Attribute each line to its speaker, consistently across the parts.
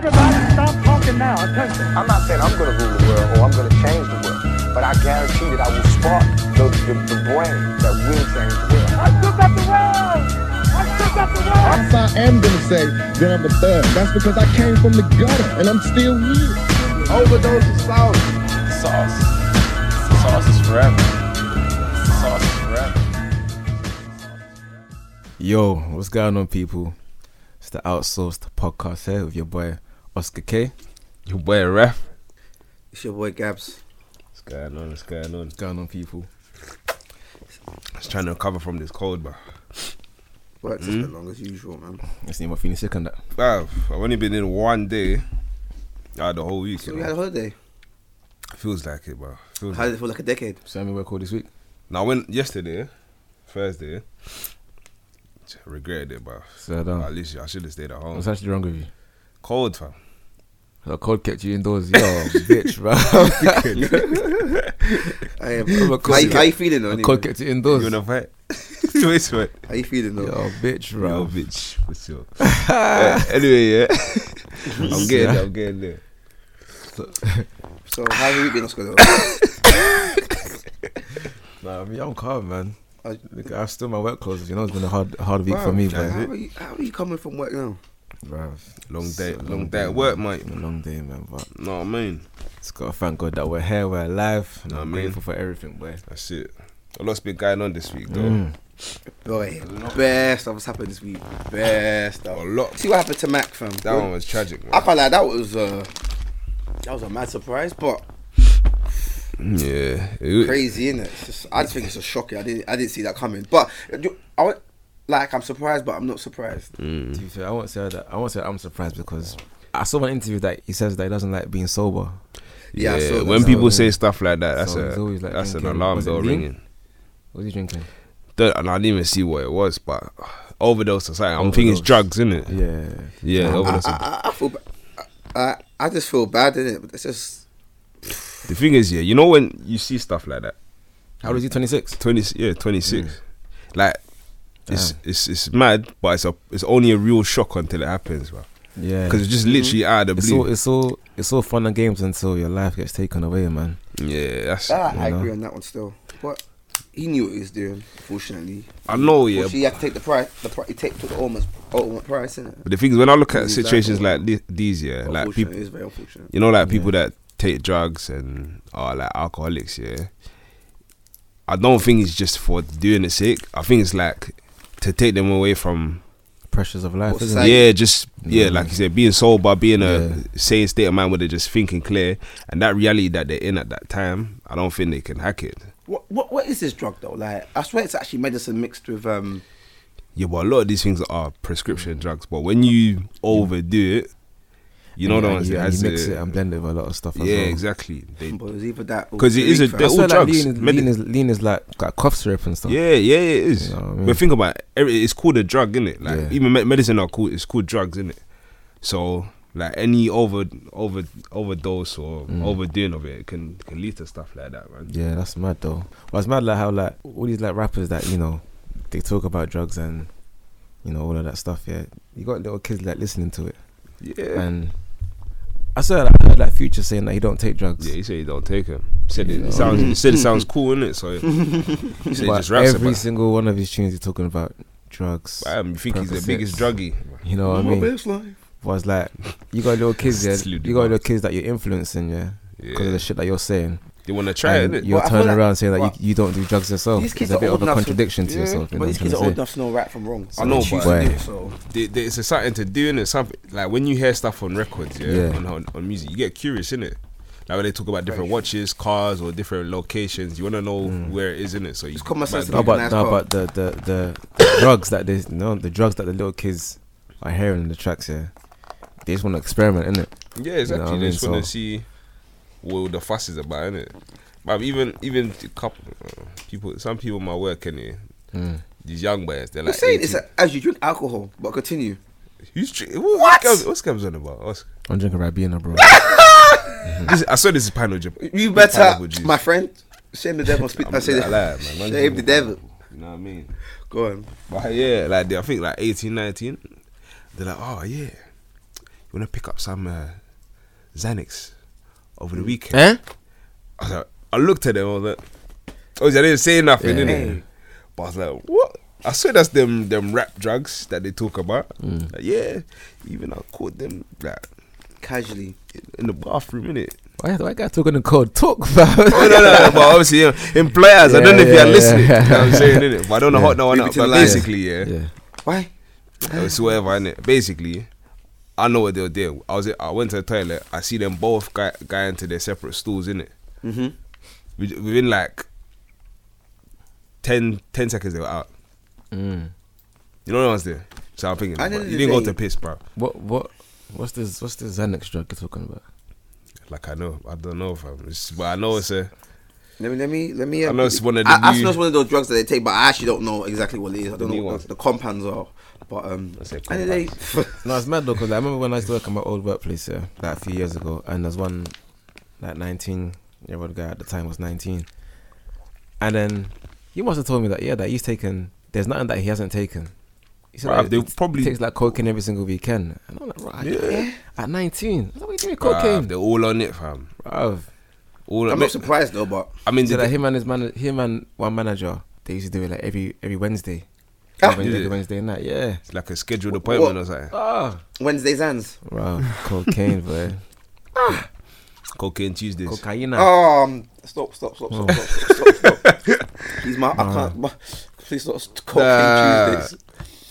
Speaker 1: Everybody stop talking now. Attention.
Speaker 2: I'm not saying I'm going to rule the world or I'm going to change the world, but I guarantee that I will spark the, the, the brain that will change the world.
Speaker 1: I took up the world. I took up the world.
Speaker 3: Yes, I am gonna say that I'm a thug. That's because I came from the gutter and I'm still here. Overdose of sauce.
Speaker 4: Sauce. Sauce is forever. Sauce is forever.
Speaker 5: Yo, what's going on, people? It's the Outsourced Podcast here with your boy Oscar K.
Speaker 4: Your boy ref.
Speaker 6: It's your boy Gabs.
Speaker 4: What's going on? What's going on?
Speaker 5: What's going on, people?
Speaker 4: Just trying to recover from this cold, bro.
Speaker 6: Worked just as long as usual, man.
Speaker 5: Let's see my feeling sick on that.
Speaker 4: Bruv, I've only been in one day. Out of the whole week,
Speaker 6: So
Speaker 4: you
Speaker 6: we had a
Speaker 4: know.
Speaker 6: holiday.
Speaker 4: Feels like it, bro. Feels
Speaker 6: How
Speaker 4: like
Speaker 6: did it feel like a decade?
Speaker 5: So I'm work all this week.
Speaker 4: Now, when yesterday, Thursday, regretted it, bro.
Speaker 5: So I
Speaker 4: At
Speaker 5: don't.
Speaker 4: least I should have stayed at home.
Speaker 5: What's actually wrong with you?
Speaker 4: Cold, fam.
Speaker 5: The cold kept you indoors. Yo, bitch, bro.
Speaker 6: I am.
Speaker 5: I'm
Speaker 6: how,
Speaker 5: a cold
Speaker 6: you, how
Speaker 5: kid.
Speaker 6: you feeling though?
Speaker 5: the
Speaker 6: Anyway?
Speaker 5: cold kept you indoors.
Speaker 4: You wanna fight? Wait, wait.
Speaker 6: How you feeling though?
Speaker 5: Yo, bitch,
Speaker 4: Yo,
Speaker 5: bro.
Speaker 4: bitch. What's your? Uh, anyway, yeah. I'm getting there. I'm getting there.
Speaker 6: So how have you been, Oscar? Though?
Speaker 5: Nah, I mean, I'm calm, man.
Speaker 6: How-
Speaker 5: Look, I have still my work clothes. You know, it's been a hard, a hard week for me,
Speaker 4: Bruv,
Speaker 5: man.
Speaker 6: how, are you, how are you coming from work now?
Speaker 5: Bruv,
Speaker 4: Long
Speaker 5: it's
Speaker 4: day-
Speaker 5: a
Speaker 4: long day at work, mate.
Speaker 5: It's been A long day, man. But
Speaker 4: No, I mean,
Speaker 5: it's got to thank God that we're here, we're alive. And
Speaker 4: Nah,
Speaker 5: I'm
Speaker 4: man.
Speaker 5: grateful for everything, boy.
Speaker 4: that's it. A lot's been going on this week, though.
Speaker 5: Mm.
Speaker 6: Boy, best stuff has happened this week. Best stuff.
Speaker 4: A lot.
Speaker 6: See what happened to Mac, fam.
Speaker 4: That one was tragic,
Speaker 6: I
Speaker 4: man.
Speaker 6: can't lie. That was uh, that was a mad surprise, but
Speaker 4: Yeah. It-
Speaker 6: crazy, innit? It's just, I just think it's a shocking. I didn't, I didn't see that coming. But you- I, wa- like, I'm surprised, but I'm not surprised.
Speaker 5: To be fair, I won't say that. I won't say I'm surprised because I saw an interview that he says that he doesn't like being sober.
Speaker 6: Yeah, I
Speaker 4: Yeah,
Speaker 6: saw that.
Speaker 4: when
Speaker 5: So-
Speaker 4: people say stuff like that, that's
Speaker 5: so it's
Speaker 4: a
Speaker 5: always like
Speaker 4: that's an
Speaker 5: thinking,
Speaker 4: alarm
Speaker 5: was it
Speaker 4: bell
Speaker 5: lean?
Speaker 4: ringing.
Speaker 5: What are you drinking?
Speaker 4: Don't, and I didn't even see what it was, but overdose or something. I'm thinking it's
Speaker 5: Overdose.
Speaker 4: drugs, isn't it?
Speaker 5: Yeah.
Speaker 4: Yeah,
Speaker 6: I,
Speaker 4: overdose.
Speaker 6: I, I, I feel, ba- I, I, I just feel bad, innit? But it's just
Speaker 4: the thing is, yeah, you know when you see stuff like that,
Speaker 5: How old is he? 26?
Speaker 4: twenty, yeah, twenty six,
Speaker 5: Mm.
Speaker 4: like it's it's it's mad, but it's a it's only a real shock until it happens, bro.
Speaker 5: Yeah. Mm-hmm.
Speaker 4: Because it's just literally out of the
Speaker 5: It's
Speaker 4: blue.
Speaker 5: all, it's all it's all fun and games until your life gets taken away, man.
Speaker 4: yeah, that's
Speaker 6: ah, I
Speaker 5: know.
Speaker 6: agree on that one still. But he knew what he was doing. Fortunately,
Speaker 4: I know, yeah.
Speaker 6: yeah. he had to take the price. The price he take took the almost ultimate price, innit?
Speaker 4: But the thing is, when I look at
Speaker 6: Exactly.
Speaker 4: situations like thi- these, yeah, like
Speaker 6: Unfortunate,
Speaker 4: people,
Speaker 6: it is very unfortunate.
Speaker 4: you know, like people that take drugs and are like alcoholics, yeah. I don't think it's just for doing the sake. I think it's like to take them away from
Speaker 5: Pressures of life,
Speaker 6: Well,
Speaker 5: isn't
Speaker 6: Like-
Speaker 4: yeah, just yeah,
Speaker 5: Yeah.
Speaker 4: like you said, being sober, being a
Speaker 5: Mm. Yeah.
Speaker 4: sane state of mind where they're just thinking clear, and that reality that they're in at that time, I don't think they can hack it.
Speaker 6: What, what what is this drug though? Like, I swear it's actually medicine mixed with um.
Speaker 4: Yeah, but a lot of these things are
Speaker 5: Mm.
Speaker 4: prescription drugs, but when you overdo it, you know
Speaker 5: And-
Speaker 4: what
Speaker 5: and
Speaker 4: I'm
Speaker 5: Mm. you,
Speaker 4: saying?
Speaker 5: and you mix it and blend it with a lot of stuff. As
Speaker 4: yeah,
Speaker 5: well.
Speaker 4: exactly. They-
Speaker 6: But it was either that or
Speaker 4: 'Cause it is a-
Speaker 6: Greek,
Speaker 4: they're
Speaker 5: I
Speaker 6: fam.
Speaker 4: all
Speaker 5: swear, like,
Speaker 4: drugs.
Speaker 5: lean, is,
Speaker 4: Medi-
Speaker 5: lean, is, lean is like got cough syrup and stuff.
Speaker 4: yeah, yeah, it is.
Speaker 5: You know what I mean?
Speaker 4: But think about it, every- it's called a drug, isn't it? Like
Speaker 5: Yeah.
Speaker 4: even me- medicine are called it's called drugs, isn't it? So like any over over overdose or overdoing of it can can lead to stuff like that, man.
Speaker 5: Mm. Yeah, that's mad though. But it's mad like how like all these like rappers that you know they talk about drugs and you know all of that stuff. Yeah, you got little kids like listening to it.
Speaker 4: Yeah.
Speaker 5: And I saw like, I heard like Future saying that he don't take drugs.
Speaker 4: Yeah, he said he don't take him. Said it,
Speaker 5: Yeah.
Speaker 4: it sounds he said it sounds cool, innit? So he said he
Speaker 5: but
Speaker 4: just raps
Speaker 5: every
Speaker 4: about. it.
Speaker 5: single one of his tunes he's talking about drugs.
Speaker 4: But, um, you think he's
Speaker 5: Percocets.
Speaker 4: the biggest druggie?
Speaker 5: You know what I
Speaker 6: My
Speaker 5: mean?
Speaker 6: best life.
Speaker 5: Was like you got little kids, yeah.
Speaker 4: Slew the
Speaker 5: You got little
Speaker 4: bars.
Speaker 5: kids that you're influencing, yeah, because of
Speaker 4: Yeah.
Speaker 5: the shit that you're saying.
Speaker 4: They want to try it.
Speaker 5: and
Speaker 4: innit?
Speaker 5: you're
Speaker 6: But I feel
Speaker 5: turning
Speaker 6: like-
Speaker 5: around saying that
Speaker 6: but-
Speaker 5: you, you don't do drugs yourself.
Speaker 6: These kids
Speaker 5: it's a
Speaker 6: are
Speaker 5: bit
Speaker 6: old
Speaker 5: of a
Speaker 6: enough to-
Speaker 5: contradiction to,
Speaker 6: Yeah,
Speaker 5: yourself. you know
Speaker 6: But these
Speaker 5: what I'm
Speaker 6: kids are
Speaker 5: trying
Speaker 6: old
Speaker 5: to say?
Speaker 6: enough to know right from wrong.
Speaker 4: I know,
Speaker 6: So they choose
Speaker 4: but-
Speaker 6: to do
Speaker 5: Why?
Speaker 6: it, so
Speaker 4: They- they- It's something to do, and something like when you hear stuff on records, yeah,
Speaker 5: Yeah.
Speaker 4: On, on on music, you get curious, innit? Like when they talk about different watches, cars, or different locations, you want to know
Speaker 5: Mm.
Speaker 4: where it is, innit? So you
Speaker 6: It's common sense to
Speaker 4: But-
Speaker 5: No,
Speaker 6: Like
Speaker 5: but
Speaker 6: a nice
Speaker 5: no,
Speaker 6: car.
Speaker 5: but the the the drugs that they no the drugs that the little kids are hearing in the tracks here, they just want to experiment, innit?
Speaker 4: Yeah,
Speaker 5: know
Speaker 4: exactly.
Speaker 5: what I
Speaker 4: They just
Speaker 5: mean?
Speaker 4: want to
Speaker 5: So-
Speaker 4: see what the fuss is about, innit? But even even a couple uh, people, some people in my work, innit?
Speaker 5: Mm.
Speaker 4: These young boys, they're
Speaker 6: You're
Speaker 4: like,
Speaker 6: saying it's
Speaker 4: 18.
Speaker 6: like as you drink alcohol, but continue.
Speaker 4: Who's tri- what? What? Scabs, what Scabs on about? What's-
Speaker 5: I'm drinking Ribena, bro. Mm.
Speaker 4: This, I saw this is pineapple juice.
Speaker 6: You better,
Speaker 4: Pineapple juice.
Speaker 6: my friend. Shame the devil. Speak. I
Speaker 4: I'm
Speaker 6: say that.
Speaker 4: not lying, man.
Speaker 6: Shame
Speaker 4: Man,
Speaker 6: the
Speaker 4: people-
Speaker 6: devil.
Speaker 4: You know what I mean?
Speaker 6: Go on.
Speaker 4: But yeah, like they- I think like 18, 19, they're like, oh yeah, you want to pick up some uh, Xanax over the weekend.
Speaker 5: Eh?
Speaker 4: I was like, I looked at them. I was like, obviously I didn't say nothing,
Speaker 5: Yeah.
Speaker 4: innit? But I was like, what? I swear that's them them rap drugs that they talk about.
Speaker 5: Mm.
Speaker 4: Like, yeah, even I caught them like
Speaker 6: Casually.
Speaker 4: in the bathroom, innit?
Speaker 5: Why, why guy talking in code talk, fam?
Speaker 4: no, no, no. But obviously, yeah, employers. I don't know if
Speaker 5: Yeah,
Speaker 4: you're
Speaker 5: yeah,
Speaker 4: listening.
Speaker 5: yeah.
Speaker 4: You know what I'm saying, innit? But I don't know hot no one
Speaker 6: Leave it
Speaker 4: up.
Speaker 6: to the
Speaker 4: But
Speaker 6: liars.
Speaker 4: basically, yeah,
Speaker 5: yeah.
Speaker 6: Why?
Speaker 4: it's whatever, innit? Basically, I know what they were doing. I was, I went to the toilet. I see them both guy, guy into their separate stools, innit?
Speaker 6: Mm-hmm.
Speaker 4: With- Within like 10, 10 seconds, they were out.
Speaker 5: Mm.
Speaker 4: You know what I was doing? So I'm thinking,
Speaker 6: At the
Speaker 4: but
Speaker 6: end of
Speaker 4: you
Speaker 6: the
Speaker 4: didn't go
Speaker 6: day-
Speaker 4: to piss, bro.
Speaker 5: What what what's this what's this Xanax drug you're talking about?
Speaker 4: Like I know, I don't know, fam. It's, but I know it's a.
Speaker 6: Let me, let me, let me. um,
Speaker 4: I know it's one of the
Speaker 6: I, I
Speaker 4: new-
Speaker 6: know it's one of those drugs that they take, but I actually don't know exactly what it is. I don't
Speaker 4: new
Speaker 6: know what
Speaker 4: ones.
Speaker 6: the, the compounds are, but um,
Speaker 4: Let's say
Speaker 6: and they,
Speaker 5: No, it's mad though, 'cause, like, I remember when I used to work at my old workplace, yeah, like a few years ago, and there's one like 19 year old guy at the time was 19, and then you must have told me that yeah, that he's taken. There's nothing that he hasn't taken. He said
Speaker 4: Bruv,
Speaker 5: like,
Speaker 4: they
Speaker 5: it
Speaker 4: probably-
Speaker 5: takes like cocaine every single weekend. And I'm like, right, yeah. at 19, I was like, what are you doing
Speaker 4: Bruv,
Speaker 5: cocaine?
Speaker 4: they're all on it, fam.
Speaker 5: Bruv.
Speaker 4: All
Speaker 6: I'm not surprised though, but
Speaker 4: I mean,
Speaker 5: So
Speaker 4: the-
Speaker 5: that him and his man, him and one manager, they used to do it like every every Wednesday,
Speaker 6: Ah,
Speaker 5: Every
Speaker 4: yeah.
Speaker 5: Wednesday night, yeah.
Speaker 4: it's like a scheduled appointment
Speaker 6: What?
Speaker 4: or something.
Speaker 5: Ah,
Speaker 6: Wednesday's ends.
Speaker 5: wow, cocaine, boy,
Speaker 4: Cocaine Tuesdays.
Speaker 5: cocaine.
Speaker 6: Um, stop, stop, stop, stop, stop, stop, stop, stop. He's my. I can't. My, please stop. Cocaine
Speaker 4: Nah.
Speaker 6: Tuesdays.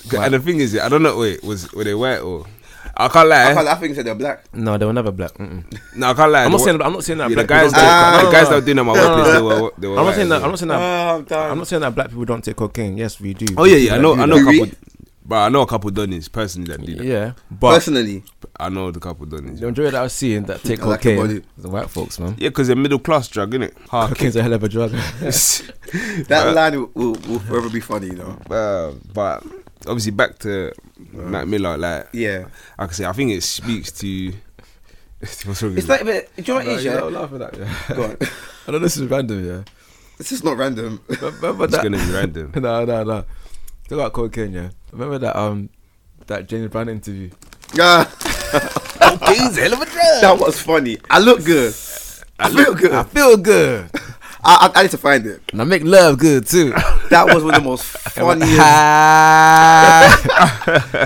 Speaker 4: Okay, And the thing is, I don't know. Wait, was were they white or? I can't lie.
Speaker 6: I, can't, I think you said they're black.
Speaker 5: No, they were never black. Mm-mm.
Speaker 4: no, I can't lie.
Speaker 5: I'm
Speaker 4: The
Speaker 5: not
Speaker 4: wh-
Speaker 5: saying I'm not saying that
Speaker 4: yeah, the
Speaker 5: black
Speaker 4: guys,
Speaker 5: guys.
Speaker 4: that,
Speaker 6: Ah.
Speaker 4: the guys that were doing at my
Speaker 5: No, no,
Speaker 4: workplace,
Speaker 5: Ah, no.
Speaker 4: they were they were
Speaker 5: I'm not
Speaker 4: white,
Speaker 5: saying that.
Speaker 4: so-
Speaker 5: I'm not saying that.
Speaker 6: Oh, I'm done.
Speaker 5: I'm not saying that black people don't take cocaine. Yes, we do.
Speaker 4: Oh yeah, yeah. I know.
Speaker 5: People that
Speaker 4: I
Speaker 5: do
Speaker 4: know a
Speaker 6: Do
Speaker 4: couple.
Speaker 6: we?
Speaker 4: But I know a couple Donnies personally that
Speaker 5: that.
Speaker 4: did it.
Speaker 5: Yeah, but
Speaker 6: Personally,
Speaker 4: I know the couple Donnies.
Speaker 5: the majority that I was seeing that take
Speaker 6: I like
Speaker 5: cocaine,
Speaker 6: your body.
Speaker 5: the white folks, man.
Speaker 4: Yeah, because they're middle class drug, innit? Hard
Speaker 5: Cocaine's a hell of a drug.
Speaker 4: kick.
Speaker 6: that
Speaker 4: But-
Speaker 6: line will, will, will forever be funny, you know.
Speaker 4: Uh, but obviously back to Matt Miller, like
Speaker 6: Yeah,
Speaker 4: I can say, I think it speaks to. What's wrong
Speaker 6: it's
Speaker 4: with
Speaker 6: like, but, do you know what it
Speaker 5: Like,
Speaker 6: is?
Speaker 5: you know,
Speaker 6: Yeah,
Speaker 5: I'm laughing at you.
Speaker 6: Go on.
Speaker 5: I know this is random, yeah.
Speaker 6: It's just not random.
Speaker 5: Remember
Speaker 4: me? It's
Speaker 5: that?
Speaker 4: gonna be random.
Speaker 5: no, no, no. Talk about cocaine, yeah. Remember that um that Jenny Brown interview?
Speaker 6: Ah,
Speaker 4: Cocaine's a hell of a drug.
Speaker 6: that was funny. I look good. I feel good.
Speaker 5: I
Speaker 6: I,
Speaker 5: feel good.
Speaker 6: I, I need to find it.
Speaker 5: and I make love good too.
Speaker 6: That was one of the most funniest.
Speaker 5: High.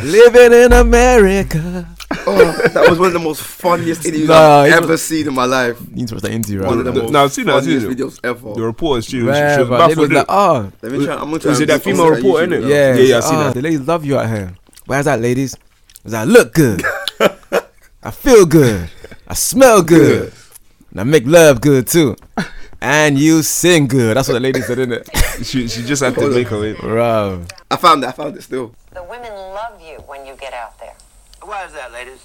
Speaker 5: Living in America.
Speaker 6: oh, that was one of the most funniest videos
Speaker 5: Nah,
Speaker 6: I've
Speaker 5: it's-
Speaker 6: ever seen in my life.
Speaker 5: You need to watch that interview,
Speaker 6: One of
Speaker 5: right?
Speaker 6: the
Speaker 4: No,
Speaker 6: most
Speaker 4: no, I've seen it, I've seen
Speaker 6: funniest
Speaker 4: it.
Speaker 6: videos ever.
Speaker 4: The reporter, she, she, she
Speaker 5: Rare,
Speaker 4: was
Speaker 5: but they
Speaker 4: baffled.
Speaker 5: was
Speaker 4: innit?
Speaker 5: like, oh,
Speaker 6: Let me try. I'm gonna try.
Speaker 4: Was it
Speaker 6: and
Speaker 4: that
Speaker 6: do
Speaker 4: female
Speaker 6: something
Speaker 4: reporter,
Speaker 6: on YouTube
Speaker 4: innit?
Speaker 6: now.
Speaker 5: yeah,
Speaker 4: Yeah, yeah, I seen
Speaker 5: ah,
Speaker 4: that.
Speaker 5: The ladies love you out here. Where's that, ladies? Is I look good. I feel good. I smell good. And I make love good too. And you sing good. That's what the ladies said, innit?
Speaker 4: she, she just had to
Speaker 5: Oh.
Speaker 4: make her way.
Speaker 5: Bro.
Speaker 6: I found it. I found it still.
Speaker 7: The women love you when you get out there.
Speaker 8: Why is that, ladies?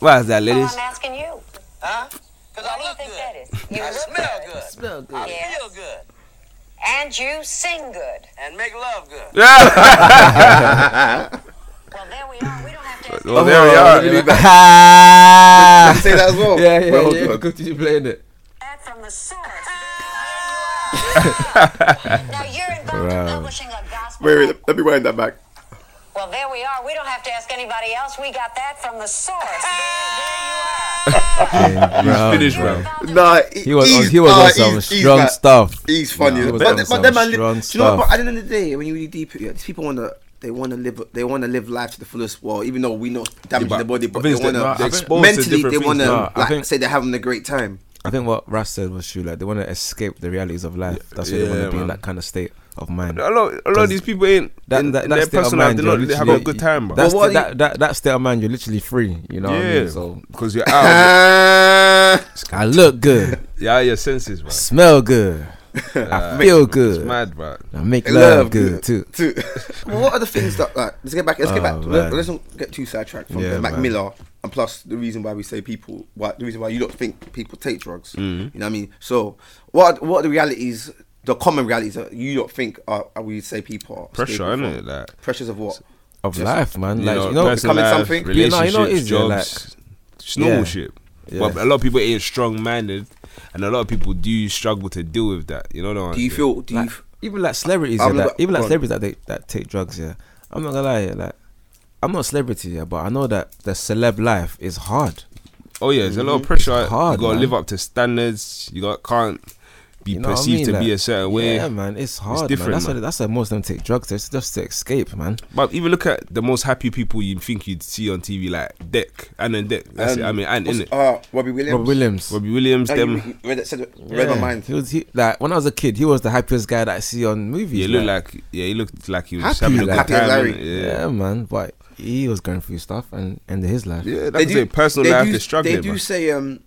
Speaker 5: Why is that,
Speaker 7: Well, I'm asking you.
Speaker 8: Huh? Because I
Speaker 7: What do
Speaker 8: look
Speaker 7: you think
Speaker 8: good.
Speaker 7: that is? You
Speaker 8: I
Speaker 7: look
Speaker 8: smell
Speaker 7: good.
Speaker 8: good.
Speaker 5: Smell good.
Speaker 8: I
Speaker 7: Yes.
Speaker 8: feel good.
Speaker 7: And you sing good.
Speaker 8: And make love good.
Speaker 7: Well, there we are. We don't have to ask
Speaker 5: Oh,
Speaker 4: Well, there we are.
Speaker 6: Let me do that.
Speaker 5: Ah!
Speaker 6: Let me say that as well.
Speaker 5: Yeah, yeah,
Speaker 6: Well,
Speaker 5: yeah.
Speaker 6: hold on.
Speaker 5: Continue playing it.
Speaker 7: that from the source. now you're involved
Speaker 5: Wow.
Speaker 7: in publishing a gospel.
Speaker 6: Wait, wait. Let me wind that back.
Speaker 7: Well, there we are. We don't have to ask anybody else. We got that from the source.
Speaker 4: Finish,
Speaker 7: You're
Speaker 4: bro.
Speaker 7: involved in
Speaker 6: Nah,
Speaker 5: He was on, he was on some strong
Speaker 6: stuff.
Speaker 5: stuff.
Speaker 6: He's funny.
Speaker 5: Nah, he was
Speaker 6: but,
Speaker 5: on
Speaker 6: but then,
Speaker 5: some
Speaker 6: man, li- do you
Speaker 5: strong
Speaker 6: know?
Speaker 5: stuff.
Speaker 6: But at the end of the day, when you really deep, yeah, these people wanna, they wanna live, they wanna live life to the fullest. Well, even though we know damaging
Speaker 4: but
Speaker 6: the body,
Speaker 4: I
Speaker 6: but
Speaker 4: think
Speaker 6: they
Speaker 4: it's the-
Speaker 6: wanna
Speaker 4: they're exposed to
Speaker 6: mentally,
Speaker 4: different
Speaker 6: they
Speaker 4: things
Speaker 6: wanna
Speaker 5: now. I
Speaker 6: like
Speaker 5: think-
Speaker 6: say they're having a great time.
Speaker 5: I think what Ras said was true. Like they want to escape the realities of life. That's why they want
Speaker 4: Yeah,
Speaker 5: to be
Speaker 4: man.
Speaker 5: in that kind of state of mind.
Speaker 4: A lot, a lot of these people ain't
Speaker 5: That,
Speaker 4: in,
Speaker 5: that,
Speaker 4: in
Speaker 5: that
Speaker 4: their
Speaker 5: state of
Speaker 4: personal life.
Speaker 5: mind,
Speaker 4: They're
Speaker 5: you're
Speaker 4: not really having a
Speaker 5: literally-
Speaker 4: good time, bro.
Speaker 5: That's
Speaker 6: But what
Speaker 5: the-
Speaker 6: do you-
Speaker 5: that, that, that state of mind, you're literally free. You know what I
Speaker 4: yeah,
Speaker 5: mean? So
Speaker 4: because you're out.
Speaker 6: Uh,
Speaker 5: I look good,
Speaker 4: yeah, your senses, bro.
Speaker 5: smell good, I feel
Speaker 4: It's
Speaker 5: good,
Speaker 4: mad, bro.
Speaker 5: I make
Speaker 6: Love
Speaker 5: love
Speaker 6: good.
Speaker 5: good too.
Speaker 6: Too. Well, what are the things that like? Let's get back. Let's get
Speaker 5: Oh,
Speaker 6: back.
Speaker 5: man.
Speaker 6: Let's not get too sidetracked from
Speaker 5: Yeah,
Speaker 6: the Mac
Speaker 5: man.
Speaker 6: Miller and plus the reason why we say people, why the reason why you don't think people take drugs. You know what I mean? So what are- what are the realities? The common realities that you don't think are, are we say people are
Speaker 4: Pressure,
Speaker 6: escaping
Speaker 4: innit?
Speaker 6: from?
Speaker 4: Like,
Speaker 6: Pressures of what?
Speaker 5: Of
Speaker 6: Just-
Speaker 5: life, man. like you know,
Speaker 4: personal
Speaker 6: becoming
Speaker 4: life,
Speaker 6: something.
Speaker 5: Yeah, no, you know what it
Speaker 4: relationships,
Speaker 5: is, yeah,
Speaker 4: jobs, it's normal
Speaker 5: yeah.
Speaker 4: shit.
Speaker 5: Yeah.
Speaker 4: But a lot of people ain't strong-minded, and a lot of people do struggle to deal with that. You know what I'm
Speaker 6: Do you
Speaker 4: saying?
Speaker 6: feel? Do you?
Speaker 5: like,
Speaker 6: f-
Speaker 5: even like celebrities,
Speaker 6: I'm
Speaker 5: yeah,
Speaker 6: not-
Speaker 5: like, even like
Speaker 6: go on.
Speaker 5: celebrities that they that take drugs, yeah. I'm not gonna lie, yeah, like I'm not a celebrity, yeah, but I know that the celeb life is hard.
Speaker 4: Oh yeah, there's a lot of pressure.
Speaker 5: Mm, It's hard,
Speaker 4: you gotta
Speaker 5: man.
Speaker 4: live up to standards. You got can't be
Speaker 5: You know what I
Speaker 4: perceived
Speaker 5: mean?
Speaker 4: to be
Speaker 5: Like,
Speaker 4: a certain way.
Speaker 5: Yeah, man, it's hard.
Speaker 4: different,
Speaker 5: man. That's
Speaker 4: man.
Speaker 5: why that's why most of them take drugs. It's just to escape, man.
Speaker 4: But even look at the most happy people you think you'd see on TV, like Deck and then Deck. That's it. I mean, and
Speaker 6: what's-
Speaker 4: in it,
Speaker 6: Uh, Robbie Williams.
Speaker 5: Rob Williams.
Speaker 4: Robbie Williams,
Speaker 6: Oh, you
Speaker 4: them.
Speaker 6: re- read, it- said, it- read my
Speaker 5: Yeah.
Speaker 6: mind.
Speaker 5: He was he, like when I was a kid, he was the happiest guy that I see on movies.
Speaker 4: Yeah, he looked like yeah, he looked like he was
Speaker 5: Happy,
Speaker 4: having a good
Speaker 5: like-
Speaker 6: Happy as
Speaker 4: time.
Speaker 6: Larry.
Speaker 4: innit?
Speaker 5: yeah.
Speaker 4: Yeah,
Speaker 5: man. But he was going through stuff and ended his life.
Speaker 4: yeah, that's it. Personal
Speaker 6: they
Speaker 4: life
Speaker 6: do,
Speaker 4: is struggling.
Speaker 6: They do
Speaker 4: man.
Speaker 6: say um,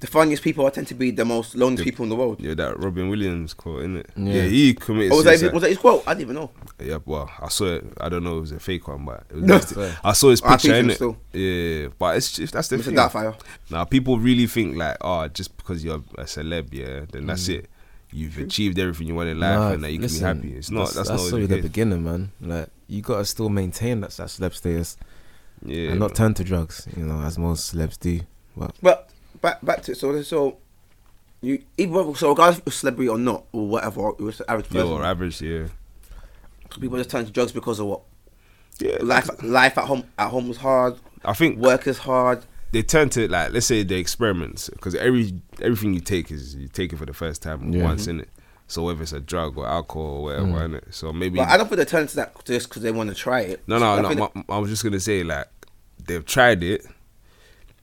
Speaker 6: the funniest people are tend to be the most lonely people in the world.
Speaker 4: Yeah, that Robin Williams quote, innit?
Speaker 5: Yeah.
Speaker 4: Yeah, he committed
Speaker 6: Oh, was,
Speaker 4: suicide.
Speaker 6: that, was that his quote? I didn't even know.
Speaker 4: Yeah, well, I saw it. I don't know if it was a fake one, but it was
Speaker 6: No.
Speaker 4: just- I saw his
Speaker 6: I
Speaker 4: picture
Speaker 6: think
Speaker 4: in
Speaker 6: so
Speaker 4: it.
Speaker 6: still.
Speaker 4: Yeah, but it's just, that's the
Speaker 6: Mr.
Speaker 4: thing.
Speaker 6: Doubtfire.
Speaker 4: Now people really think like, oh, just because you're a celeb, yeah, then that's
Speaker 6: Mm.
Speaker 4: it. You've achieved everything you want in life,
Speaker 5: Nah,
Speaker 4: and that you
Speaker 5: listen,
Speaker 4: can be happy. It's not. That's,
Speaker 5: that's
Speaker 4: not
Speaker 5: only
Speaker 4: always
Speaker 5: the
Speaker 4: the case.
Speaker 5: beginning, man. Like you gotta still maintain that that celeb status
Speaker 4: Yeah,
Speaker 5: and not
Speaker 4: man.
Speaker 5: turn to drugs. You know, as most celebs do. But
Speaker 6: But back back to so so you even whether- so regardless if you're a celebrity or not or whatever or you're just an average
Speaker 4: Yeah,
Speaker 6: person,
Speaker 4: or average. Yeah,
Speaker 6: people just turn to drugs because of what
Speaker 4: yeah.
Speaker 6: life life at home at home was hard,
Speaker 4: I think
Speaker 6: work is hard.
Speaker 4: they turn to like let's say the experiments because every everything you take is you take it for the first time
Speaker 5: Yeah. Mm.
Speaker 4: once in it. So whether it's a drug or alcohol or whatever, innit? So maybe
Speaker 6: But I don't think they turn to that just because they want to try it.
Speaker 4: No, no,
Speaker 6: I
Speaker 4: no.
Speaker 6: think
Speaker 4: my- I was just gonna say like they've tried it.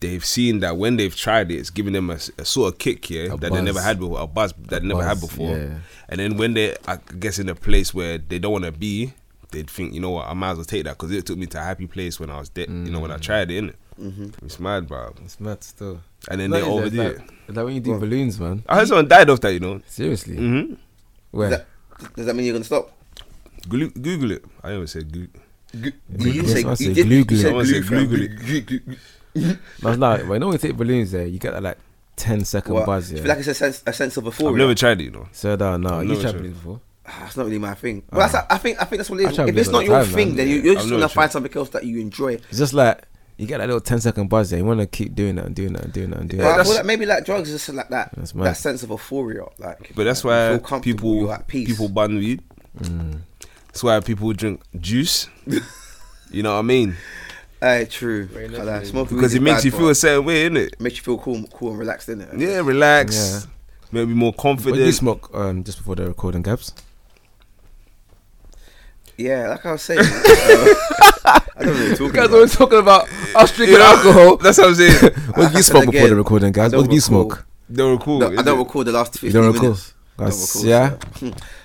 Speaker 4: They've seen that when they've tried it, it's given them a, s- a sort of kick here
Speaker 5: A
Speaker 4: that they never
Speaker 5: buzz.
Speaker 4: had before, a buzz that they never had
Speaker 5: buzz,
Speaker 4: before.
Speaker 5: yeah.
Speaker 4: And then when they, I guess, in a place where they don't want to be, they'd think, you know what, I might as well take that because it took me to a happy place when I was dead. You know,
Speaker 5: Mm.
Speaker 4: when I tried it, innit? Mm-hmm. It's mad, bro.
Speaker 5: it's mad still.
Speaker 4: And then
Speaker 5: Not
Speaker 4: they
Speaker 5: is it,
Speaker 4: overdid
Speaker 5: like,
Speaker 4: it.
Speaker 5: Like when you do balloons, man.
Speaker 4: I heard someone died off that, you know.
Speaker 5: Seriously.
Speaker 4: Mm-hmm.
Speaker 5: Where?
Speaker 6: Mm. that, does that mean you're gonna stop?
Speaker 4: Google, Google it. I always say Google.
Speaker 6: Glu-
Speaker 5: Yes,
Speaker 6: you say-
Speaker 5: I say
Speaker 6: you did-
Speaker 5: glue
Speaker 6: you
Speaker 5: glue.
Speaker 6: said
Speaker 4: Someone said
Speaker 6: glue,
Speaker 4: glue
Speaker 6: fam.
Speaker 5: That's like when you take balloons there, you get that like 10 second
Speaker 6: Well, I
Speaker 5: buzz.
Speaker 6: feel
Speaker 5: Yeah.
Speaker 6: like it's a sense a sense of euphoria.
Speaker 4: I've never tried it, you know.
Speaker 5: so that no,
Speaker 4: I've
Speaker 5: you
Speaker 4: never
Speaker 5: tried
Speaker 4: tried.
Speaker 5: balloons before.
Speaker 6: That's not really my thing. Well, that's, I think I think that's what it
Speaker 5: Ah. I
Speaker 6: is.
Speaker 5: try
Speaker 6: If
Speaker 5: balloons
Speaker 6: it's
Speaker 5: all
Speaker 6: not
Speaker 5: the
Speaker 6: your
Speaker 5: time,
Speaker 6: thing,
Speaker 5: man.
Speaker 6: then you,
Speaker 5: Yeah,
Speaker 6: you're
Speaker 4: I've
Speaker 6: just
Speaker 4: never
Speaker 6: gonna
Speaker 4: tried.
Speaker 6: find something else that you enjoy.
Speaker 5: It's just like you get that little 10 second buzz there. You want to keep doing that and doing that and doing that and doing
Speaker 6: But I
Speaker 5: that.
Speaker 6: feel like maybe like drugs is just like that
Speaker 5: That's mad.
Speaker 6: that sense of euphoria, like.
Speaker 4: But that's
Speaker 6: you
Speaker 4: why
Speaker 6: feel comfortable,
Speaker 4: people
Speaker 6: you're at peace.
Speaker 4: people bun weed.
Speaker 6: Mm.
Speaker 4: That's why people drink juice. you know what I mean?
Speaker 6: Aye, true. Like, smoking
Speaker 4: Because
Speaker 6: weed is
Speaker 4: it makes
Speaker 6: bad,
Speaker 4: you
Speaker 6: but
Speaker 4: feel a certain way, innit?
Speaker 6: it makes you feel cool, cool and relaxed, innit?
Speaker 4: Yeah, relax. Maybe more
Speaker 5: What did you
Speaker 4: confident.
Speaker 5: smoke um, just before the recording, Gabs?
Speaker 6: yeah. Like I was saying, uh, I don't really talk about.
Speaker 5: talking about us
Speaker 4: You know, That's what I'm saying.
Speaker 5: What did
Speaker 6: I
Speaker 5: you
Speaker 6: said
Speaker 5: smoke before the
Speaker 6: again,
Speaker 5: recording, guys?
Speaker 6: I
Speaker 5: What
Speaker 6: don't
Speaker 5: did you
Speaker 6: recall.
Speaker 5: smoke?
Speaker 4: They were cool.
Speaker 6: No, I
Speaker 4: innit?
Speaker 6: don't recall the last
Speaker 5: You
Speaker 6: fifteen
Speaker 5: don't recall?
Speaker 6: minutes.
Speaker 5: Guys,
Speaker 6: recall,
Speaker 5: yeah.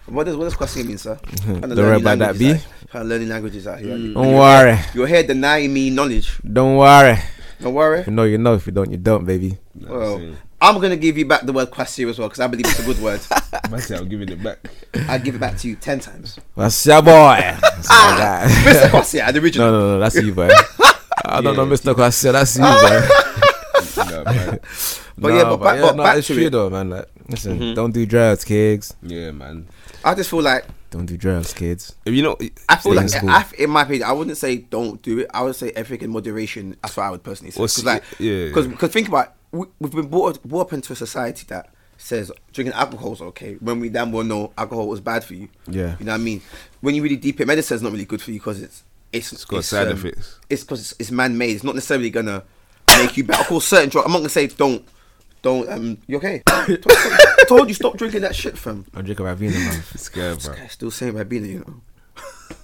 Speaker 6: What does what does cussing mean, sir? Trying to
Speaker 5: Don't
Speaker 6: learn
Speaker 5: worry
Speaker 6: new
Speaker 5: about that,
Speaker 6: languages
Speaker 5: B.
Speaker 6: out- trying to learn new languages out here.
Speaker 4: Mm.
Speaker 6: You-
Speaker 5: Don't
Speaker 6: you're-
Speaker 5: worry.
Speaker 6: You're here denying me knowledge.
Speaker 5: Don't worry.
Speaker 6: Don't worry.
Speaker 5: If you know, you know. If you don't, you don't, baby.
Speaker 6: Well, I'm gonna give you back the word "quasi" as well because I believe it's a good word.
Speaker 4: Man said I'm giving it back.
Speaker 6: I give it back to you ten times.
Speaker 5: That's your boy. That's my guy.
Speaker 6: Mr. Quasi, the original.
Speaker 5: No, no, no. That's you, boy. I don't know,
Speaker 4: Yeah.
Speaker 5: Mr. Quasia. That's you, boy.
Speaker 4: No, man.
Speaker 6: But yeah, but back- but
Speaker 5: no,
Speaker 6: back
Speaker 5: it's
Speaker 6: to
Speaker 5: true
Speaker 6: it.
Speaker 5: though, man. Like, listen, don't do drugs, kids.
Speaker 4: Yeah, man.
Speaker 6: I just feel like
Speaker 5: Don't do drugs, kids.
Speaker 4: If you know,
Speaker 6: I feel
Speaker 5: Stay
Speaker 6: like
Speaker 5: in school.
Speaker 6: I, in my opinion, I wouldn't say don't do it. I would say everything in moderation. That's what I would personally say.
Speaker 4: Well,
Speaker 6: Because
Speaker 4: see,
Speaker 6: like,
Speaker 4: yeah.
Speaker 6: because think about it, we, we've been brought up, brought up into a society that says drinking alcohol is okay when we damn well know alcohol was bad for you.
Speaker 5: Yeah.
Speaker 6: you know what I mean. When you really deep it, medicine's not really good for you because it's it's um,
Speaker 4: It's got side effects.
Speaker 6: It's because it's, it's man made. It's not necessarily gonna make you better. Of course, certain drugs. I'm not gonna say don't. Don't um, you okay? told, told you stop drinking that shit, fam.
Speaker 5: I drink a Ravina, man.
Speaker 4: scared, bro.
Speaker 6: Okay, still saying Rabina, you know.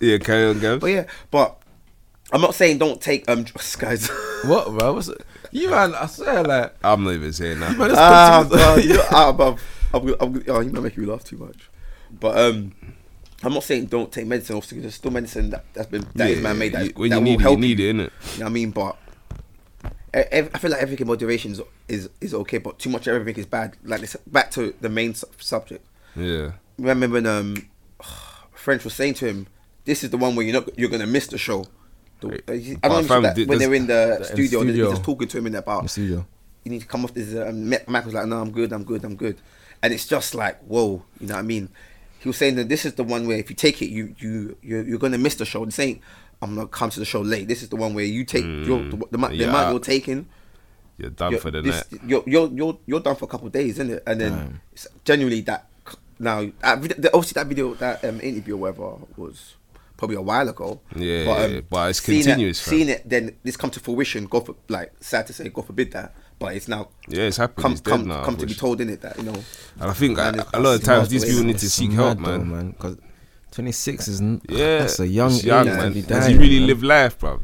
Speaker 4: Yeah, carry on, Gav.
Speaker 6: But Oh, yeah, but I'm not saying don't take um drugs, guys.
Speaker 5: what, bro? What's you, man? I swear, like,
Speaker 4: I'm not even saying that.
Speaker 5: man,
Speaker 4: man.
Speaker 5: this
Speaker 6: Ah,
Speaker 5: picture
Speaker 6: bro,
Speaker 5: is-
Speaker 6: you know, ah, bro, I'm, gonna- I'm, gonna- oh, you might make me laugh too much. But um, I'm not saying don't take medicine. Obviously, there's still medicine that, that's been that is
Speaker 4: Yeah,
Speaker 6: man made. That,
Speaker 4: you-
Speaker 6: is-
Speaker 4: when
Speaker 6: that will
Speaker 4: you need it, you
Speaker 6: help
Speaker 4: need it, innit?
Speaker 6: You know what I mean? But e- ev- I feel like everything in moderation is, is is okay, but too much of everything is bad. Like this, back to the main su- subject.
Speaker 4: Yeah.
Speaker 6: remember when um French was saying to him, "This is the one where you're not you're gonna miss the show." The,
Speaker 4: Right.
Speaker 6: uh, he- I
Speaker 4: But
Speaker 6: don't
Speaker 4: fam,
Speaker 6: remember that
Speaker 4: th-
Speaker 6: when
Speaker 4: this-
Speaker 6: they're in the,
Speaker 5: the- in
Speaker 6: studio, and
Speaker 5: studio.
Speaker 6: They're just talking to him in that
Speaker 5: In
Speaker 6: bar.
Speaker 5: studio.
Speaker 6: You need to come off this. Um, Mac Mac was like, "No, I'm good, I'm good, I'm good," and it's just like, "Whoa," you know what I mean? He was saying that this is the one where if you take it, you you you're, you're gonna miss the show. This ain't I'm gonna come to the show late. This is the one where you take your, the, the, amount- the
Speaker 4: Yeah.
Speaker 6: amount you're taking
Speaker 4: You're done
Speaker 6: you're,
Speaker 4: for the
Speaker 6: this-
Speaker 4: night.
Speaker 6: You're, you're you're you're done for a couple of days, isn't it? And then it's generally that c- now that vid- the- obviously that video that um, interview or whatever was probably a while ago.
Speaker 4: Yeah, yeah, but it's
Speaker 6: seeing it-
Speaker 4: continuous, fam.
Speaker 6: Seeing it, then this come to fruition. God, for, like sad to say, God forbid that, but it's now
Speaker 4: Yeah, it's happened.
Speaker 6: come
Speaker 4: It's dead
Speaker 6: come
Speaker 4: now,
Speaker 6: come to be
Speaker 4: unfortunately.
Speaker 6: told in it that you know.
Speaker 4: And I think
Speaker 6: Man,
Speaker 4: a-
Speaker 6: it's-
Speaker 4: a lot of
Speaker 6: it's
Speaker 4: times
Speaker 6: mad
Speaker 4: these
Speaker 6: though,
Speaker 4: people
Speaker 6: isn't
Speaker 4: need to
Speaker 5: It's
Speaker 4: seek
Speaker 5: mad
Speaker 4: help,
Speaker 5: though,
Speaker 4: man.
Speaker 5: man. Because 26 is n-
Speaker 4: Yeah,
Speaker 5: that's a young,
Speaker 4: it's young
Speaker 5: age to
Speaker 4: man.
Speaker 5: be
Speaker 4: Does he
Speaker 5: dying,
Speaker 4: really
Speaker 5: man.
Speaker 4: live life, bro?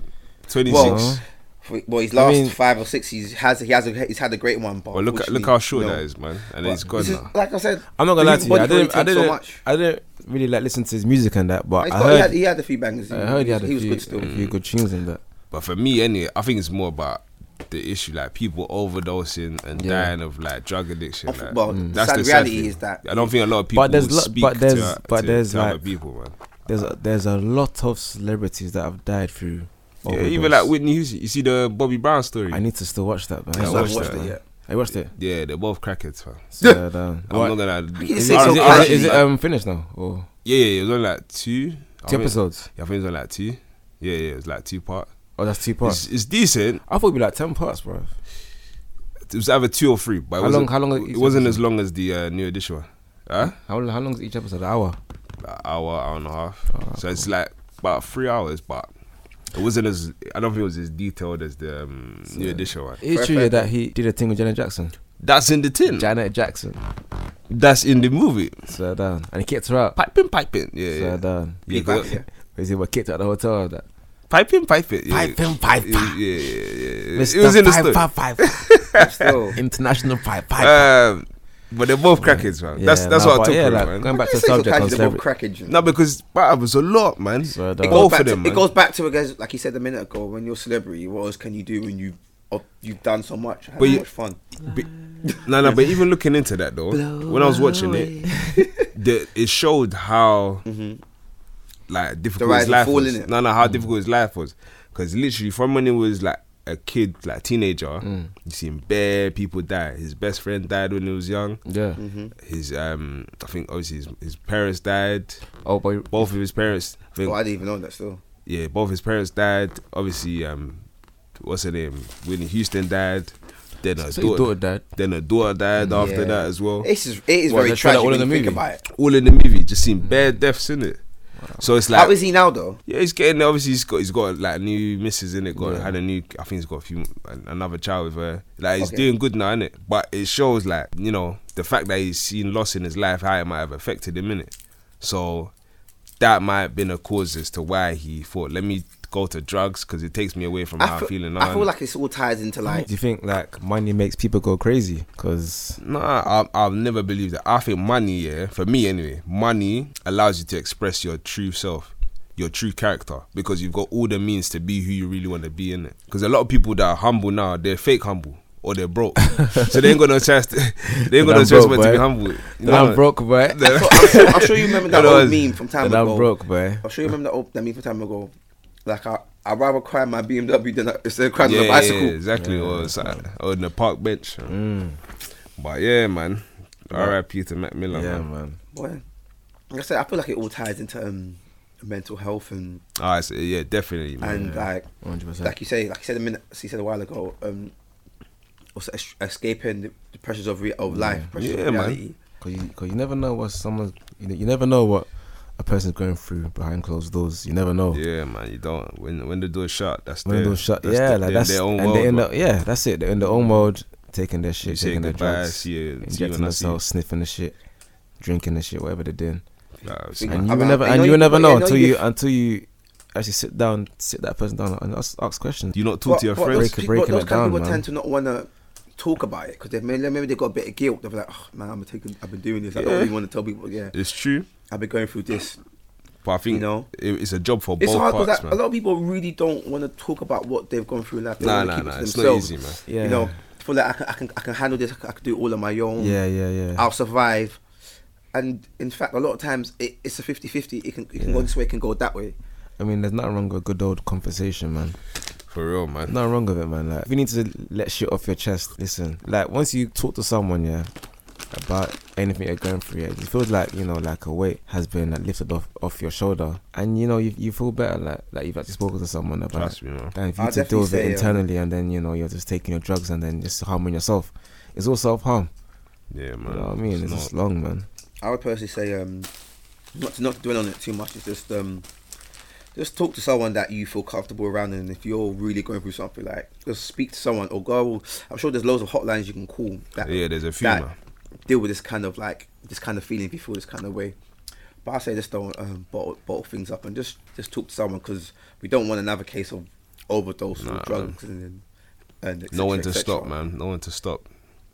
Speaker 4: Twenty six.
Speaker 6: Well,
Speaker 4: Well,
Speaker 6: for- well, his last
Speaker 5: mean-
Speaker 6: five or six, he's has he has a, he's had a great one, but
Speaker 4: look at look
Speaker 6: unfortunately,
Speaker 4: how short
Speaker 6: no.
Speaker 4: that is, man. And
Speaker 6: But
Speaker 4: it's gone
Speaker 6: this is-
Speaker 4: now.
Speaker 6: Like I said,
Speaker 5: I'm not gonna lie to you. I
Speaker 6: body
Speaker 5: didn't, I
Speaker 6: takes
Speaker 5: didn't,
Speaker 6: So much.
Speaker 5: I didn't really like listen to his music and that, but
Speaker 6: He's
Speaker 5: I
Speaker 6: got- he, had,
Speaker 5: heard,
Speaker 6: he had a few bangers.
Speaker 5: I heard he had a
Speaker 6: was
Speaker 5: few,
Speaker 6: good still.
Speaker 5: a few good tunes in that.
Speaker 4: But for me, anyway, I think it's more about the issue, like people overdosing and
Speaker 5: Yeah. Mm.
Speaker 4: dying of like drug addiction.
Speaker 6: Of-
Speaker 4: Like,
Speaker 6: well, the sad
Speaker 4: sad
Speaker 6: reality
Speaker 4: thing.
Speaker 6: is that-
Speaker 4: I don't think a lot of people
Speaker 5: But there's
Speaker 4: will
Speaker 5: lo-
Speaker 4: speak
Speaker 5: but there's-
Speaker 4: to,
Speaker 5: but
Speaker 4: to,
Speaker 5: there's,
Speaker 4: to other
Speaker 5: like-
Speaker 4: people, man.
Speaker 5: There's a, there's a lot of celebrities that have died through.
Speaker 4: Yeah, even
Speaker 5: overdose.
Speaker 4: like Whitney Houston. You see the Bobby Brown story?
Speaker 5: I need to still watch that, man.
Speaker 4: Yeah, I
Speaker 5: Still
Speaker 4: watched
Speaker 5: watch
Speaker 4: that,
Speaker 5: man.
Speaker 4: yeah.
Speaker 5: I watched it.
Speaker 4: yeah, they're both crackheads, man.
Speaker 5: So, um,
Speaker 4: I'm
Speaker 5: what-
Speaker 4: not gonna. Oh,
Speaker 6: you
Speaker 5: is,
Speaker 6: say
Speaker 5: it,
Speaker 6: so
Speaker 5: is, it- is it,
Speaker 6: casually,
Speaker 5: is it
Speaker 6: like-
Speaker 5: um finished now? Or
Speaker 4: Yeah, yeah, it was on like two. I
Speaker 5: two
Speaker 4: think-
Speaker 5: episodes?
Speaker 4: Yeah, I think it was on like two. Yeah, yeah, it was like two part.
Speaker 5: Oh, that's two
Speaker 4: It's,
Speaker 5: parts.
Speaker 4: it's decent.
Speaker 5: I thought it'd be like ten parts, bro.
Speaker 4: It was either two or three, but it
Speaker 5: How long-
Speaker 4: wasn't,
Speaker 5: how long are
Speaker 4: It
Speaker 5: each
Speaker 4: wasn't
Speaker 5: episode?
Speaker 4: as long as the uh, new edition one. Huh?
Speaker 5: How long? How long is each episode? An hour.
Speaker 4: Like hour, hour and a half. so it's like about three hours, but it wasn't as. I don't think it was as detailed as the um, new edition one.
Speaker 5: It's true
Speaker 6: fair.
Speaker 5: that he did a thing with Janet Jackson.
Speaker 4: That's in the tin.
Speaker 5: Janet Jackson.
Speaker 4: That's in the movie.
Speaker 5: So down, and he kicked her out.
Speaker 4: Piping, piping. Yeah,
Speaker 5: So
Speaker 4: yeah.
Speaker 5: down.
Speaker 4: yeah, go-
Speaker 6: Yeah.
Speaker 5: Is it what kicked her out of the hotel? That
Speaker 4: Piping, piping. Yeah.
Speaker 5: Piping, piping.
Speaker 4: Yeah, yeah, yeah. yeah. It
Speaker 5: Mr.
Speaker 4: was in the
Speaker 5: Pipe,
Speaker 4: story.
Speaker 5: Pipe, Pipe.
Speaker 6: Still,
Speaker 5: international pipe pipe.
Speaker 4: Um, but they're both crackheads, man. that's
Speaker 5: Yeah,
Speaker 4: that's
Speaker 5: nah,
Speaker 4: what I
Speaker 5: but
Speaker 4: took
Speaker 5: yeah,
Speaker 4: from it,
Speaker 5: like,
Speaker 4: man.
Speaker 5: Going back to
Speaker 6: These
Speaker 5: the
Speaker 6: things are
Speaker 5: subject,
Speaker 6: kind of
Speaker 5: of
Speaker 6: about
Speaker 5: celebrity-
Speaker 6: crackage, you know.
Speaker 4: No, because but it was a lot, man.
Speaker 5: Swear down.
Speaker 4: Both
Speaker 6: back
Speaker 4: of
Speaker 6: to-
Speaker 4: them,
Speaker 6: It
Speaker 4: man.
Speaker 6: goes back to again, like you said a minute ago, when you're a celebrity, what else can you do when you oh, you've done so much? Have
Speaker 4: But
Speaker 6: so
Speaker 4: you-
Speaker 6: much fun.
Speaker 4: Be- no, no, but even looking into that though, when I was watching it, the, it showed how like
Speaker 6: Mm-hmm.
Speaker 4: difficult
Speaker 6: rise
Speaker 4: his
Speaker 6: and
Speaker 4: life
Speaker 6: fall,
Speaker 4: was.
Speaker 6: innit?
Speaker 4: No, no, how difficult his life was, because literally from when he was like a kid, like teenager,
Speaker 6: Mm.
Speaker 4: you seen bare people die. His best friend died when he was young.
Speaker 5: Yeah.
Speaker 6: Mm-hmm.
Speaker 4: His um, I think obviously his, his parents died.
Speaker 5: Oh boy.
Speaker 4: Both of his parents, I think,
Speaker 6: Oh, I didn't even know that. Still,
Speaker 4: yeah, both his parents died. Obviously, um, what's her name? Whitney Houston died. Then her
Speaker 5: So his
Speaker 4: daughter,
Speaker 5: daughter died.
Speaker 4: Then her daughter died after
Speaker 6: Yeah.
Speaker 4: that as well.
Speaker 6: it's just, it is
Speaker 5: Well,
Speaker 6: very
Speaker 5: they showed that
Speaker 6: tragic
Speaker 5: all
Speaker 6: when
Speaker 5: in
Speaker 6: you
Speaker 5: the
Speaker 6: think
Speaker 5: movie.
Speaker 6: about it.
Speaker 4: All in the movie, just seen bare
Speaker 5: Mm.
Speaker 4: deaths in it. So it's like,
Speaker 6: How is he now though?
Speaker 4: yeah, he's getting obviously he's got he's got like new misses in it. Got had a new, I think he's got a few an- another child with her. Like he's
Speaker 6: Okay.
Speaker 4: doing good now, innit? But it shows like you know the fact that he's seen loss in his life, how it might have affected him in it. So that might have been a cause as to why he thought, let me go to drugs because it takes me away from how
Speaker 6: I
Speaker 4: I'm
Speaker 6: feel,
Speaker 4: feeling now.
Speaker 6: I feel
Speaker 4: innit?
Speaker 6: like it's all ties into like
Speaker 5: Do you think like money makes people go crazy? Cause
Speaker 4: Nah, I, I've never believed that. I think money, yeah, for me anyway, money allows you to express your true self, your true character, because you've got all the means to be who you really want to be in it. Because a lot of people that are humble now, they're fake humble or they're broke, so they ain't got no chance. To, they ain't got no
Speaker 5: I'm
Speaker 4: chance
Speaker 5: broke,
Speaker 4: but to be
Speaker 5: boy.
Speaker 4: humble. You know
Speaker 5: I'm
Speaker 4: what?
Speaker 5: broke, boy.
Speaker 6: So I'm, sure, I'm sure you remember that
Speaker 4: Otherwise-
Speaker 6: old meme from time
Speaker 5: And
Speaker 6: ago.
Speaker 5: I'm broke, boy.
Speaker 6: I'm sure you remember that old that meme from time ago. Like I, I'd rather cry in my BMW than I- instead of crying
Speaker 4: Yeah,
Speaker 6: on a
Speaker 4: yeah,
Speaker 6: bicycle.
Speaker 4: exactly. or, it's like- or in the park bench.
Speaker 5: Mm.
Speaker 4: But yeah, man. R.I.P. to Mac Miller,
Speaker 5: Yeah,
Speaker 4: man.
Speaker 5: man.
Speaker 6: Boy, like I said, I feel like it all ties into um, mental health and
Speaker 4: Ah, it's- yeah, definitely, man.
Speaker 6: and like
Speaker 5: 100%.
Speaker 6: like you say, like you said a minute, so you said a while ago, um, also es- escaping the, the pressures of re- of life, pressures
Speaker 4: Yeah,
Speaker 6: of
Speaker 4: man.
Speaker 6: reality.
Speaker 5: Cause you, cause you never know what someone's you, know, you never know what a person's going through behind closed doors. You never know.
Speaker 4: Yeah, man, you don't. When when the door's shut, that's
Speaker 5: When
Speaker 4: their,
Speaker 5: the doors shut,
Speaker 4: that's
Speaker 5: yeah,
Speaker 4: their-
Speaker 5: like
Speaker 4: their-
Speaker 5: that's
Speaker 4: their own
Speaker 5: and
Speaker 4: world.
Speaker 5: they're in
Speaker 4: bro.
Speaker 5: the, yeah, that's it. They're in their own world, taking their
Speaker 4: You
Speaker 5: shit,
Speaker 4: say
Speaker 5: taking their
Speaker 4: goodbye,
Speaker 5: drugs,
Speaker 4: see you- see you when
Speaker 5: injecting
Speaker 4: I see you.
Speaker 5: themselves, sniffing the shit, drinking the shit, whatever they're doing.
Speaker 4: Nah, it's-
Speaker 6: Yeah.
Speaker 5: And
Speaker 6: I
Speaker 5: you will
Speaker 6: mean,
Speaker 5: never,
Speaker 6: I
Speaker 5: and
Speaker 6: know
Speaker 5: you
Speaker 6: you-
Speaker 5: will never
Speaker 6: but I
Speaker 5: know
Speaker 6: know
Speaker 5: until
Speaker 6: you-
Speaker 5: you until you actually sit down, sit that person down and ask, ask questions.
Speaker 4: you not talk to your friends.
Speaker 6: those,
Speaker 5: Break-
Speaker 6: people,
Speaker 5: breaking
Speaker 6: those
Speaker 5: it
Speaker 6: kind of
Speaker 5: down,
Speaker 6: people
Speaker 5: man.
Speaker 6: tend to not want to talk about it because maybe, maybe they got a bit of guilt. They're like, oh, man, I'm taking, I've been doing this. I don't
Speaker 4: Yeah.
Speaker 6: really want to tell people. Yeah,
Speaker 4: It's true,
Speaker 6: I've been going through this.
Speaker 4: but I think
Speaker 6: You know?
Speaker 4: it- it's a job for
Speaker 6: It's
Speaker 4: both
Speaker 6: hard
Speaker 4: parts,
Speaker 6: because
Speaker 4: man.
Speaker 6: a lot of people really don't want to talk about what they've gone through in life. They
Speaker 4: Nah,
Speaker 6: wanna
Speaker 4: nah,
Speaker 6: keep it
Speaker 4: nah,
Speaker 6: to
Speaker 4: it's not
Speaker 6: themselves.
Speaker 4: easy, man.
Speaker 5: Yeah.
Speaker 6: You know, feel like I can, I can, I can handle this. I can, I can do it all on my own.
Speaker 5: Yeah, yeah, yeah.
Speaker 6: Mm. I'll survive. And in fact, a lot of times it, it's a 50-50. It can, it can go this way, it can go that way.
Speaker 5: I mean, there's nothing wrong with a good old conversation, man.
Speaker 4: For real, man.
Speaker 5: Nothing wrong with it, man. Like, if you need to let shit off your chest, listen. Like, once you talk to someone, yeah, about anything you're going through, yeah, it feels like you know, like a weight has been like, lifted off off your shoulder, and you know, you, you feel better, like like you've actually spoken to someone about.
Speaker 4: Trust
Speaker 5: it.
Speaker 4: me, man.
Speaker 5: And if you
Speaker 6: I'll
Speaker 5: need to deal
Speaker 6: definitely
Speaker 5: with it
Speaker 6: say, um,
Speaker 5: internally, and then you know, you're just taking your drugs and then just harming yourself. It's all self harm.
Speaker 4: Yeah,
Speaker 5: You
Speaker 4: man.
Speaker 5: know what I mean? It's,
Speaker 4: not-
Speaker 5: just long, man.
Speaker 6: I would personally say, um, not to not to dwell on it too much. It's just um, just talk to someone that you feel comfortable around, and if you're really going through something, like just speak to someone or go. I'm sure there's loads of hotlines you can call. That,
Speaker 4: Yeah, there's a few, man.
Speaker 6: That deal with this kind of like this kind of feeling if you feel this kind of way. But I say just don't um, bottle, bottle things up and just just talk to someone because we don't want another case of overdose
Speaker 4: Nah,
Speaker 6: or drugs and and et
Speaker 4: No one
Speaker 6: cetera,
Speaker 4: to
Speaker 6: et
Speaker 4: stop,
Speaker 6: cetera.
Speaker 4: man. No one to stop.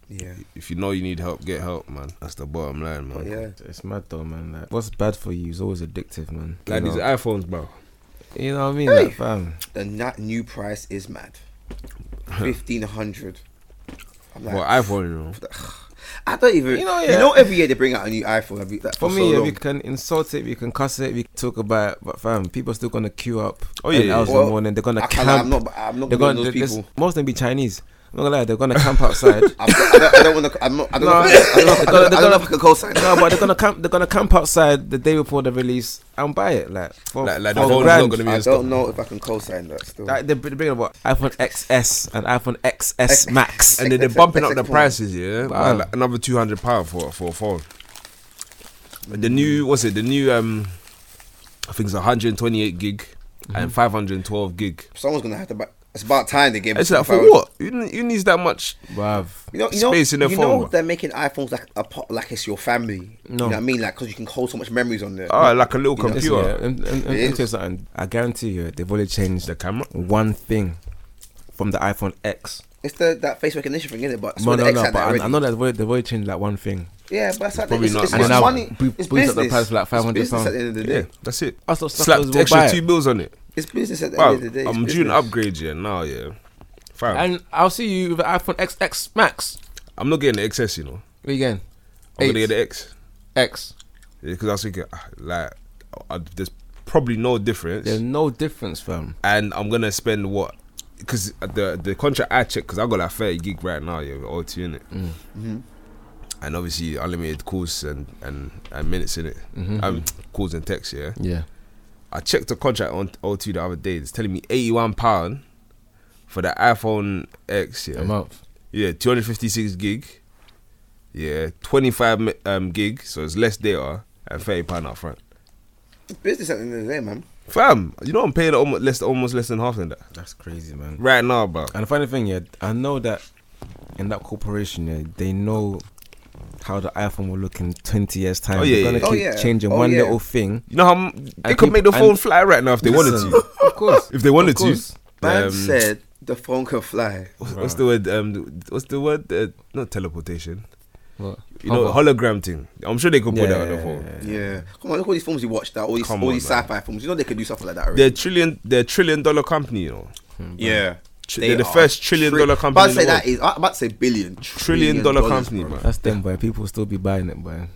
Speaker 6: Yeah,
Speaker 4: If you know you need help, get help, man. That's the bottom line, man.
Speaker 6: but yeah.
Speaker 5: It's mad though, man. Like, what's bad for you is always addictive, man. You
Speaker 4: Like these
Speaker 5: know,
Speaker 4: iPhones, bro.
Speaker 5: you know what I mean, like, fam.
Speaker 6: The that new price is mad. Fifteen hundred. I'm like,
Speaker 4: Well, iPhone, you know.
Speaker 6: I don't even.
Speaker 5: You
Speaker 6: You
Speaker 5: know,
Speaker 6: know,
Speaker 5: yeah.
Speaker 6: every year they bring out a new iPhone. Every, like,
Speaker 5: For
Speaker 6: so
Speaker 5: me, if
Speaker 6: long.
Speaker 5: you can insult it, you can cuss it, we can talk about it, but fam, people still gonna queue up.
Speaker 4: Oh, yeah,
Speaker 5: eight
Speaker 4: yeah,
Speaker 5: hours in
Speaker 6: yeah.
Speaker 5: the morning. They're gonna
Speaker 6: I can't
Speaker 5: camp.
Speaker 6: lie, I'm not- I'm not
Speaker 5: they're
Speaker 6: one
Speaker 5: gonna,
Speaker 6: of those
Speaker 5: this-
Speaker 6: people.
Speaker 5: Most of them be Chinese. I'm not gonna lie, they're gonna camp outside.
Speaker 6: I'm not- I don't, I don't want to. I'm not. I don't, know, if I, I don't, know, if- I don't, I don't know if I can co-sign.
Speaker 5: no, but they're gonna camp. They're gonna camp outside the day before the release and buy it. Like, for,
Speaker 4: Like, like the
Speaker 5: for
Speaker 4: phone's not
Speaker 5: grand.
Speaker 4: gonna be
Speaker 6: I
Speaker 4: in stock.
Speaker 6: don't know if I can co-sign that still.
Speaker 5: Like, they're br- bringing about iPhone XS and iPhone XS Max.
Speaker 4: And then they're
Speaker 6: Except-
Speaker 4: bumping up the
Speaker 6: except for-
Speaker 4: prices, yeah.
Speaker 5: Wow.
Speaker 4: By like another two hundred pound for for a phone. And the new, what's it? The new, um, I think it's one hundred and twenty-eight gig and five hundred and twelve gig.
Speaker 6: Someone's gonna have to buy. It's about time they gave.
Speaker 4: It's
Speaker 6: us
Speaker 4: like
Speaker 6: some
Speaker 4: for
Speaker 6: phones.
Speaker 4: what? You n- you needs that much?
Speaker 5: Wow.
Speaker 6: You know, you know,
Speaker 4: Space in their
Speaker 6: you
Speaker 4: phone,
Speaker 6: know
Speaker 4: man.
Speaker 6: they're making iPhones like a pot, like it's your family.
Speaker 5: No. Ah.
Speaker 6: You know what I mean? Like, cause you can hold so much memories on there.
Speaker 4: Oh, like a little
Speaker 6: You know,
Speaker 5: Listen, yeah,
Speaker 4: computer.
Speaker 5: and, and, and,
Speaker 6: It
Speaker 5: and
Speaker 6: is.
Speaker 5: tell you something, I guarantee you, they've only changed
Speaker 4: The camera.
Speaker 5: one thing from the iPhone X.
Speaker 6: it's the that face recognition thing, is it? But it's
Speaker 5: No,
Speaker 6: when
Speaker 5: no,
Speaker 6: the X
Speaker 5: no.
Speaker 6: had
Speaker 5: But
Speaker 6: that
Speaker 5: I, I
Speaker 6: already.
Speaker 5: know that they've already, they've already changed like one thing.
Speaker 6: Yeah, but it's, like,
Speaker 4: probably
Speaker 6: it's,
Speaker 4: not.
Speaker 6: it's,
Speaker 4: And
Speaker 6: it's
Speaker 5: then I
Speaker 6: money.
Speaker 5: boo-
Speaker 6: it's
Speaker 5: boost up the
Speaker 6: business.
Speaker 5: price like 500
Speaker 6: It's business
Speaker 5: pounds.
Speaker 6: at the end of the
Speaker 4: Yeah,
Speaker 6: day.
Speaker 4: that's it.
Speaker 5: Us lot
Speaker 4: Slap
Speaker 5: suckers will buy
Speaker 4: extra
Speaker 5: it.
Speaker 4: two bills on it.
Speaker 6: It's business at the
Speaker 4: Wow,
Speaker 6: end of the day. it's
Speaker 4: I'm due an
Speaker 6: business.
Speaker 4: upgrade yeah now, yeah. Fam,
Speaker 5: Oh. And I'll see you with the iPhone XX Max.
Speaker 4: I'm not getting the XS, you know.
Speaker 5: What you getting?
Speaker 4: I'm gonna
Speaker 5: Eight.
Speaker 4: get the X
Speaker 5: X.
Speaker 4: because I was thinking ah, like I, there's probably no difference.
Speaker 5: There's no difference, fam.
Speaker 4: and I'm gonna spend what? Because the the contract I checked, because I got like 30 gig right now, yeah, with OT in it,
Speaker 5: Mm.
Speaker 4: Mm-hmm. and obviously unlimited calls and and, and minutes in it,
Speaker 5: Mm-hmm.
Speaker 4: um, calls and texts. Yeah,
Speaker 5: Yeah.
Speaker 4: I checked the contract on OT the other day. It's telling me 81 pound for the iPhone X. Yeah,
Speaker 5: A month.
Speaker 4: yeah, 256 gig. Yeah, 25 mi- um, gig, so it's less data and 30 pound up front.
Speaker 6: It's business at the end of the day, man.
Speaker 4: Fam, you know I'm paying almost less, almost less than half than that
Speaker 5: That's crazy, man.
Speaker 4: right now, bro.
Speaker 5: And the funny thing, yeah, I know that in that corporation, yeah, they know how the iPhone will look in 20 years' time.
Speaker 4: Oh, yeah,
Speaker 5: They're gonna
Speaker 4: yeah, yeah.
Speaker 5: keep
Speaker 6: Oh, yeah.
Speaker 5: changing
Speaker 6: Oh,
Speaker 5: one
Speaker 6: yeah.
Speaker 5: little thing.
Speaker 4: You know how m- they
Speaker 5: And
Speaker 4: could make the
Speaker 5: people-
Speaker 4: phone
Speaker 5: and-
Speaker 4: fly right now if they
Speaker 5: Listen,
Speaker 4: wanted to.
Speaker 5: Of course.
Speaker 4: If they wanted
Speaker 5: Of course.
Speaker 4: to.
Speaker 6: Man
Speaker 4: Um,
Speaker 6: said the phone can fly.
Speaker 4: what's the word? Um, what's the word? Uh, not teleportation.
Speaker 5: What?
Speaker 4: You know, hologram thing. I'm sure they could put
Speaker 5: Yeah,
Speaker 4: that on the
Speaker 5: yeah,
Speaker 4: phone.
Speaker 5: yeah,
Speaker 6: Yeah. Come on, look at all these films you watched. That all these
Speaker 4: Come
Speaker 6: all
Speaker 4: on,
Speaker 6: these
Speaker 4: man.
Speaker 6: sci-fi films. You know they could do stuff like that already.
Speaker 4: They're trillion. They're trillion dollar company. You know,
Speaker 6: yeah.
Speaker 4: Tr- they're the first trillion dollar
Speaker 6: dollar
Speaker 4: company
Speaker 6: About to
Speaker 4: in
Speaker 6: say
Speaker 4: the
Speaker 6: that is. I'm about to say billion.
Speaker 4: trillion dollar
Speaker 6: dollars,
Speaker 4: company,
Speaker 6: bro.
Speaker 4: man.
Speaker 5: That's them, boy. People will still be buying it, boy.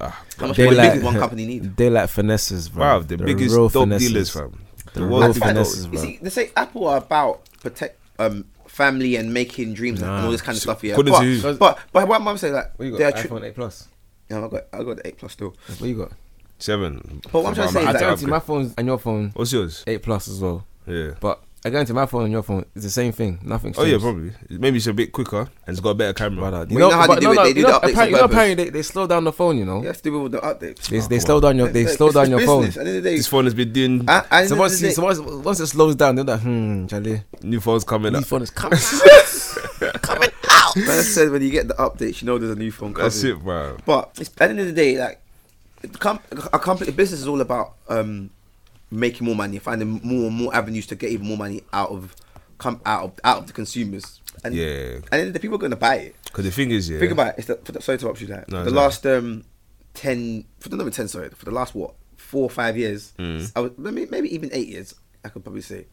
Speaker 4: Ah,
Speaker 6: How much
Speaker 5: They
Speaker 6: money
Speaker 5: like-
Speaker 6: does one company need?
Speaker 5: They like finesses, bro.
Speaker 4: wow, the
Speaker 5: They're
Speaker 4: biggest
Speaker 5: real
Speaker 4: dope dealers, fam. The
Speaker 5: They're
Speaker 4: world
Speaker 5: real
Speaker 6: Apple-
Speaker 5: finesses,
Speaker 6: you
Speaker 5: bro.
Speaker 6: see, they say Apple are about protect um family and making dreams and all this kind of stuff. Yeah,
Speaker 4: According
Speaker 6: but,
Speaker 4: to
Speaker 5: who?
Speaker 6: but but what mom said that
Speaker 5: What you
Speaker 6: they are
Speaker 5: got?
Speaker 6: tri-
Speaker 5: iPhone 8 Plus.
Speaker 6: No, I got I got the eight plus still.
Speaker 5: What you got?
Speaker 4: seven.
Speaker 6: But what I'm trying to say is
Speaker 4: I
Speaker 5: I
Speaker 6: like-
Speaker 4: had
Speaker 5: guarantee
Speaker 4: upgrade.
Speaker 5: my phone's and your phone
Speaker 4: What's yours?
Speaker 5: 8 Plus as well.
Speaker 4: Yeah.
Speaker 5: But I guarantee my phone and your phone is the same thing. Nothing.
Speaker 4: Oh yeah, probably. Maybe it's a bit quicker and it's got a better camera.
Speaker 5: Brother,
Speaker 6: Well, you know how
Speaker 5: but
Speaker 6: they do it, Oh, they do
Speaker 5: you know,
Speaker 6: the updates on
Speaker 5: apparently, you know,
Speaker 6: purpose.
Speaker 5: apparently they, they slow down the phone. You know,
Speaker 6: You have to do with the updates.
Speaker 5: they, they slow down your they
Speaker 6: It's-
Speaker 5: slow
Speaker 6: it's
Speaker 5: down your phone.
Speaker 6: business. At the end of the day,
Speaker 4: This phone has been doing
Speaker 6: I- I-
Speaker 5: So
Speaker 6: at the end of
Speaker 5: once,
Speaker 6: the
Speaker 5: you,
Speaker 6: day-
Speaker 5: so once once it slows down, they're like, hmm, Charlie,
Speaker 4: new phones coming
Speaker 5: new
Speaker 4: up.
Speaker 5: phone is coming.
Speaker 6: Like I said, when you get the updates, you know there's a new phone coming.
Speaker 4: That's it, bro.
Speaker 6: But it's, at the end of the day, like the comp- a company business is all about um, making more money, finding more and more avenues to get even more money out of come out of out of the consumers. And,
Speaker 4: Yeah.
Speaker 6: And then the people are gonna buy it.
Speaker 4: Because the thing is, yeah.
Speaker 6: Think about it. It's the, for the, sorry to interrupt you. That
Speaker 4: No,
Speaker 6: the
Speaker 4: it's
Speaker 6: last um, ten, for the number ten, sorry, for the last what four or five years,
Speaker 5: Mm.
Speaker 6: I was, maybe, maybe even eight years, I could probably say,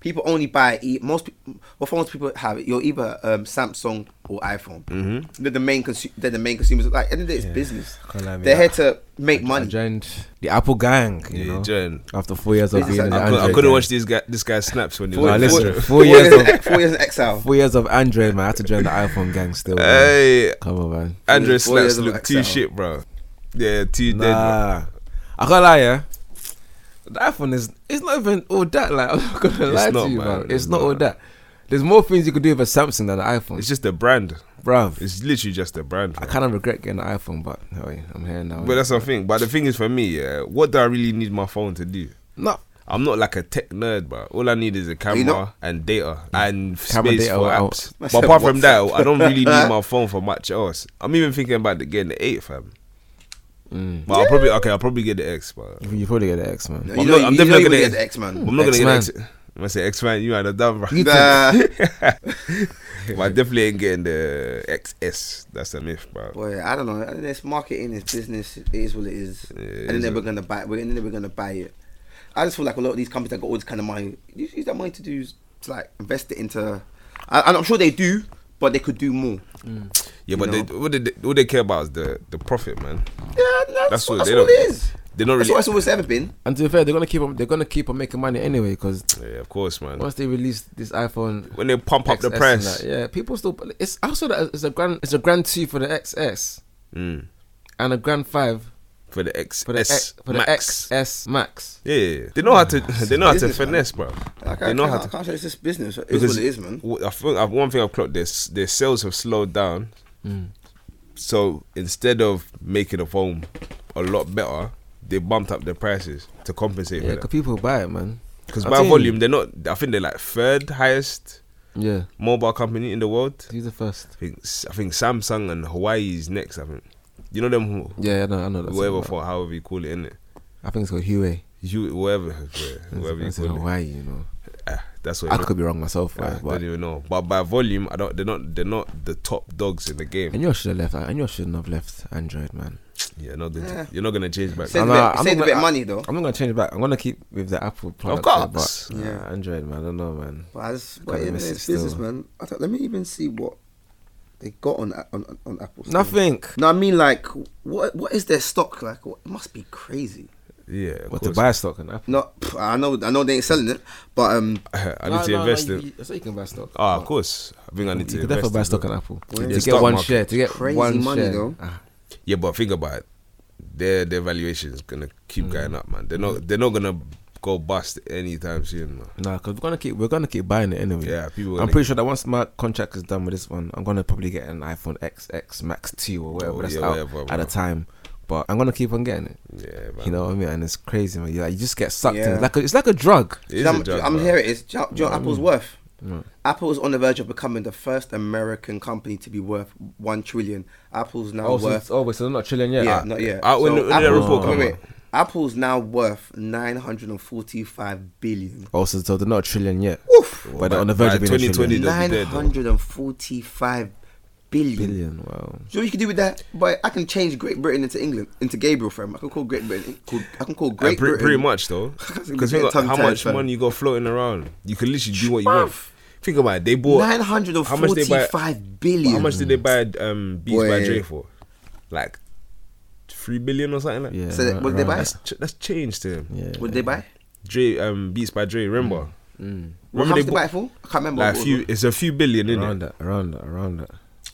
Speaker 6: people only buy e- most pe- what phones people have. You're either um, Samsung or iPhone. Mm-hmm. They're the main consu- They're the main consumers. Like, and it's business.
Speaker 5: Can't lie, I mean,
Speaker 6: They're
Speaker 5: I-
Speaker 6: here to make
Speaker 5: I
Speaker 6: money.
Speaker 5: joined the Apple gang. You
Speaker 4: Yeah,
Speaker 5: know,
Speaker 4: joined.
Speaker 5: after four years of
Speaker 6: Business
Speaker 5: being in
Speaker 6: like-
Speaker 5: the
Speaker 4: I, could,
Speaker 5: Android.
Speaker 4: I couldn't
Speaker 5: gang.
Speaker 4: watch this guy this guy's snaps when he
Speaker 5: Nah,
Speaker 4: was in
Speaker 5: listen,
Speaker 4: Israel.
Speaker 5: four years
Speaker 6: in,
Speaker 5: of
Speaker 6: ex- four years in exile.
Speaker 5: four years of Android, man. I had to join the iPhone gang still. man.
Speaker 4: Hey,
Speaker 5: Come on, man.
Speaker 4: Andrew
Speaker 6: years- four years
Speaker 4: snaps
Speaker 6: of
Speaker 4: look too
Speaker 6: exile.
Speaker 4: shit, bro. Yeah, too dead. Bro.
Speaker 5: Nah, I can't lie, yeah. The iPhone is it's not even all that. Like I'm not gonna lie
Speaker 4: not,
Speaker 5: to you,
Speaker 4: man.
Speaker 5: man. It's,
Speaker 4: It's
Speaker 5: not, all
Speaker 4: not.
Speaker 5: that. There's more things you could do with a Samsung than an iPhone,
Speaker 4: It's just the brand.
Speaker 5: bruv.
Speaker 4: It's literally just the brand.
Speaker 5: I
Speaker 4: Bro.
Speaker 5: kind of regret getting an iPhone, but hey, I'm here now.
Speaker 4: But that's the thing. But the thing is, for me, yeah, what do I really need my phone to do?
Speaker 5: no.
Speaker 4: I'm not like a tech nerd, but all I need is a camera
Speaker 6: not?
Speaker 4: and data and
Speaker 5: Camera,
Speaker 4: space
Speaker 5: data,
Speaker 4: for
Speaker 5: well,
Speaker 4: apps.
Speaker 6: I
Speaker 4: But
Speaker 6: said
Speaker 4: apart from that,
Speaker 6: WhatsApp.
Speaker 4: I don't really need my phone for much else. I'm even thinking about the, getting the eight, fam.
Speaker 5: Mm.
Speaker 4: But I'll probably okay. I'll probably get the X, but
Speaker 5: You probably get the X man.
Speaker 6: You
Speaker 4: I'm
Speaker 6: know,
Speaker 4: not- I'm
Speaker 6: you
Speaker 4: definitely
Speaker 6: know you
Speaker 4: gonna
Speaker 6: would
Speaker 4: get-
Speaker 6: get the X man.
Speaker 4: I'm not gonna get the
Speaker 5: X-Man.
Speaker 4: X. I'm gonna say X man, you ain't a dumb. bro.
Speaker 6: Nah,
Speaker 4: but I definitely ain't getting the XS. That's a myth, bro.
Speaker 6: boy, I don't know. It's marketing, it's business. It is what it is.
Speaker 4: it
Speaker 6: and
Speaker 4: is
Speaker 6: then we're
Speaker 4: what-
Speaker 6: gonna buy. We're, and then we're gonna buy it. I just feel like a lot of these companies that got all this kind of money use, use that money to do to like invest it into. I, and I'm sure they do, but they could do more.
Speaker 4: Mm. Yeah, but
Speaker 6: You
Speaker 4: they, what, they, all they care about is the, the profit, man.
Speaker 6: Yeah, that's,
Speaker 4: That's
Speaker 6: what,
Speaker 4: what they
Speaker 6: that's what
Speaker 4: don't-
Speaker 6: it is.
Speaker 4: They're not
Speaker 6: That's
Speaker 4: really.
Speaker 6: what it's always ever been.
Speaker 5: And to be fair, they're gonna keep on. They're gonna keep on making money anyway. Because
Speaker 4: Yeah, of course, man.
Speaker 5: once they release this iPhone,
Speaker 4: When they pump up the
Speaker 5: XS and
Speaker 4: price,
Speaker 5: that, yeah, people still. It's also that it's a grand. It's a grand two for the XS
Speaker 4: Mm.
Speaker 5: and a grand five
Speaker 4: for the XS
Speaker 5: for the X, for the
Speaker 4: Max.
Speaker 5: XS Max.
Speaker 4: Yeah, yeah, yeah. they know how to. They know how to
Speaker 6: business, man.
Speaker 4: finesse, bro.
Speaker 6: Like, I,
Speaker 4: They know
Speaker 6: can't,
Speaker 4: how
Speaker 6: I
Speaker 4: to.
Speaker 6: can't say it's just business. It is what it is, man.
Speaker 4: w- I feel, I've, one thing I've clocked this: their sales have slowed down.
Speaker 5: Mm.
Speaker 4: So instead of making a phone a lot better, they bumped up the prices to compensate
Speaker 5: Yeah,
Speaker 4: for
Speaker 5: because
Speaker 4: that.
Speaker 5: people buy it, man.
Speaker 4: Because
Speaker 5: I
Speaker 4: by
Speaker 5: think-
Speaker 4: volume, they're not. I think they're like third highest
Speaker 5: Yeah,
Speaker 4: mobile company in the world.
Speaker 5: he's the first.
Speaker 4: I think I think Samsung and Hawaii is next. I think you know them, who-
Speaker 5: Yeah, I know, I know that.
Speaker 4: whatever for however you call it, innit?
Speaker 5: I think it's called Huey.
Speaker 4: You whatever, whatever you
Speaker 5: It's in
Speaker 4: call it.
Speaker 5: Hawaii, you know.
Speaker 4: Ah, that's what.
Speaker 5: I
Speaker 4: it is.
Speaker 5: could be wrong myself,
Speaker 4: I
Speaker 5: right,
Speaker 4: don't
Speaker 5: but
Speaker 4: even know. But by volume, I don't. They're not. They're not the top dogs in the
Speaker 5: I
Speaker 4: game.
Speaker 5: knew I should have left. I knew I shouldn't have left Android, man.
Speaker 4: Yeah, no, they- you're not gonna change back.
Speaker 6: Save
Speaker 5: I'm
Speaker 6: a
Speaker 5: not-
Speaker 6: bit,
Speaker 5: I'm
Speaker 6: save
Speaker 5: not
Speaker 6: a bit
Speaker 5: gonna-
Speaker 6: of money though.
Speaker 5: I'm not gonna change it back. I'm gonna keep with the Apple product.
Speaker 4: course.
Speaker 5: but, uh,
Speaker 6: Yeah.
Speaker 5: Android, man. I don't know, man.
Speaker 6: But I just,
Speaker 5: Kinda
Speaker 6: but it,
Speaker 5: miss
Speaker 6: it's
Speaker 5: it still.
Speaker 6: business, man. I thought, let me even see what they got on on on- on Apple. still.
Speaker 5: Nothing.
Speaker 6: No, I mean like, what what is their stock like? What, it must be crazy.
Speaker 4: Yeah, of
Speaker 5: What to
Speaker 4: course.
Speaker 5: buy stock on Apple?
Speaker 6: No, pff, I know, I know they ain't selling it, but um,
Speaker 4: I need to invest in.
Speaker 5: So you can buy stock.
Speaker 4: Ah, of course. I think I need to
Speaker 5: You can definitely
Speaker 4: invest.
Speaker 5: buy
Speaker 4: in
Speaker 5: stock
Speaker 4: them.
Speaker 5: on Apple.
Speaker 6: Yeah,
Speaker 5: To
Speaker 4: the
Speaker 5: get
Speaker 4: stock
Speaker 5: one
Speaker 4: market.
Speaker 5: share, to get
Speaker 6: Crazy
Speaker 5: one
Speaker 6: money,
Speaker 5: share.
Speaker 6: though.
Speaker 5: Ah,
Speaker 4: Yeah, but think about it. Their their valuation is gonna
Speaker 5: Mm.
Speaker 4: keep going up, man. They're not. They're not gonna go bust anytime soon, man.
Speaker 5: nah, because we're gonna keep we're gonna keep buying it anyway.
Speaker 4: Yeah, people
Speaker 5: I'm
Speaker 4: gonna-
Speaker 5: pretty sure that once my contract is done with this one, I'm gonna probably get an iPhone XX Max Two or whatever
Speaker 4: Oh,
Speaker 5: that's
Speaker 4: yeah,
Speaker 5: out
Speaker 4: whatever,
Speaker 5: at
Speaker 4: bro.
Speaker 5: a time. But I'm gonna keep on getting it.
Speaker 4: Yeah, man.
Speaker 5: You know what I mean? And it's crazy, man. You, like, you just get sucked in.
Speaker 6: Yeah.
Speaker 5: It's like a, it's like a drug.
Speaker 4: It is a
Speaker 6: I'm,
Speaker 4: drug, Mm.
Speaker 6: I'm
Speaker 4: man.
Speaker 6: here. It is. Do you know- do you know what Apple's worth? Apple is on the verge of becoming the first American company to be worth one trillion. Apple's now
Speaker 5: Oh, so
Speaker 6: worth
Speaker 5: it's, oh, wait, so they're not chilling yet.
Speaker 6: Yeah,
Speaker 5: Ah,
Speaker 6: not yet.
Speaker 4: Ah, when the- when that
Speaker 6: Apple's-
Speaker 4: report
Speaker 6: wait,
Speaker 4: come
Speaker 6: wait.
Speaker 4: out.
Speaker 6: Apple's now worth 945 billion.
Speaker 5: Oh, so, so they're not a trillion yet.
Speaker 6: Oof.
Speaker 5: But they're on the verge
Speaker 4: by
Speaker 5: of being a
Speaker 4: 2020
Speaker 5: trillion.
Speaker 4: they'll be dead, though.
Speaker 6: 945 billion.
Speaker 5: Billion, wow.
Speaker 6: Do you know what you can do with that? But I can change Great Britain into England, into Gabriel, fam. I can call Great Britain, call, I can call
Speaker 4: Yeah,
Speaker 6: Great
Speaker 4: pre-
Speaker 6: Britain.
Speaker 4: pretty much though,
Speaker 6: gonna
Speaker 4: because
Speaker 6: get
Speaker 4: think about how
Speaker 6: tongue-tied,
Speaker 4: much
Speaker 6: fam.
Speaker 4: money you got floating around. You can literally do what you want. Think about it. They bought how much they buy-
Speaker 6: 945 billion.
Speaker 4: How much did they buy um, Beats by
Speaker 6: Boy.
Speaker 4: Dre for? Like three billion or something like.
Speaker 5: Yeah.
Speaker 6: So that-
Speaker 5: right,
Speaker 6: what did they
Speaker 5: right.
Speaker 6: buy?
Speaker 4: That's ch- that's changed to him.
Speaker 5: Yeah.
Speaker 6: What did they buy?
Speaker 4: Dre um, Beats by Dre. Remember?
Speaker 6: What, how
Speaker 5: Mm.
Speaker 4: Remember
Speaker 6: much
Speaker 4: they
Speaker 6: did they
Speaker 4: bought-
Speaker 6: buy it for? I can't remember.
Speaker 4: Like a
Speaker 6: what it
Speaker 4: few,
Speaker 6: was.
Speaker 4: it's a few billion, isn't
Speaker 5: Around
Speaker 4: it?
Speaker 5: that, around that, around that.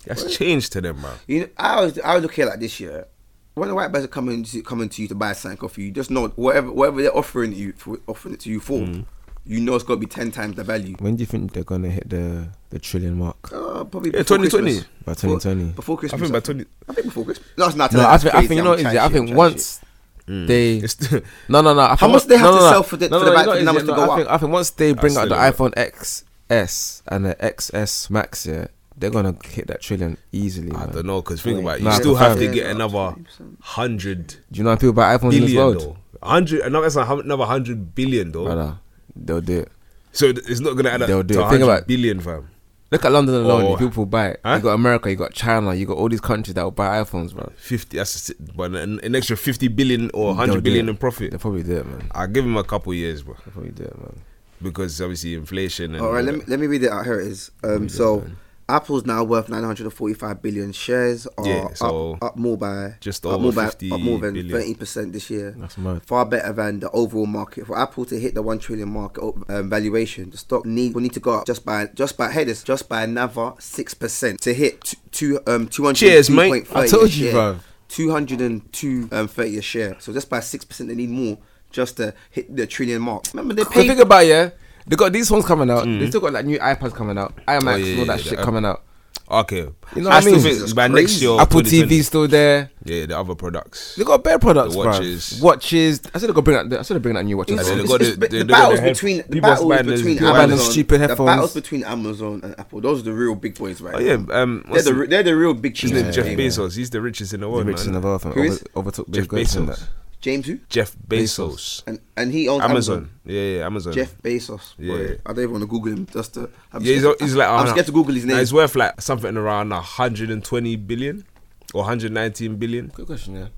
Speaker 4: That's changed to them, man.
Speaker 6: You know, I always, I always look here like this year. When the white guys are coming to, coming to you to buy something off you, you just know whatever whatever they're offering you for, offering it to you for,
Speaker 4: Mm.
Speaker 6: you know it's got to be ten times the value.
Speaker 5: When do you think they're gonna hit the the trillion mark?
Speaker 6: Uh, probably
Speaker 4: Yeah,
Speaker 6: before
Speaker 4: 2020.
Speaker 6: Christmas.
Speaker 5: By
Speaker 6: Before-
Speaker 5: 2020.
Speaker 6: Before Christmas.
Speaker 4: by 20
Speaker 6: I think before Christmas. No, it's not.
Speaker 5: No, I
Speaker 6: that's
Speaker 5: think, I
Speaker 6: crazy,
Speaker 5: think you
Speaker 6: I'm
Speaker 5: know what it
Speaker 6: trying
Speaker 5: is. yeah,
Speaker 6: shit,
Speaker 5: I
Speaker 6: I'm
Speaker 5: think
Speaker 6: trying
Speaker 5: once
Speaker 4: Mm.
Speaker 5: they
Speaker 4: It's the-
Speaker 5: no no no. I
Speaker 6: much
Speaker 5: think what-
Speaker 6: they have
Speaker 5: no,
Speaker 6: to
Speaker 5: no, no.
Speaker 6: sell for the-
Speaker 5: No,
Speaker 6: for the
Speaker 5: no, no,
Speaker 6: back-
Speaker 5: you
Speaker 6: the
Speaker 5: know
Speaker 6: numbers
Speaker 5: what
Speaker 6: to
Speaker 5: it is,
Speaker 6: go
Speaker 5: I think, I think once they bring out the
Speaker 4: Absolutely.
Speaker 5: iPhone XS and the XS Max, yeah, they're gonna hit that trillion easily.
Speaker 4: I
Speaker 5: man.
Speaker 4: don't know, cause think about it. You
Speaker 5: Nah,
Speaker 4: still
Speaker 5: for
Speaker 4: have to
Speaker 5: fam.
Speaker 4: get another hundred
Speaker 5: Do you know how people buy iPhones in this
Speaker 4: billion
Speaker 5: world?
Speaker 4: though. Hundred, another that's another hundred billion though.
Speaker 5: Brother, they'll do it.
Speaker 4: So th- it's not gonna add up
Speaker 5: They'll do
Speaker 4: to
Speaker 5: it. Think
Speaker 4: 100
Speaker 5: about it.
Speaker 4: billion, fam.
Speaker 5: Look at London alone.
Speaker 4: Oh.
Speaker 5: People buy it.
Speaker 4: Huh?
Speaker 5: You got America. You got China. You got all these countries that will buy iPhones, bro.
Speaker 4: Fifty, that's a si- but an, an extra fifty billion or
Speaker 5: They'll
Speaker 4: hundred
Speaker 5: do
Speaker 4: billion
Speaker 5: it.
Speaker 4: in profit.
Speaker 5: They'll probably do it, man.
Speaker 4: I give him a couple years, bro,
Speaker 5: They'll probably do it, man.
Speaker 4: because obviously inflation and
Speaker 6: All right,
Speaker 4: all
Speaker 6: let
Speaker 4: that.
Speaker 6: me, let me read it out. Here it is. Um, so, Apple's now worth 945 billion shares. Are
Speaker 4: Yeah, so
Speaker 6: up, up more by
Speaker 4: just
Speaker 6: up
Speaker 4: over
Speaker 6: more by,
Speaker 4: 50
Speaker 6: up more than
Speaker 4: billion.
Speaker 6: 13 percent this year.
Speaker 5: That's mad.
Speaker 6: Far better than the overall market for Apple to hit the one trillion market um, valuation. The stock need will need to go up just by just by hey, this just by another six percent to hit t- two um two hundred.
Speaker 4: Cheers, mate.
Speaker 5: I told you, bruv.
Speaker 6: Two hundred and two um thirty a share. So just by six percent, they need more just to hit the trillion mark. Remember they
Speaker 5: But
Speaker 6: paid
Speaker 5: think about it, yeah, they got these phones coming out. They still got like new iPads coming out, iMacs,
Speaker 4: Mm. Oh, yeah,
Speaker 5: and all that
Speaker 4: yeah,
Speaker 5: shit
Speaker 4: the-
Speaker 5: coming out.
Speaker 4: Okay.
Speaker 5: You know what
Speaker 4: I,
Speaker 5: I
Speaker 4: still
Speaker 5: mean?
Speaker 4: think
Speaker 5: It's
Speaker 4: by next
Speaker 5: crazy.
Speaker 4: year,
Speaker 5: Apple
Speaker 4: 2020
Speaker 5: TV's still there.
Speaker 4: yeah, the other products.
Speaker 5: They got better products,
Speaker 4: The
Speaker 5: bruv.
Speaker 4: watches.
Speaker 5: Watches. I said they got bring that. I said they bring that new watch.
Speaker 6: It's-
Speaker 5: out.
Speaker 4: then they
Speaker 6: it's-
Speaker 4: got
Speaker 6: it's-
Speaker 4: the-
Speaker 6: but
Speaker 4: they
Speaker 6: the
Speaker 4: got the
Speaker 6: battles
Speaker 4: head-
Speaker 6: between the
Speaker 4: people was
Speaker 6: battles
Speaker 4: buying those
Speaker 6: between
Speaker 4: big
Speaker 5: ones.
Speaker 6: Amazon,
Speaker 5: Stupid
Speaker 6: the
Speaker 5: headphones.
Speaker 6: battles between Amazon and Apple. Those are the real big boys, right?
Speaker 4: Oh yeah,
Speaker 6: now.
Speaker 4: um,
Speaker 6: they're
Speaker 4: what's
Speaker 6: the
Speaker 4: the,
Speaker 6: re- they're the real big cheese.
Speaker 4: his
Speaker 6: in
Speaker 4: name?
Speaker 6: the
Speaker 4: Jeff
Speaker 6: game.
Speaker 4: Bezos. He's the richest in the world,
Speaker 5: The richest
Speaker 4: man.
Speaker 5: in the world, fam.
Speaker 6: Who
Speaker 5: Over,
Speaker 6: is?
Speaker 5: overtook Bill
Speaker 4: Jeff
Speaker 5: Gates and
Speaker 4: Bezos.
Speaker 5: that.
Speaker 6: James who?
Speaker 4: Jeff
Speaker 5: Bezos.
Speaker 4: Bezos.
Speaker 6: And and he owns
Speaker 4: Amazon.
Speaker 6: Amazon.
Speaker 4: Yeah, yeah, Amazon.
Speaker 6: Jeff Bezos.
Speaker 4: Yeah.
Speaker 6: Boy, I don't even want to Google him. Just to, I'm
Speaker 4: Yeah, he's,
Speaker 6: scared-
Speaker 4: he's like
Speaker 6: I'm
Speaker 4: uh,
Speaker 6: scared to Google his
Speaker 4: nah,
Speaker 6: name.
Speaker 4: It's worth like something around 120 billion or 119 billion.
Speaker 5: Quick question, yeah.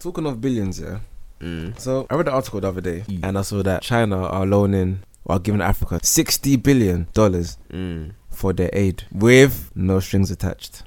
Speaker 5: Talking of billions, yeah.
Speaker 4: Mm.
Speaker 5: So I read an article the other day, and I saw that China are loaning or giving Africa sixty billion dollars for their aid with no strings attached.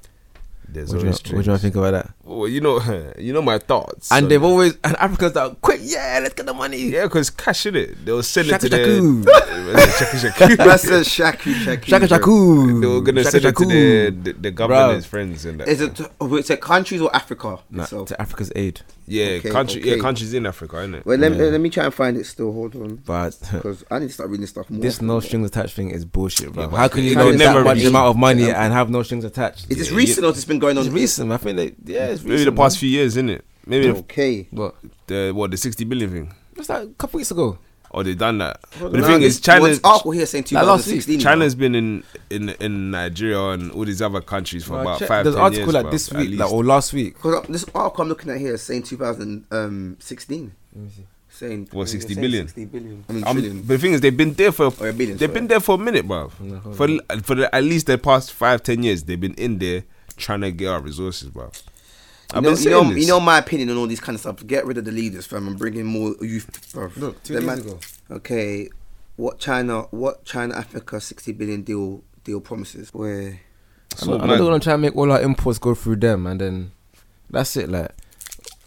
Speaker 4: There's
Speaker 5: What do, you,
Speaker 4: always
Speaker 5: what do you
Speaker 4: strings.
Speaker 5: think about that?
Speaker 4: Well, you know, you know my thoughts.
Speaker 5: and
Speaker 4: on
Speaker 5: they've
Speaker 4: it.
Speaker 5: always and Africans that are quick. Yeah, let's get the money.
Speaker 4: yeah, because cash in it. They'll send it to
Speaker 5: Shaka
Speaker 4: their
Speaker 5: shaku.
Speaker 4: Shaka shaku.
Speaker 6: That's a Shaku Shaku.
Speaker 5: Shaka
Speaker 6: bro.
Speaker 5: shaku.
Speaker 4: They were gonna
Speaker 5: Shaka
Speaker 4: send it to
Speaker 5: shaku.
Speaker 4: their, the, the government's friends and that.
Speaker 6: Is it? oh, It's a countries or Africa?
Speaker 5: Nah,
Speaker 6: itself?
Speaker 5: to Africa's aid,
Speaker 4: yeah,
Speaker 6: okay,
Speaker 4: country,
Speaker 6: okay.
Speaker 4: yeah, countries in Africa, isn't it?
Speaker 6: Wait, let, me let me try and find it. Still, hold on,
Speaker 5: but.
Speaker 6: because I need to start reading stuff more.
Speaker 5: This no strings attached thing is bullshit, bro.
Speaker 4: Yeah, but
Speaker 5: How can you
Speaker 4: it
Speaker 5: know
Speaker 4: would
Speaker 5: that
Speaker 4: never
Speaker 5: much
Speaker 4: be-
Speaker 5: amount of money and have no strings attached?
Speaker 6: Is this
Speaker 4: Yeah,
Speaker 6: recent or has this been going on?
Speaker 5: It's recent. I think they yeah, it's recent.
Speaker 4: Maybe the
Speaker 5: man.
Speaker 4: past few years, isn't it? Maybe the,
Speaker 6: Okay.
Speaker 5: What?
Speaker 4: the what the 60 billion thing.
Speaker 5: Just like a couple weeks ago.
Speaker 4: Or they done that. But the
Speaker 6: Nah,
Speaker 4: thing
Speaker 6: this-
Speaker 4: is, China's
Speaker 6: Well, article here saying
Speaker 5: Nah, last week,
Speaker 6: 2016.
Speaker 4: China's been in, in in Nigeria and all these other countries for
Speaker 5: Bro,
Speaker 4: about
Speaker 5: check-
Speaker 4: five.
Speaker 5: There's
Speaker 4: 10
Speaker 5: an article
Speaker 4: years,
Speaker 5: like
Speaker 4: bruv,
Speaker 5: this
Speaker 4: at
Speaker 5: week like,
Speaker 4: least.
Speaker 5: or last week.
Speaker 6: Because uh, this article I'm looking at here is saying 2016. Saying
Speaker 4: What, 60 billion?
Speaker 6: 60 billion. I mean,
Speaker 4: Um,
Speaker 6: trillion. Oh,
Speaker 4: but the thing is, they've been there for
Speaker 6: Or a billion,
Speaker 4: they've
Speaker 6: sorry.
Speaker 4: been there for a minute, bro. For for the, at least the past five ten years, they've been in there trying to get our resources, bro.
Speaker 6: You
Speaker 4: I've
Speaker 6: know,
Speaker 4: been
Speaker 6: you,
Speaker 4: saying
Speaker 6: know,
Speaker 4: this.
Speaker 6: you know my opinion on all these kind of stuff. Get rid of the leaders, fam, and bring in more youth. Bro.
Speaker 5: Look, two
Speaker 6: Them
Speaker 5: days ago.
Speaker 6: Okay, what China? What China Africa 60 billion deal deal promises? Where
Speaker 4: So,
Speaker 5: I'm
Speaker 4: man,
Speaker 5: not gonna try and make all our imports go through them, and then that's it. Like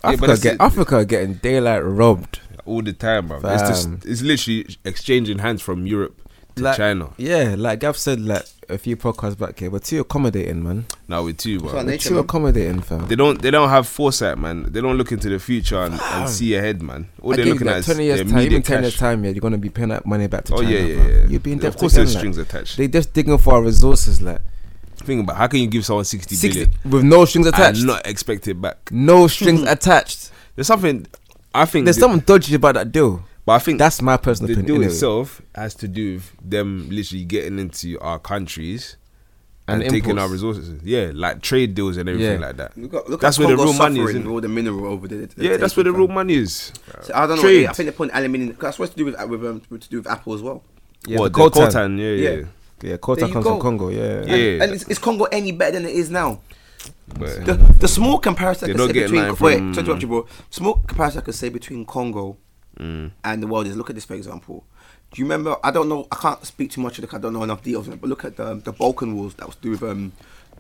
Speaker 4: but
Speaker 5: Africa,
Speaker 4: that's
Speaker 5: get,
Speaker 4: it.
Speaker 5: Africa getting daylight robbed.
Speaker 4: all the time, bro. It's just
Speaker 5: Fam.
Speaker 4: it's literally exchanging hands from Europe to
Speaker 5: Like,
Speaker 4: China.
Speaker 5: Yeah, like Gav said, like a few podcasts back here, but too accommodating, man.
Speaker 4: Now we too, bro.
Speaker 6: Fam,
Speaker 5: We're
Speaker 6: Nature,
Speaker 5: too
Speaker 6: man.
Speaker 5: accommodating, fam.
Speaker 4: They don't they don't have foresight, man. They don't look into the future and, and see ahead, man. All
Speaker 5: I
Speaker 4: they're
Speaker 5: give you
Speaker 4: looking
Speaker 5: that
Speaker 4: at is
Speaker 5: twenty
Speaker 4: their
Speaker 5: years time, even
Speaker 4: immediate
Speaker 5: ten years
Speaker 4: cash.
Speaker 5: time, yeah, you're gonna be paying that money back to
Speaker 4: Oh,
Speaker 5: China.
Speaker 4: yeah, yeah,
Speaker 5: fam.
Speaker 4: yeah.
Speaker 5: You'll be in
Speaker 4: Of
Speaker 5: debt.
Speaker 4: course
Speaker 5: again,
Speaker 4: there's
Speaker 5: like.
Speaker 4: strings attached.
Speaker 5: They just digging for our resources, like
Speaker 4: Think about how can you give someone 60
Speaker 5: sixty
Speaker 4: billion
Speaker 5: with no strings attached.
Speaker 4: and not expect it back?
Speaker 5: no strings attached.
Speaker 4: There's something I think
Speaker 5: There's
Speaker 4: that-
Speaker 5: something dodgy about that deal.
Speaker 4: But I think
Speaker 5: That's my personal
Speaker 4: the
Speaker 5: opinion.
Speaker 4: deal
Speaker 5: anyway.
Speaker 4: itself has to do with them literally getting into our countries
Speaker 5: And
Speaker 4: and, taking
Speaker 5: imports.
Speaker 4: our resources. Yeah, like trade deals and everything
Speaker 5: Yeah.
Speaker 4: like that.
Speaker 6: look at, look
Speaker 4: that's
Speaker 6: at
Speaker 4: where the
Speaker 6: Congo
Speaker 4: real money is.
Speaker 6: suffering
Speaker 4: innit?
Speaker 6: with All the mineral over there. that they're
Speaker 4: Yeah, that's where
Speaker 6: taking,
Speaker 4: the real
Speaker 6: fam.
Speaker 4: money is.
Speaker 6: So I don't know.
Speaker 4: Trade.
Speaker 6: yeah, I think they're putting aluminium. That's what's to do with with, um, to do with Apple as well.
Speaker 5: Yeah,
Speaker 4: what
Speaker 5: the
Speaker 4: the
Speaker 5: coltan.
Speaker 4: coltan? Yeah, yeah.
Speaker 6: Yeah.
Speaker 5: Yeah,
Speaker 6: There
Speaker 5: Kota
Speaker 6: you
Speaker 5: comes
Speaker 6: go.
Speaker 5: from Congo. Yeah,
Speaker 4: Yeah.
Speaker 6: And is, is Congo any better than it is now?
Speaker 4: But
Speaker 6: The, the small comparison I
Speaker 4: They're
Speaker 6: could
Speaker 4: not
Speaker 6: say
Speaker 4: getting
Speaker 6: between
Speaker 4: that
Speaker 6: wait, sorry
Speaker 4: from-
Speaker 6: to interrupt you, bro. Small comparison I could say between Congo
Speaker 4: Mm.
Speaker 6: and the world is look at this for example. Do you remember? I don't know. I can't speak too much. Look, I don't know enough details. on it, But look at the, the Balkan Wars that was to do with um,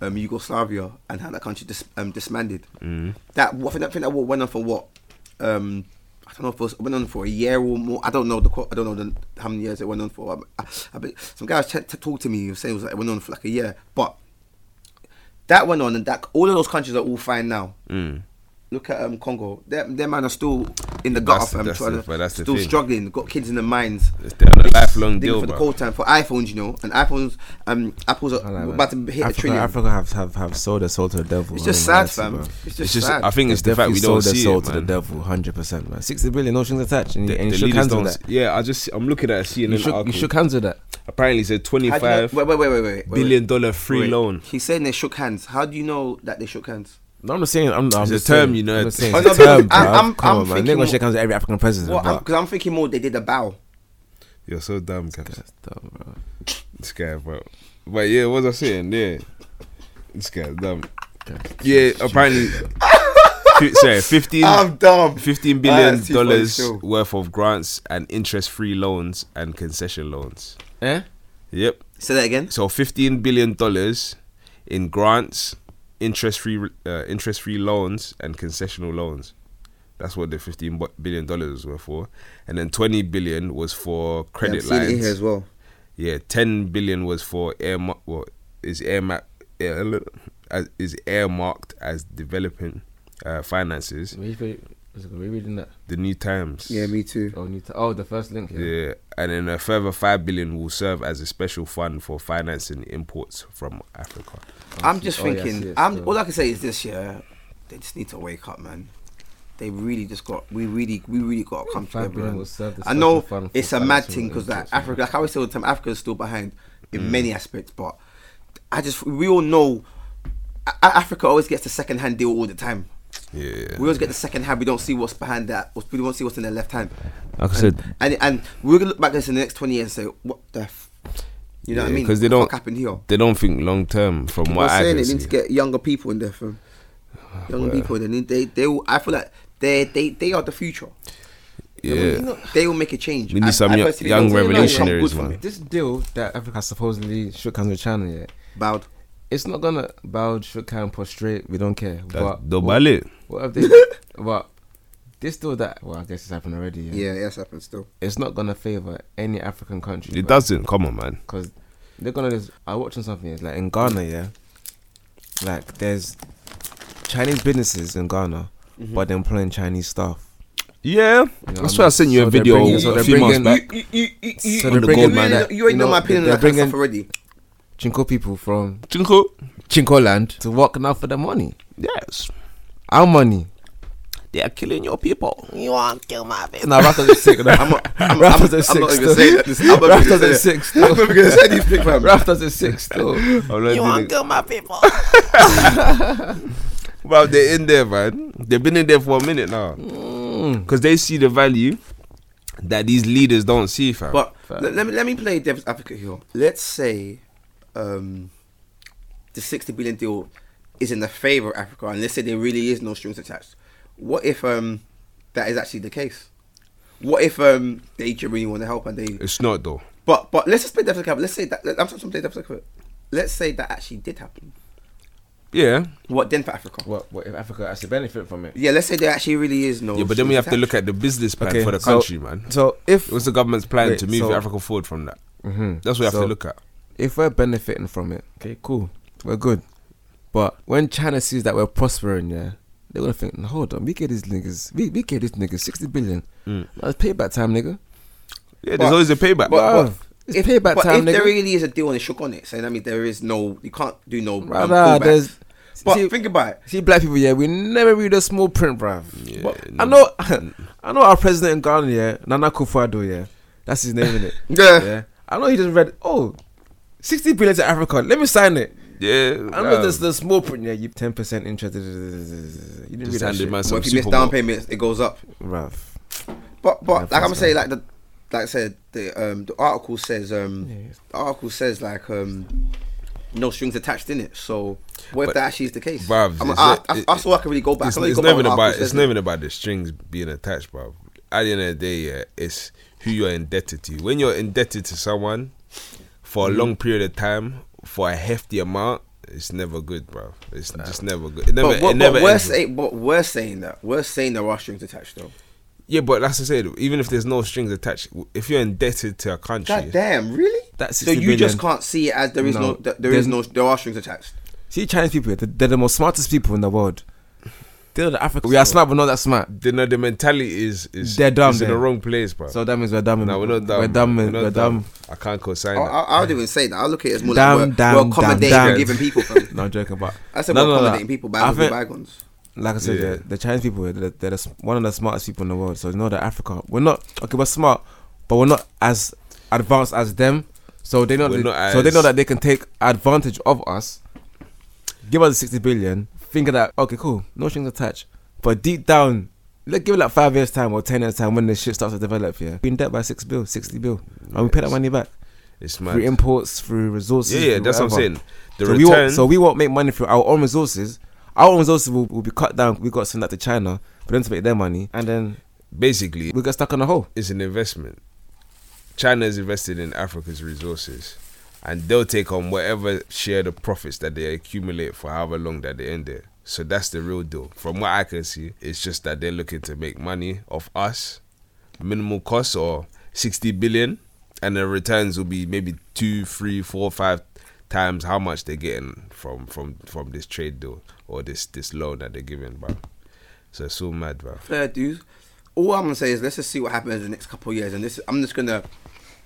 Speaker 6: um, Yugoslavia and how that country dis, um, disbanded.
Speaker 4: Mm.
Speaker 6: That I think, I think that war went on for what? Um, I don't know if it was, it went on for a year or more. I don't know the co- I don't know the, how many years it went on for. I, I, I, bet- some guys t- t- talked to me. He was saying it, was like, it went on for like a year, but that went on, and that all of those countries are all fine now.
Speaker 4: Mm.
Speaker 6: Look at um, Congo. Them, them man are still in the gutter,
Speaker 4: That's-
Speaker 6: fam.
Speaker 4: that's
Speaker 6: trying
Speaker 4: it,
Speaker 6: to-
Speaker 4: but that's the
Speaker 6: still
Speaker 4: thing.
Speaker 6: struggling. Got kids in the mines.
Speaker 4: It's the- the lifelong
Speaker 6: Digging
Speaker 4: deal,
Speaker 6: for the
Speaker 4: bruv.
Speaker 6: cold time for iPhones, you know, and iPhones, um, Apple's are
Speaker 5: I like that.
Speaker 6: about to hit
Speaker 5: Africa,
Speaker 6: a trillion.
Speaker 5: Africa have, have, have sold their soul to the devil.
Speaker 6: It's
Speaker 5: I
Speaker 6: just
Speaker 5: don't know,
Speaker 6: sad, fam.
Speaker 5: that's it, bro.
Speaker 6: It's just,
Speaker 4: it's just
Speaker 6: sad.
Speaker 4: I think it's the fact
Speaker 5: Definitely
Speaker 4: we don't
Speaker 5: sold their
Speaker 4: see
Speaker 5: soul
Speaker 4: it,
Speaker 5: to the
Speaker 4: man.
Speaker 5: devil, hundred percent, man. Sixty billion, no strings attached, and,
Speaker 4: The-
Speaker 5: you and you
Speaker 4: the
Speaker 5: shook
Speaker 4: leaders
Speaker 5: hands with
Speaker 4: don't.
Speaker 5: that.
Speaker 4: s- Yeah, I just I'm looking at seeing
Speaker 5: You
Speaker 4: an
Speaker 5: shook, you
Speaker 4: article.
Speaker 5: shook hands with that.
Speaker 4: Apparently, it said
Speaker 6: How
Speaker 4: 25
Speaker 6: do you know- wait, wait, wait, wait, wait, wait, wait.
Speaker 4: billion dollar free
Speaker 6: Wait.
Speaker 4: loan.
Speaker 6: He's saying they shook hands. How do you know that they shook hands?
Speaker 5: No, I'm not saying. I'm, I'm
Speaker 4: It's
Speaker 5: just
Speaker 4: a term,
Speaker 5: saying,
Speaker 4: you know.
Speaker 5: I'm not saying
Speaker 4: Oh,
Speaker 5: it's a
Speaker 6: no,
Speaker 5: term,
Speaker 6: because I'm-
Speaker 5: bruv.
Speaker 6: I'm-
Speaker 5: Come
Speaker 6: I'm
Speaker 5: on, man. They're
Speaker 6: thinking
Speaker 5: gonna
Speaker 6: more-
Speaker 5: shake hands with every African president.
Speaker 6: Well,
Speaker 5: bruv.
Speaker 6: because I'm thinking more they did a bow.
Speaker 4: You're so dumb, Caps.
Speaker 5: That's dumb, bruv.
Speaker 4: This guy, bro. But yeah, what was I saying? Yeah, this guy's dumb. Yeah, apparently, fi- sorry, 15,
Speaker 6: dumb.
Speaker 4: 15 billion
Speaker 6: Ah, see, boy,
Speaker 4: dollars
Speaker 6: chill.
Speaker 4: worth of grants and interest-free loans and concession loans.
Speaker 5: Eh?
Speaker 4: Yep.
Speaker 6: Say that again.
Speaker 4: So 15 billion dollars in grants, interest-free, uh, interest-free loans and concessional loans. That's what the 15 bu- billion dollars were for, and then 20 billion was for
Speaker 6: Yeah, I'm
Speaker 4: credit
Speaker 6: seeing it
Speaker 4: lines.
Speaker 6: here as well.
Speaker 4: Yeah, ten billion was for air. What well, is air map? Air, as- is earmarked as developing uh, finances,
Speaker 5: Wait, wait. Is it rereading that?
Speaker 4: The New Times.
Speaker 6: Yeah, me too.
Speaker 5: Oh, new t- oh, the first link. Yeah.
Speaker 4: Yeah, and then a further five billion will serve as a special fund for financing imports from Africa.
Speaker 6: I'm just
Speaker 5: Oh, yeah, I see
Speaker 6: thinking.
Speaker 5: it
Speaker 6: I'm
Speaker 5: still.
Speaker 6: all I can say is this year, they just need to wake up, man. They really just got. We really, we really got to come
Speaker 5: Five
Speaker 6: together.
Speaker 5: billion
Speaker 6: man.
Speaker 5: will serve the
Speaker 6: I know
Speaker 5: special fund for
Speaker 6: it's a mad
Speaker 5: financing
Speaker 6: thing because like
Speaker 5: imports, man. Mm.
Speaker 6: Africa, like I always say all the time, Africa's still behind in many aspects. But I just, we all know, A- A- Africa always gets the second hand deal all the time.
Speaker 4: Yeah,
Speaker 6: We always get the second hand. We don't see what's behind that. We don't see what's in the left hand.
Speaker 4: like I said,
Speaker 6: And and we're gonna look back at this in the next twenty years and say, what the, f-? you know what I mean?
Speaker 4: because they
Speaker 6: What the
Speaker 4: don't
Speaker 6: fuck happened here.
Speaker 4: They don't think long term. From
Speaker 6: I'm
Speaker 4: what I
Speaker 6: saying
Speaker 4: can
Speaker 6: they
Speaker 4: see,
Speaker 6: need to get younger people in there, fam. Younger
Speaker 4: Well.
Speaker 6: people, they need they they. Will, I feel like they they they are the future.
Speaker 4: yeah,
Speaker 6: They will make a change.
Speaker 4: We need
Speaker 6: I-
Speaker 4: some
Speaker 6: I
Speaker 4: yo-
Speaker 6: personally
Speaker 4: young
Speaker 6: don't think they will come
Speaker 4: revolutionaries,
Speaker 6: good from
Speaker 4: man.
Speaker 6: it.
Speaker 5: This deal that Africa supposedly shook hands with China, yeah,
Speaker 6: Bowed.
Speaker 5: it's not gonna bow, shook hand, prostrate. We don't care.
Speaker 4: That's
Speaker 5: But
Speaker 4: the
Speaker 5: what,
Speaker 4: ballet.
Speaker 5: what have they? but this deal that well, I guess it's happened already. Yeah,
Speaker 6: Yeah, that's happened still.
Speaker 5: it's not gonna favor any African country.
Speaker 4: It
Speaker 5: bro.
Speaker 4: doesn't. Come on, man.
Speaker 5: because they're gonna. Just, I was watching something. It's like in Ghana, yeah. Like there's Chinese businesses in Ghana,
Speaker 6: Mm-hmm.
Speaker 5: but they're employing Chinese staff.
Speaker 4: Yeah,
Speaker 5: know
Speaker 4: that's
Speaker 5: what I
Speaker 4: why I
Speaker 5: mean?
Speaker 4: sent you
Speaker 5: So
Speaker 4: a
Speaker 5: they're
Speaker 4: video
Speaker 5: bringing- so
Speaker 4: a
Speaker 5: they're
Speaker 4: few months
Speaker 5: bringing-
Speaker 4: back.
Speaker 5: So
Speaker 4: on the
Speaker 5: bringing-
Speaker 4: gold eh? mine
Speaker 5: you
Speaker 4: that-
Speaker 5: know-
Speaker 6: You already know, my opinion on
Speaker 5: they're
Speaker 6: that kind of
Speaker 5: bringing
Speaker 6: stuff already.
Speaker 5: Chinko people from
Speaker 4: Chinko.
Speaker 5: Chinko land to work now for the money.
Speaker 4: Yes,
Speaker 5: Our money.
Speaker 4: they are killing your people.
Speaker 5: You won't kill my bitch. Nah, rappers are sick. Nah.
Speaker 6: I'm, not- I'm, I'm,
Speaker 5: rappers
Speaker 6: I'm
Speaker 5: are sick.
Speaker 6: not even
Speaker 5: still.
Speaker 6: saying that. This, I'm not
Speaker 5: Raptors
Speaker 6: even saying
Speaker 5: are
Speaker 6: that.
Speaker 5: sick.
Speaker 6: I'm
Speaker 5: Still.
Speaker 6: not even gonna say anything, fam.
Speaker 5: Raptors are sick. Still.
Speaker 4: I'm not
Speaker 5: You
Speaker 4: doing
Speaker 5: won't
Speaker 4: it.
Speaker 5: kill my people.
Speaker 4: Well, they're in there, man. They've been in there for a minute now because they see the value that these leaders don't see, fam.
Speaker 6: But let, let me let me play devil's advocate here. Let's say um, the sixty billion deal is in the favor of Africa, and let's say there really is no strings attached. What if um, that is actually the case? What if um, they do really want to help and they?
Speaker 4: it's not though.
Speaker 6: But but let's just play devil's advocate. Let's say that let- I'm just gonna play devil's advocate. Let's say that actually did happen.
Speaker 4: Yeah,
Speaker 6: What then for Africa?
Speaker 5: What, what if Africa actually benefit from it?
Speaker 6: Yeah, let's say there actually really is no.
Speaker 4: yeah, but then we have
Speaker 6: strings
Speaker 4: to look
Speaker 6: attached.
Speaker 4: at the business plan for the
Speaker 5: so-
Speaker 4: country, man.
Speaker 5: So if
Speaker 4: What's the government's plan
Speaker 5: Wait,
Speaker 4: to move
Speaker 5: so-
Speaker 4: Africa forward from that? That's what we have
Speaker 5: So-
Speaker 4: to look at.
Speaker 5: if we're benefiting from it, okay, cool, we're good. But when China sees that we're prospering, yeah, they're gonna think, "No, hold on, we gave these niggas, we, we gave these niggas sixty billion.
Speaker 6: Mm.
Speaker 5: Now it's payback time, nigga.
Speaker 4: Yeah, there's always a payback.
Speaker 5: Bruv, it's payback
Speaker 6: but
Speaker 5: time,
Speaker 6: if there
Speaker 5: nigga.
Speaker 6: really is a deal and it's shook on it, saying I mean there is no, you can't do no. um,
Speaker 5: Rather,
Speaker 6: pullbacks.
Speaker 5: there's
Speaker 6: But
Speaker 5: see,
Speaker 6: think about it.
Speaker 5: see, black people, yeah, we never read a small print, bruv.
Speaker 4: But-
Speaker 5: I know, I know our president in Ghana, yeah, Nana Kufuor, yeah, that's his name, innit?
Speaker 6: Yeah.
Speaker 5: yeah. I know he just read, oh, 60 billion to Africa, let me sign it.
Speaker 4: yeah, um,
Speaker 5: I know there's the small print. Yeah, you ten percent interest. You didn't read
Speaker 4: Just
Speaker 5: that
Speaker 4: handed
Speaker 5: shit,
Speaker 4: man
Speaker 6: Well,
Speaker 4: some
Speaker 6: if you miss
Speaker 4: Super
Speaker 6: down
Speaker 4: Bowl.
Speaker 6: payments, it goes up.
Speaker 5: bruv.
Speaker 6: But but
Speaker 5: Yeah,
Speaker 6: like I'm
Speaker 5: that's
Speaker 6: saying, like the like I said, the um the article says um the article says like um no strings attached in it. So what
Speaker 4: But-
Speaker 6: if that actually is the case?
Speaker 4: Bruv,
Speaker 6: I'm,
Speaker 4: it's
Speaker 6: I,
Speaker 4: not-
Speaker 6: I,
Speaker 4: it-
Speaker 6: that's all I can really go back.
Speaker 4: it's,
Speaker 6: I can only
Speaker 4: it's
Speaker 6: go
Speaker 4: not
Speaker 6: back
Speaker 4: even
Speaker 6: on what
Speaker 4: about
Speaker 6: article
Speaker 4: it's
Speaker 6: says.
Speaker 4: not even about the strings being attached, bro. At the end of the day, yeah, it's who you're indebted to. When you're indebted to someone for a long period of time for a hefty amount, it's never good, bro. It's just never good. It never,
Speaker 6: But,
Speaker 4: it
Speaker 6: what,
Speaker 4: never
Speaker 6: but we're
Speaker 4: ends well.
Speaker 6: saying, but we're saying that we're saying there are strings attached though.
Speaker 4: Yeah, but that's to say, even if there's no strings attached, if you're indebted to a country,
Speaker 6: God damn, really?
Speaker 5: That's
Speaker 6: so
Speaker 5: 60
Speaker 6: you just
Speaker 5: billion.
Speaker 6: can't see it as there is
Speaker 5: No,
Speaker 6: no, th there
Speaker 5: there's-
Speaker 6: is no there are strings attached.
Speaker 5: See, Chinese people, they're, they're the most smartest people in the world. They're the African. We are smart, but not that smart.
Speaker 4: they know the mentality is is
Speaker 5: They're dumb,
Speaker 4: is in
Speaker 5: then.
Speaker 4: the wrong place, bro.
Speaker 5: So that means we're dumb.
Speaker 4: no, we're not dumb.
Speaker 5: We're dumb.
Speaker 4: man.
Speaker 5: We're,
Speaker 4: not
Speaker 5: dumb. Oh, ah.
Speaker 4: I can't co-sign
Speaker 6: I,
Speaker 4: that.
Speaker 6: I, I would even say that. I look at it as more
Speaker 5: Damn,
Speaker 6: like we're,
Speaker 5: damn,
Speaker 6: we're accommodating
Speaker 5: damn,
Speaker 6: and
Speaker 5: damn.
Speaker 6: giving people. fam.
Speaker 5: No, I'm joking, but
Speaker 6: I said
Speaker 5: No,
Speaker 6: we're
Speaker 5: no, no.
Speaker 6: accommodating people. Bygones
Speaker 5: I
Speaker 6: be
Speaker 5: think-
Speaker 6: bygones.
Speaker 5: like I said, the,
Speaker 4: Yeah.
Speaker 5: the Chinese people, they're, they're the, s- one of the smartest people in the world. So you know that Africa, we're not okay. We're smart, but we're not as advanced as them. So they know.
Speaker 4: We're
Speaker 5: They,
Speaker 4: not
Speaker 5: so they know
Speaker 4: as-
Speaker 5: that they can take advantage of us. Give us sixty billion. Think that okay, cool, no strings attached. But deep down, let give it like five years time or ten years time when the shit starts to develop. Yeah, we in debt by six bill, sixty bill, and we pay that money back
Speaker 4: It's
Speaker 5: through
Speaker 4: mad.
Speaker 5: imports, through resources.
Speaker 4: Yeah, yeah,
Speaker 5: through
Speaker 4: that's what I'm
Speaker 5: whatever.
Speaker 4: saying. The
Speaker 5: so
Speaker 4: return.
Speaker 5: we won't, so we won't make money through our own resources. Our own resources will, will be cut down. We got to send that to China for them to make their money, and then
Speaker 4: basically,
Speaker 5: we get stuck on a hole.
Speaker 4: it's an investment. China is invested in Africa's resources, and they'll take on whatever share the profits that they accumulate for however long that they end there. So that's the real deal. From what I can see, it's just that they're looking to make money off us, minimal cost or sixty billion, and the returns will be maybe two, three, four, five times how much they're getting from from from this trade deal or this this loan that they're giving. But So it's so mad, bro.
Speaker 6: fair dues. All I'm gonna say is let's just see what happens in the next couple of years, and this I'm just gonna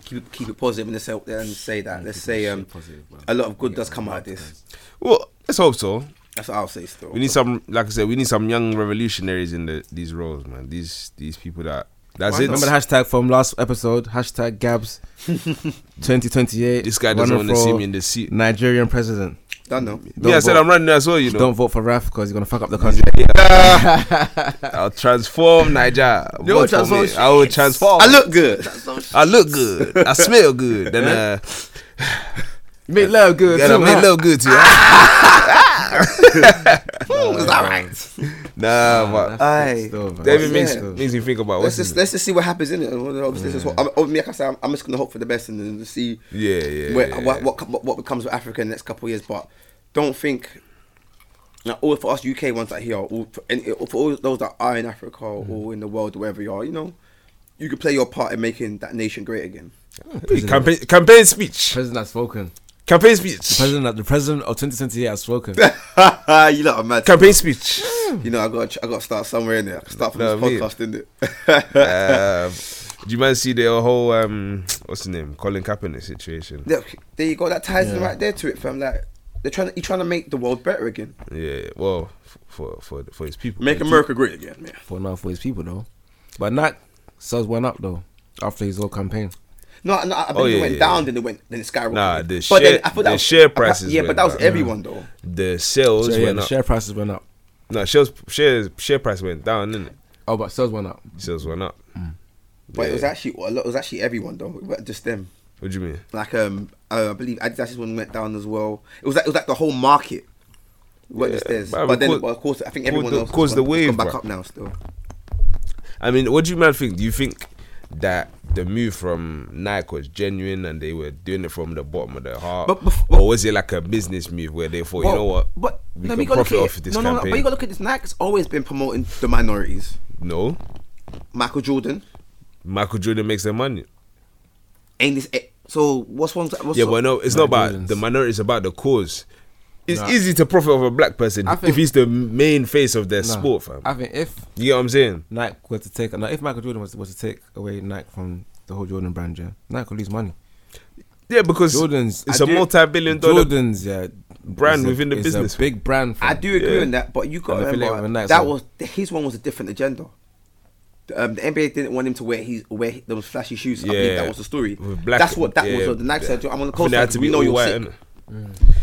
Speaker 6: keep keep it positive and, just, say- and say that let's say um,
Speaker 5: positive, man.
Speaker 6: a lot of good does come out of this.
Speaker 4: Well, let's hope so.
Speaker 6: That's what I'll say still.
Speaker 4: We need some, like I said, we need some young revolutionaries in the these roles, man. These these people that that's it.
Speaker 5: Remember the hashtag from last episode? Hashtag Gabs 2028.
Speaker 4: this guy doesn't
Speaker 5: running
Speaker 4: want to see
Speaker 5: for
Speaker 4: me in the seat.
Speaker 5: Nigerian president.
Speaker 6: Don't know.
Speaker 5: Don't
Speaker 4: yeah, I said
Speaker 5: vote-
Speaker 4: I'm running as well. You know,
Speaker 5: Don't vote for Raf because he's gonna fuck up the country.
Speaker 4: I'll transform Niger.
Speaker 6: You will
Speaker 4: Vote for me.
Speaker 6: transform-
Speaker 4: I will transform.
Speaker 6: I look good.
Speaker 4: I look good. I smell good. Then uh,
Speaker 5: Make love good.
Speaker 4: then I
Speaker 5: too,
Speaker 4: make
Speaker 5: huh?
Speaker 4: love good to you.
Speaker 6: It's all right.
Speaker 4: Nah,
Speaker 5: That's
Speaker 4: but
Speaker 6: Aye.
Speaker 5: fixed though, man.
Speaker 4: David
Speaker 6: Yeah.
Speaker 4: makes makes me think about
Speaker 6: Let's
Speaker 4: what's
Speaker 6: just
Speaker 4: his name.
Speaker 6: let's just see what happens in it. Obviously, this is what- I'm, obviously, like I said, I'm, I'm just gonna hope for the best and then see
Speaker 4: Yeah, yeah,
Speaker 6: where,
Speaker 4: yeah,
Speaker 6: What,
Speaker 4: yeah.
Speaker 6: what com- what becomes of Africa in the next couple of years. But don't think. Now, all for us UK ones that here, all for, and it- for all those that are in Africa or
Speaker 4: Mm-hmm.
Speaker 6: in the world, wherever you are, you know, you can play your part in making that nation great again.
Speaker 4: campaign campaign speech.
Speaker 5: President has spoken.
Speaker 4: Campaign speech.
Speaker 5: President, the president of 2028 has spoken.
Speaker 6: you lot are mad.
Speaker 4: Campaign speech.
Speaker 6: You know, I got I got to start somewhere in there. Start from
Speaker 4: No,
Speaker 6: this
Speaker 4: I mean-
Speaker 6: podcast, in it.
Speaker 4: Um, do you mind see the whole um what's his name Colin Kaepernick situation?
Speaker 6: there, there you go. That ties in right there to it, fam. Like they're trying, you're trying to make the world better again,
Speaker 4: Yeah, well, f- for for for his people.
Speaker 6: make America great again, man.
Speaker 5: for now for his people though. But not Suz went up though after his whole campaign.
Speaker 6: No, no, I think
Speaker 4: Oh, yeah,
Speaker 6: it went
Speaker 4: yeah,
Speaker 6: down,
Speaker 4: yeah.
Speaker 6: then it went, then it skyrocketed.
Speaker 4: Nah, the
Speaker 6: but
Speaker 4: share
Speaker 6: then I thought
Speaker 4: the
Speaker 6: that was,
Speaker 4: share
Speaker 6: appa-
Speaker 4: prices.
Speaker 6: Yeah, but
Speaker 4: went
Speaker 6: that was
Speaker 4: up.
Speaker 6: everyone though.
Speaker 4: The sales
Speaker 5: So yeah,
Speaker 4: went
Speaker 5: the
Speaker 4: up.
Speaker 5: share prices went up.
Speaker 4: no, shares shares share price went down, didn't it?
Speaker 5: Oh, but Suz went up.
Speaker 4: Sales went up.
Speaker 6: But it was
Speaker 4: Yeah.
Speaker 6: actually a lot. It was actually everyone though. It wasn't just them.
Speaker 4: What do you mean?
Speaker 6: Like um, uh, I believe Adidas one went down as well. It was like it was like the whole market. It wasn't just
Speaker 4: Yeah,
Speaker 6: theirs.
Speaker 4: but
Speaker 6: But,
Speaker 4: we
Speaker 6: then,
Speaker 4: caught-
Speaker 6: but of course, I think
Speaker 4: caught
Speaker 6: everyone
Speaker 4: the-
Speaker 6: else has
Speaker 4: caused the
Speaker 6: gone- has gone
Speaker 4: wave,
Speaker 6: back
Speaker 4: bruh.
Speaker 6: up now. Still,
Speaker 4: I mean, what do you man think? Do you think that the move from Nike was genuine and they were doing it from the bottom of their heart,
Speaker 6: But bef-
Speaker 4: or was it like a business move where they thought, you know what,
Speaker 6: But
Speaker 4: we
Speaker 6: no,
Speaker 4: can
Speaker 6: we gotta
Speaker 4: profit
Speaker 6: look at
Speaker 4: off
Speaker 6: it.
Speaker 4: this
Speaker 6: no, no, no,
Speaker 4: campaign?
Speaker 6: but you gotta look at this. Nike's always been promoting the minorities.
Speaker 4: no,
Speaker 6: Michael Jordan
Speaker 4: Michael Jordan makes their money.
Speaker 6: ain't this. eh, So what's wrong? What's
Speaker 4: yeah,
Speaker 6: so-
Speaker 4: but no, it's
Speaker 5: Michael
Speaker 4: not about
Speaker 5: Jordan's-
Speaker 4: the minority. It's about the cause. It's
Speaker 5: Nah.
Speaker 4: easy to profit off a black person
Speaker 5: I
Speaker 4: if
Speaker 5: think-
Speaker 4: he's the main face of their
Speaker 5: Nah,
Speaker 4: sport, fam.
Speaker 5: I think if
Speaker 4: you get what I'm saying?
Speaker 5: Nike were to take, now if Michael Jordan was, was to take away Nike from the whole Jordan brand, yeah, Nike would lose money.
Speaker 4: Yeah, because
Speaker 5: Jordan's,
Speaker 4: it's
Speaker 5: I
Speaker 4: a
Speaker 5: do-
Speaker 4: multi-billion dollar.
Speaker 5: Jordan's, yeah,
Speaker 4: brand
Speaker 5: is a-
Speaker 4: within the
Speaker 5: is
Speaker 4: business.
Speaker 5: a big brand.
Speaker 6: I
Speaker 5: fam.
Speaker 6: do agree
Speaker 4: Yeah.
Speaker 6: on that, but you got
Speaker 5: And
Speaker 6: to
Speaker 5: affiliate
Speaker 6: remember
Speaker 5: with Nike,
Speaker 6: that
Speaker 5: so-
Speaker 6: was his one was a different agenda. Um, the NBA didn't want him to wear his wear those flashy shoes. I
Speaker 4: Yeah.
Speaker 6: believe that was the story.
Speaker 4: With black-
Speaker 6: That's what that
Speaker 4: yeah,
Speaker 6: was. uh, The Nike said, "I'm on the
Speaker 4: I think
Speaker 6: coast.
Speaker 4: they had to
Speaker 6: We
Speaker 4: be
Speaker 6: know
Speaker 4: all
Speaker 6: you're
Speaker 4: white,
Speaker 6: sick."
Speaker 4: innit?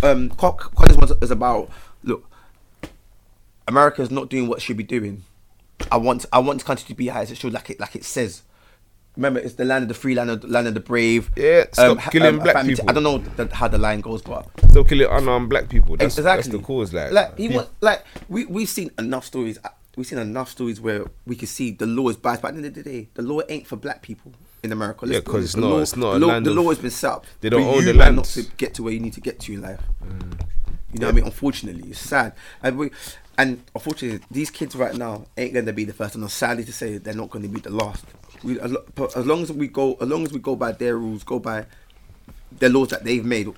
Speaker 6: Um, Co- Collins was is about look. America's not doing what it should be doing. I want I want this country to be as it should, like it like it says. Remember, it's the land of the free, land of land of the brave. Um,
Speaker 4: Yeah, stop
Speaker 6: ha-
Speaker 4: killing black
Speaker 6: family-
Speaker 4: people.
Speaker 6: I don't know the, how the line goes, but
Speaker 4: Still killing unarmed black people. That's,
Speaker 6: exactly.
Speaker 4: that's the cause. Like,
Speaker 6: like he
Speaker 4: people-
Speaker 6: wa- like we we've seen enough stories. uh, We've seen enough stories where we can see the law is biased. But at the end of the day, the law ain't for black people in America. Let's
Speaker 4: Yeah,
Speaker 6: be
Speaker 4: 'cause
Speaker 6: honest.
Speaker 4: it's
Speaker 6: The
Speaker 4: not-
Speaker 6: law-
Speaker 4: it's not a
Speaker 6: The, law,
Speaker 4: land
Speaker 6: the
Speaker 4: of-
Speaker 6: law has been set up.
Speaker 4: they don't
Speaker 6: for
Speaker 4: own
Speaker 6: you
Speaker 4: the Mm.
Speaker 6: man not
Speaker 4: lands.
Speaker 6: to get to where you need to get to in life. You know what I mean? Unfortunately, it's sad. And we, and unfortunately, these kids right now ain't going to be the first, and I'm sadly to say they're not going to be the last. We, as lo- but as long as we go, as long as we go by their rules, go by the laws that they've made,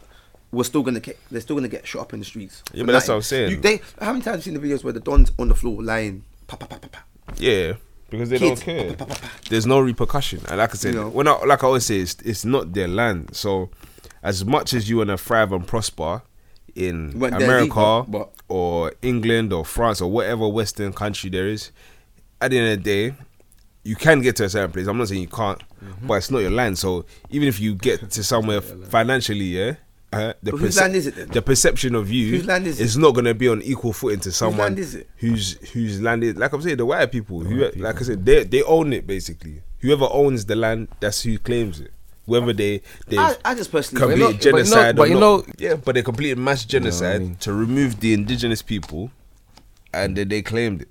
Speaker 6: we're still gonna get they're still gonna get shot up in the streets.
Speaker 4: Yeah,
Speaker 6: For
Speaker 4: but that's
Speaker 6: nothing.
Speaker 4: what I'm saying.
Speaker 6: You, they how many times have you seen the videos where the don's on the floor lying, pa pa pa pa pa.
Speaker 4: Yeah, because they
Speaker 6: Kids.
Speaker 4: don't
Speaker 6: Pa, pa,
Speaker 4: care.
Speaker 6: pa, pa, pa.
Speaker 4: There's no repercussion, and like I said,
Speaker 6: You know.
Speaker 4: when I, like I always say, it's, it's not their land. So, as much as you wanna thrive and prosper in
Speaker 6: Well, there's
Speaker 4: America
Speaker 6: even- but-
Speaker 4: or England or France or whatever Western country there is, at the end of the day, you can get to a certain place. I'm not saying you can't,
Speaker 6: Mm-hmm.
Speaker 4: but it's not your land. So even if you get to somewhere financially, yeah. Uh,
Speaker 6: But
Speaker 4: the
Speaker 6: whose
Speaker 4: perce-
Speaker 6: land is it then?
Speaker 4: The perception of you
Speaker 6: Whose land is it?
Speaker 4: not going to be on equal footing to someone
Speaker 6: land is it?
Speaker 4: who's who's landed like I'm saying the white people who like I said they they own it basically whoever owns the land that's who claims it whether they they
Speaker 6: I, I just personally
Speaker 4: completed
Speaker 5: you know- but you know-
Speaker 4: genocide
Speaker 5: but you
Speaker 4: or
Speaker 5: know-
Speaker 4: not. yeah but they completed mass genocide
Speaker 5: mean?
Speaker 4: to remove the indigenous people and then they claimed it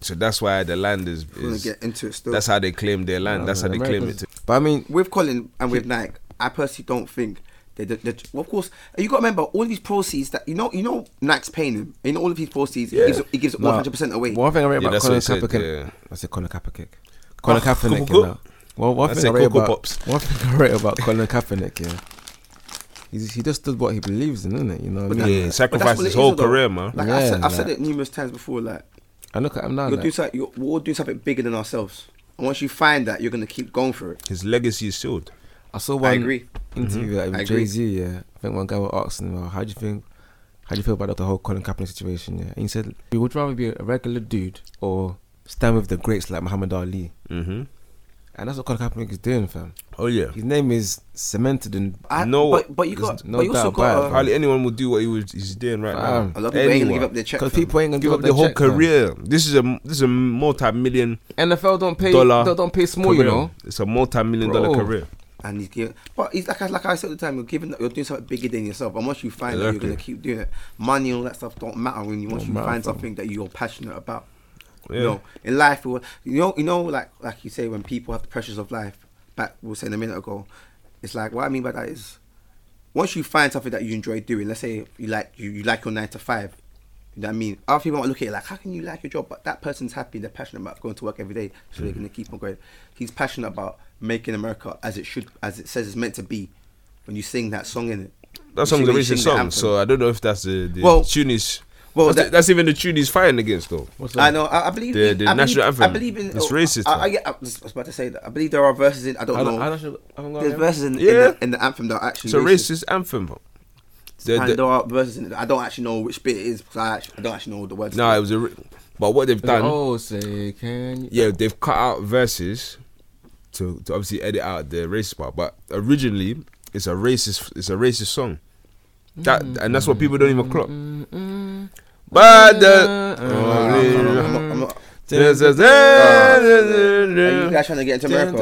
Speaker 4: so that's why the land is,
Speaker 6: we're gonna
Speaker 4: is
Speaker 6: get into it still.
Speaker 4: that's how they claim their land that's how they claim it
Speaker 5: America's-
Speaker 4: too.
Speaker 5: But I mean,
Speaker 6: with Colin and with Nike, I personally don't think they. they, they well, of course, you got to remember all these proceeds that you know. You know, Nike's paying him. You know, all of these proceeds, he gives he gives one hundred percent away.
Speaker 5: One thing I read
Speaker 4: Yeah,
Speaker 5: about
Speaker 4: that's
Speaker 5: Colin
Speaker 4: what he said,
Speaker 5: Kaepernick.
Speaker 4: yeah.
Speaker 5: I said Colin Kaepernick. Colin Kaepernick.
Speaker 4: Coco.
Speaker 5: you know. Well, one
Speaker 4: I
Speaker 5: thing I
Speaker 4: said
Speaker 5: read
Speaker 4: Coco
Speaker 5: about
Speaker 4: Pops.
Speaker 5: one thing I read about Colin Kaepernick. Yeah, He's, he just does what he believes in, isn't it? You know what I mean?
Speaker 4: yeah,
Speaker 6: But that's
Speaker 4: sacrificed
Speaker 6: what
Speaker 4: his
Speaker 6: it is,
Speaker 4: whole
Speaker 6: though.
Speaker 4: career man
Speaker 6: Like I said,
Speaker 5: Yeah,
Speaker 6: I've said
Speaker 5: like-
Speaker 6: it numerous times before. Like
Speaker 5: I look at him now.
Speaker 6: You'll
Speaker 5: like,
Speaker 6: do something. You'll, we'll all do something bigger than ourselves. And once you find that, you're gonna keep going for it.
Speaker 4: His legacy is sealed.
Speaker 5: I saw one
Speaker 6: agree.
Speaker 4: Mm-hmm.
Speaker 5: interview like,
Speaker 6: I
Speaker 5: with
Speaker 6: agree.
Speaker 5: Jay Z. Yeah, I think one guy was asking him, well, "How do you think? How do you feel about the whole Colin Kaepernick situation?" Yeah, and he said, "We would rather be a regular dude or stand with the greats like Muhammad Ali."
Speaker 4: Mm-hmm.
Speaker 5: And that's what Colin Kaepernick is doing, fam.
Speaker 4: Oh yeah.
Speaker 5: His name is cemented in.
Speaker 6: I,
Speaker 4: No,
Speaker 6: but, but you
Speaker 5: there's
Speaker 6: got.
Speaker 5: no
Speaker 6: but you also
Speaker 5: doubt about
Speaker 6: got.
Speaker 5: it.
Speaker 6: uh,
Speaker 4: Hardly anyone will do what he was, he's doing right
Speaker 5: Fam.
Speaker 6: A
Speaker 4: now.
Speaker 6: lot of people ain't gonna give
Speaker 4: Anyone.
Speaker 6: up their check.
Speaker 5: Because
Speaker 6: fam.
Speaker 5: people ain't gonna
Speaker 4: Give up their whole career. This is a this is a multi-million
Speaker 5: NFL don't pay.
Speaker 4: dollar.
Speaker 5: They don't pay small, you
Speaker 4: career.
Speaker 5: know.
Speaker 4: It's a multi-million dollar
Speaker 5: Bro.
Speaker 4: career.
Speaker 6: and he's giving. But he's like, I- like I said all the time, you're giving, you're doing something bigger than yourself. And once you find that, you're
Speaker 4: Exactly.
Speaker 6: gonna keep doing it. Money and all that stuff don't matter when you once
Speaker 5: Don't
Speaker 6: you
Speaker 5: matter,
Speaker 6: find
Speaker 5: fam.
Speaker 6: something that you're passionate about.
Speaker 4: Yeah.
Speaker 6: You know, in life, it was, you know, you know, like like you say, when people have the pressures of life, back we were saying a minute ago, it's like what I mean by that is, once you find something that you enjoy doing, let's say you like you, you like your nine to five, you know what I mean. Other people might look at it like, how can you like your job? But that person's happy, they're passionate about going to work every day, so
Speaker 4: Mm.
Speaker 6: they're gonna keep on going. He's passionate about making America as it should, as it says it's meant to be. When you sing that song in it,
Speaker 4: That song's a racist song, so I don't know if that's the, the
Speaker 6: Well-
Speaker 4: tune is.
Speaker 6: well,
Speaker 4: that's,
Speaker 6: that-
Speaker 4: the- that's even the tune he's fighting against, though.
Speaker 6: I know. I, I believe
Speaker 4: The- the
Speaker 6: I
Speaker 4: national
Speaker 6: believe, I
Speaker 4: anthem.
Speaker 6: believe in. oh,
Speaker 4: It's racist,
Speaker 6: I, I,
Speaker 4: though.
Speaker 6: yeah, I was I was about to say that. I believe there are verses in. I don't
Speaker 5: I
Speaker 6: know.
Speaker 5: don't, I don't know. I haven't got
Speaker 6: There's
Speaker 5: it.
Speaker 6: verses in, in
Speaker 4: Yeah.
Speaker 6: the, in the anthem that are actually
Speaker 4: It's a racist anthem. bro. The-
Speaker 6: and
Speaker 4: the-
Speaker 6: there are verses in it. I don't actually know which bit it is because I, actually, I don't actually know the words.
Speaker 4: Nah, it was a. Re- but what they've done,
Speaker 5: Oh, say can you?
Speaker 4: yeah, they've cut out verses to, to obviously edit out the racist part. But originally, it's a racist, it's a racist song. That and that's what people don't even clock.
Speaker 5: Mm-hmm.
Speaker 4: But
Speaker 5: Oh.
Speaker 4: the
Speaker 5: uh,
Speaker 6: I'm, not- I'm not- I'm not- I'm not- Are you guys trying to get into America?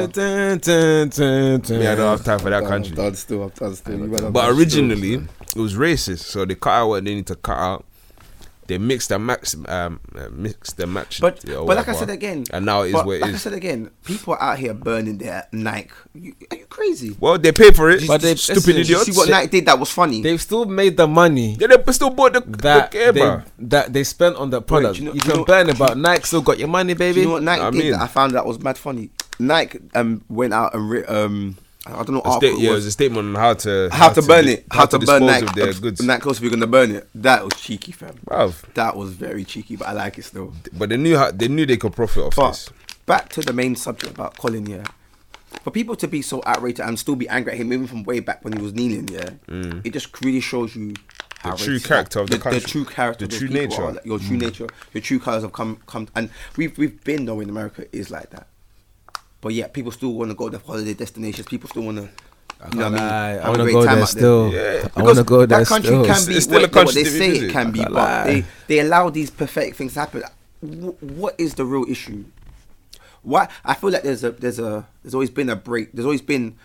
Speaker 4: yeah, I don't have time for that
Speaker 6: I'm
Speaker 4: country.
Speaker 6: done still. I'm done still. You better-
Speaker 4: But originally, it was racist, so they cut out what they need to cut out. They mixed and match, um, uh, mixed and match.
Speaker 6: But
Speaker 4: it or
Speaker 6: but like I
Speaker 4: whatever.
Speaker 6: said again,
Speaker 4: and now it is
Speaker 6: but
Speaker 4: what it
Speaker 6: like I
Speaker 4: is.
Speaker 6: said again, people are out here burning their Nike. You, are you crazy?
Speaker 4: Well, they pay for it.
Speaker 5: But they-
Speaker 4: stupid
Speaker 5: listen, you
Speaker 6: You
Speaker 4: idiots.
Speaker 6: see what Nike did that was funny.
Speaker 5: They've still made the money
Speaker 4: yeah, they still bought the,
Speaker 5: that
Speaker 4: the gear,
Speaker 5: they,
Speaker 4: bruh.
Speaker 5: that they spent on the product.
Speaker 6: do you
Speaker 5: you,
Speaker 6: know-
Speaker 5: can
Speaker 6: you know-
Speaker 5: burn it, but Nike still got your money,
Speaker 6: Do
Speaker 5: baby.
Speaker 6: you know what Nike
Speaker 4: I
Speaker 6: did
Speaker 4: mean-
Speaker 6: that I found that was mad funny? Nike um went out and re- um I don't know what
Speaker 4: A sta-
Speaker 6: article it
Speaker 4: yeah, it
Speaker 6: was.
Speaker 4: was a statement on how to
Speaker 6: how, to, burn
Speaker 4: di-
Speaker 6: it, how, to, burn
Speaker 4: dispose
Speaker 6: Nike,
Speaker 4: of their goods.
Speaker 6: Nike clothes, we're gonna burn it. That was cheeky, fam.
Speaker 4: Bruv.
Speaker 6: That was very cheeky, but I like it still.
Speaker 4: But they knew how, they knew they could profit off
Speaker 6: But
Speaker 4: this.
Speaker 6: back to the main subject about Colin, yeah. For people to be so outraged and still be angry at him, even from way back when he was kneeling, yeah, it just really shows you how
Speaker 4: true
Speaker 6: racist-
Speaker 4: character of Mm. the
Speaker 6: the,
Speaker 4: country.
Speaker 6: true character,
Speaker 4: The
Speaker 6: of those
Speaker 4: true
Speaker 6: people
Speaker 4: nature. Mm.
Speaker 6: are, like, your true nature, your true colors have come come, and we've we've been though in America is like that. But yeah, people still want to go to holiday destinations. People still want to. You know what I mean?
Speaker 5: lie, I
Speaker 6: Have a
Speaker 5: wanna
Speaker 6: great
Speaker 5: go
Speaker 6: time
Speaker 5: there
Speaker 6: out
Speaker 5: still. Yeah. I wanna
Speaker 6: Because
Speaker 5: go there
Speaker 6: That country
Speaker 5: still.
Speaker 6: can be
Speaker 4: It's still
Speaker 6: what,
Speaker 4: a
Speaker 6: what
Speaker 4: country
Speaker 6: they
Speaker 4: to
Speaker 6: say
Speaker 4: visit.
Speaker 6: it can be,
Speaker 5: can't
Speaker 6: but
Speaker 5: lie.
Speaker 6: they, they allow these pathetic things to happen. Wh- What is the real issue? Why I feel like there's a there's a there's always been a break. There's always been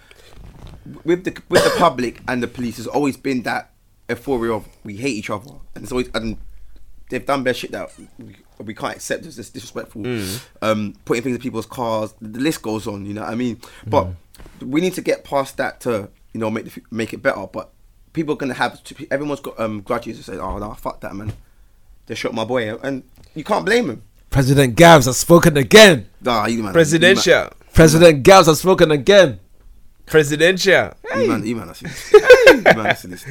Speaker 6: with the with the public and the police. There's always been that euphoria of we hate each other, and it's always and they've done their shit that we, we can't accept. It's just disrespectful. Um, putting things in people's cars. The list goes on. You know what I mean? But we need to get past that to you know make the, fu- make it better. But people are gonna have to, everyone's got um grudges and say, oh no, fuck that man. They shot my boy, and you can't blame him.
Speaker 5: President Gavs has spoken again.
Speaker 6: Nah, you man. You man,
Speaker 4: Presidential,
Speaker 5: President Gavs has spoken again.
Speaker 4: presidential.
Speaker 6: You man, you man, are serious. You man are serious.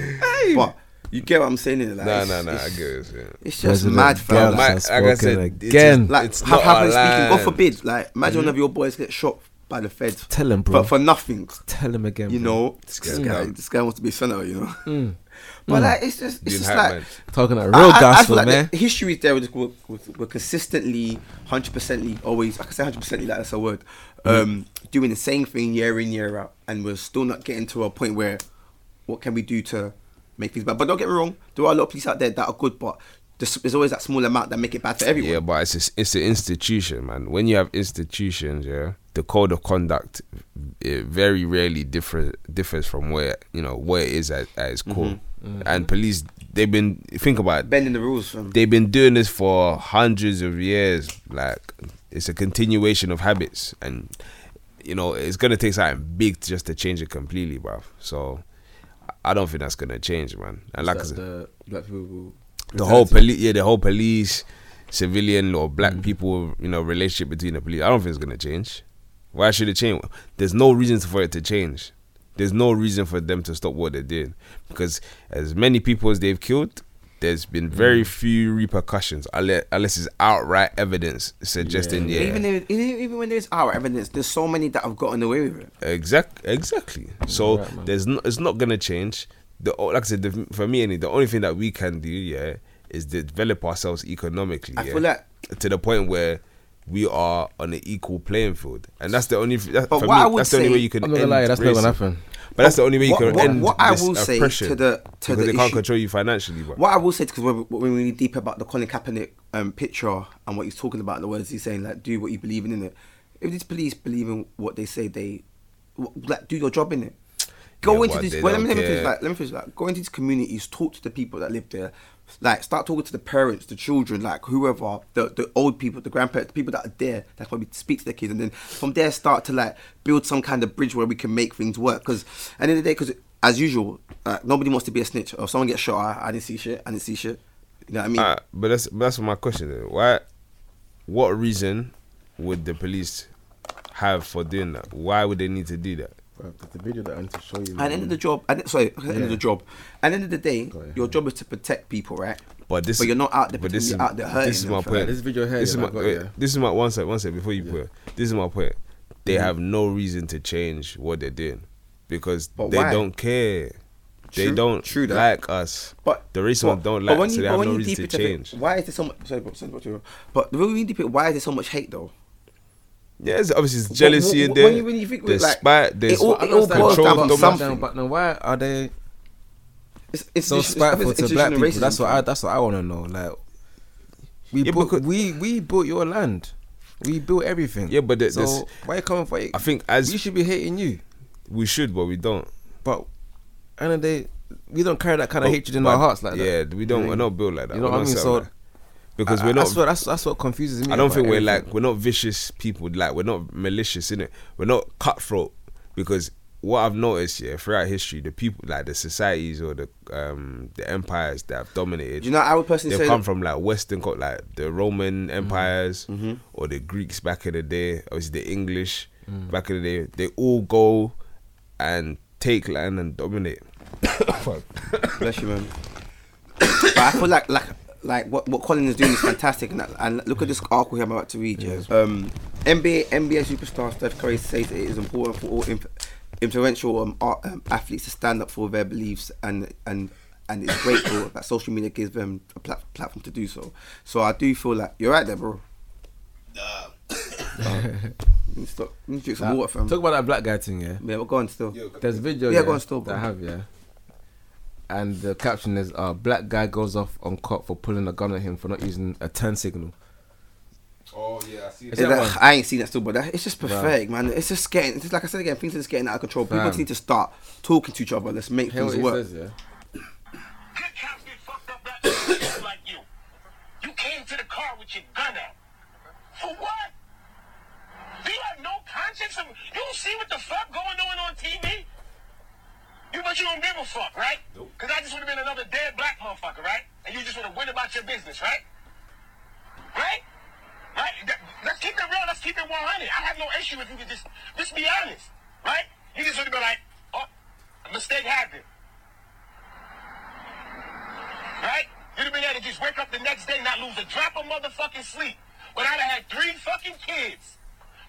Speaker 6: But you get what I'm saying? innit? Like,
Speaker 4: Nah,
Speaker 6: it's-
Speaker 4: nah, nah. I
Speaker 6: It's,
Speaker 4: get it. yeah.
Speaker 6: it's just
Speaker 5: President
Speaker 6: mad, fam.
Speaker 5: Gavs
Speaker 4: My-
Speaker 6: Like,
Speaker 5: has
Speaker 4: like I
Speaker 5: spoken
Speaker 4: said, it's
Speaker 5: again.
Speaker 4: just-
Speaker 6: like
Speaker 4: it's
Speaker 6: have,
Speaker 4: not
Speaker 6: have
Speaker 4: our
Speaker 6: him speaking.
Speaker 4: land.
Speaker 6: God forbid. Like, imagine one of your boys get shot by the feds.
Speaker 5: Tell him, bro.
Speaker 6: But for nothing.
Speaker 5: Tell him again.
Speaker 6: You
Speaker 5: bro.
Speaker 6: know, this
Speaker 4: guy-
Speaker 6: guy, this guy wants to be a senator. You know.
Speaker 5: Mm.
Speaker 6: But like, it's just, it's
Speaker 4: Being
Speaker 6: just
Speaker 4: hype
Speaker 6: like.
Speaker 4: man.
Speaker 5: talking that real
Speaker 6: I- I- I
Speaker 5: gospel,
Speaker 6: feel like
Speaker 5: man.
Speaker 6: The history is there. We're, we're, we're consistently, hundred percently, always. I can say hundred percently. Like that's a word. Um, Doing the same thing year in year out, and we're still not getting to a point where, what can we do to make things bad? But don't get me wrong. There are a lot of police out there that are good, but there's, there's always that small amount that make it bad for everyone.
Speaker 4: Yeah, but it's a, it's an institution, man. When you have institutions, yeah, the code of conduct it very rarely differ, differs from where you know where it is at, at its core.
Speaker 6: Mm-hmm.
Speaker 4: And police, they've been think about it,
Speaker 6: Bending the rules from.
Speaker 4: they've been doing this for hundreds of years. Like it's a continuation of habits, and you know it's gonna take something big just to change it completely, bruv. So I don't think that's gonna change, man. And like I said,
Speaker 5: the black people.
Speaker 4: the whole police, yeah, the whole police, civilian or black people, you know, relationship between the police. I don't think it's gonna change. Why should it change? There's no reason for it to change. There's no reason for them to stop what they did because as many people as they've killed, there's been very few repercussions unless, unless it's outright evidence suggesting yeah,
Speaker 6: Even if, even even when there's our evidence, there's so many that have gotten away with it.
Speaker 4: Exact, exactly. So
Speaker 5: right, man.
Speaker 4: there's no, it's not gonna change. The o- like I said, the, for me, any the only thing that we can do, yeah, is develop ourselves economically.
Speaker 6: I
Speaker 4: yeah,
Speaker 6: feel like-
Speaker 4: to the point where we are on an equal playing field, and that's the only. f- That,
Speaker 6: But
Speaker 4: for
Speaker 6: what
Speaker 4: me,
Speaker 6: I would
Speaker 4: that's the only
Speaker 6: say-
Speaker 4: way you can.
Speaker 5: I'm not gonna
Speaker 4: end
Speaker 5: lie, that's not gonna
Speaker 4: racism.
Speaker 5: happen.
Speaker 4: But that's the only way you
Speaker 6: What-
Speaker 4: can
Speaker 6: what-
Speaker 4: end
Speaker 6: what I
Speaker 4: this
Speaker 6: will say
Speaker 4: oppression
Speaker 6: to the- to
Speaker 4: because
Speaker 6: the
Speaker 4: they can't
Speaker 6: issue-
Speaker 4: control you financially. But
Speaker 6: What I will say, because when, when we deep about the Colin Kaepernick um, picture and what he's talking about, the words he's saying, like, do what you believe in, in it. If these police believe in what they say, they wh- like do your job in it. Go
Speaker 4: Yeah,
Speaker 6: into
Speaker 4: but they
Speaker 6: these. Well, let, me,
Speaker 4: don't
Speaker 6: let me finish.
Speaker 4: care.
Speaker 6: Like, let me finish. Like, go into these communities, talk to the people that live there. Like, start talking to the parents, the children, like whoever, the, the old people, the grandparents, the people that are there, that probably speak to their kids, and then from there start to like build some kind of bridge where we can make things work. Because at the end of the day, because as usual, like, nobody wants to be a snitch. Or if someone gets shot, I, I didn't see shit. I didn't see shit. You know what I mean?
Speaker 4: Ah, but that's but that's my question. Then. Why? What reason would the police have for doing that? Why would they need to do that?
Speaker 3: Bro, the- the video that I need to show you.
Speaker 6: At the end of the job, at the, sorry, at the end of the
Speaker 3: Yeah.
Speaker 6: job, at the end of the day,
Speaker 3: Go ahead.
Speaker 6: your job is to protect people, right?
Speaker 4: But this,
Speaker 6: but you're not out there.
Speaker 4: But
Speaker 6: But
Speaker 4: this is
Speaker 6: you're out there hurting.
Speaker 4: This is
Speaker 6: them,
Speaker 4: my
Speaker 6: fam.
Speaker 4: point.
Speaker 5: This video here,
Speaker 4: This is
Speaker 5: yeah,
Speaker 4: my.
Speaker 5: I got,
Speaker 4: wait,
Speaker 5: yeah.
Speaker 4: This is my one sec. One sec before you put. it. This is my point. They
Speaker 6: Mm-hmm.
Speaker 4: have no reason to change what they're doing because
Speaker 6: But
Speaker 4: they
Speaker 6: why?
Speaker 4: don't care. they
Speaker 6: True-
Speaker 4: don't
Speaker 6: true that.
Speaker 4: like us.
Speaker 6: But
Speaker 4: the race ones
Speaker 6: but-
Speaker 4: don't
Speaker 6: but
Speaker 4: like us, so they
Speaker 6: but
Speaker 4: have no
Speaker 6: you
Speaker 4: reason
Speaker 6: deep into
Speaker 4: to
Speaker 6: it,
Speaker 4: change.
Speaker 6: Why is there so much? Sorry, but, sorry, but, sorry, but when you deep it, why is there so much hate though?
Speaker 4: Yeah, it's obviously it's jealousy
Speaker 6: wh-
Speaker 4: in there.
Speaker 6: when you- when you think
Speaker 4: there's
Speaker 6: like-
Speaker 4: spite. There's
Speaker 6: it all- it all
Speaker 4: control
Speaker 6: boils down to
Speaker 4: dominance.
Speaker 6: something.
Speaker 5: But then why are they
Speaker 6: It's, it's
Speaker 5: so
Speaker 6: just- it's-
Speaker 5: spiteful
Speaker 6: it's
Speaker 5: to
Speaker 6: just
Speaker 5: black people?
Speaker 6: racism.
Speaker 5: That's what I. That's what I want to know. Like, we
Speaker 4: Yeah,
Speaker 5: built,
Speaker 4: because-
Speaker 5: we we built your land. We built everything.
Speaker 4: Yeah, but the- this-
Speaker 5: so why you coming for? it?
Speaker 4: I think as-
Speaker 5: we should be hating you,
Speaker 4: We should, but we don't.
Speaker 5: but and then they we don't carry that kind of
Speaker 4: But-
Speaker 5: hatred in
Speaker 4: Oh, but
Speaker 5: our hearts like
Speaker 4: yeah,
Speaker 5: that. Mm-hmm.
Speaker 4: we don't. We're not built like that.
Speaker 5: You know
Speaker 4: We're
Speaker 5: what I
Speaker 4: not
Speaker 5: mean?
Speaker 4: set
Speaker 5: So
Speaker 4: like that. because
Speaker 5: I-
Speaker 4: we're
Speaker 5: That's what,
Speaker 4: not.
Speaker 5: that's, that's what confuses me.
Speaker 4: I don't
Speaker 5: about
Speaker 4: think we're
Speaker 5: everything.
Speaker 4: like we're not vicious people. Like we're not malicious in it. We're not cutthroat because what I've noticed yeah throughout history, the people like the societies or the um the empires that have dominated.
Speaker 6: Do you know? I would personally
Speaker 4: They've
Speaker 6: say Mm-hmm.
Speaker 4: come from like Western, co- like the Roman empires or the Greeks back in the day. Obviously, the English
Speaker 6: Mm.
Speaker 4: back in the day. They all go and take land and dominate.
Speaker 6: Bless you, man. but I feel like like like what what Colin is doing is fantastic, and, that- and look at this article here I'm about to read. Yeah. Um, NBA NBA superstar Steph Curry says it is important for all inf- influential um, art, um, athletes to stand up for their beliefs and and. And it's grateful that social media gives them a plat- platform to do so. So I do feel like you're right there, bro. Nah. Stop. Let me drink some
Speaker 5: Like,
Speaker 6: water, fam.
Speaker 5: Talk about that black guy thing, yeah.
Speaker 6: yeah, we're going still.
Speaker 5: There's video.
Speaker 6: Yeah, go on, still,
Speaker 5: that
Speaker 6: bro.
Speaker 5: I have yeah. And the caption is, uh, "Black guy goes off on cop for pulling a gun at him for not using a turn signal."
Speaker 4: Oh yeah, I see.
Speaker 5: Is
Speaker 6: Yeah,
Speaker 5: that
Speaker 6: that-
Speaker 5: one?
Speaker 6: I ain't seen that still, but that, it's just pathetic, man. It's just getting, it's just like I said again, things are just getting out of control. People
Speaker 5: Fam.
Speaker 6: just need to start talking to each other. Let's make
Speaker 5: Hear
Speaker 6: things
Speaker 5: what he
Speaker 6: work.
Speaker 5: says, yeah.
Speaker 9: Good cops get fucked up black people like you. You came to the car with your gun out. For what? Do you have no conscience? Of, you don't see what the fuck going on on TV? You but you don't give a fuck, right? Because I just would have been another dead black motherfucker, right? And you just would have went about your business, right? Right? Right? That- let's keep it real. Let's keep it 100. I have no issue if you could just, just be honest, right? You just would have been like, oh, a mistake happened right? You'd have been able to just wake up the next day, not lose a drop of motherfucking sleep. But I'd have had three fucking kids.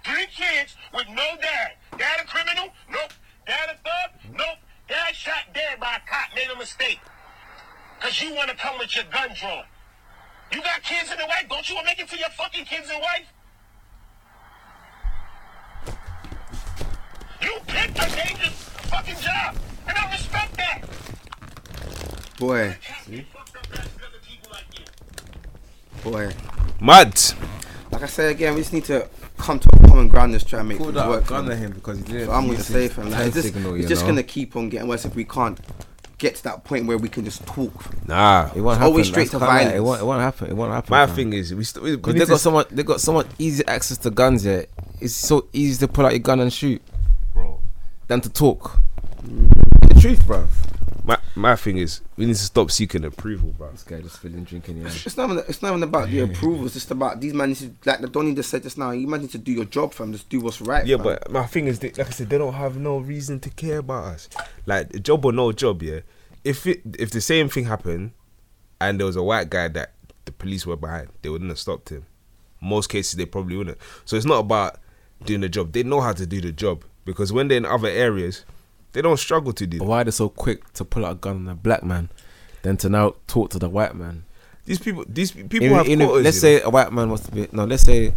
Speaker 9: Three kids with no dad. Dad a criminal? Nope. Dad a thug? Nope. Dad shot dead by a cop, made a mistake. Cause you wanna come with your gun drawn. You got kids and a wife, don't you wanna make it to your fucking kids and wife? You picked a dangerous fucking job, and I respect that.
Speaker 6: Boy,
Speaker 9: See? people like you.
Speaker 6: boy.
Speaker 4: Mad.
Speaker 6: Like I said again, we just need to come to a common ground. Let's try and make
Speaker 5: Pulled
Speaker 6: things
Speaker 5: out a
Speaker 6: work.
Speaker 5: gun
Speaker 6: fam.
Speaker 5: at him because he didn't.
Speaker 6: So I'm gonna
Speaker 5: use
Speaker 6: say,
Speaker 5: his
Speaker 6: fam,
Speaker 5: turn
Speaker 6: like, it's just,
Speaker 5: signal,
Speaker 6: it's
Speaker 5: you
Speaker 6: just
Speaker 5: know?
Speaker 6: gonna keep on getting worse if we can't get to that point where we can just talk.
Speaker 4: Nah.
Speaker 5: It won't
Speaker 6: It's
Speaker 5: happen.
Speaker 6: always straight
Speaker 5: that's
Speaker 6: to
Speaker 5: kinda like- It
Speaker 6: violence.
Speaker 5: won't, it won't happen. It won't happen.
Speaker 4: My
Speaker 5: fam.
Speaker 4: thing is, we still
Speaker 5: Because they got so much, they got so much easy access to guns. Yeah, it's so easy to pull out your gun and shoot,
Speaker 4: bro.
Speaker 5: than to talk.
Speaker 6: Mm.
Speaker 5: The truth, bruv.
Speaker 4: My my thing is, we need to stop seeking approval, bro.
Speaker 5: This guy just feeling drinking. Yeah.
Speaker 6: It's not. Even, it's not even about the approval. It's just about these man. need to- Like the Donny just said just now, you man need to do your job, fam. Just do what's right.
Speaker 4: Yeah,
Speaker 6: fam.
Speaker 4: but my thing is, they, like I said, they don't have no reason to care about us. Like job or no job, yeah. If it if the same thing happened and there was a white guy that the police were behind, they wouldn't have stopped him. Most cases, they probably wouldn't. So it's not about doing the job. They know how to do the job because when they're in other areas, they don't struggle to do. that.
Speaker 5: Why they so quick to pull out a gun on a black man, than to now talk to the white man?
Speaker 4: These people, these people
Speaker 5: Even-
Speaker 4: have
Speaker 5: even if-
Speaker 4: quotas,
Speaker 5: let's
Speaker 4: you know.
Speaker 5: say a white man wants to be no. Let's say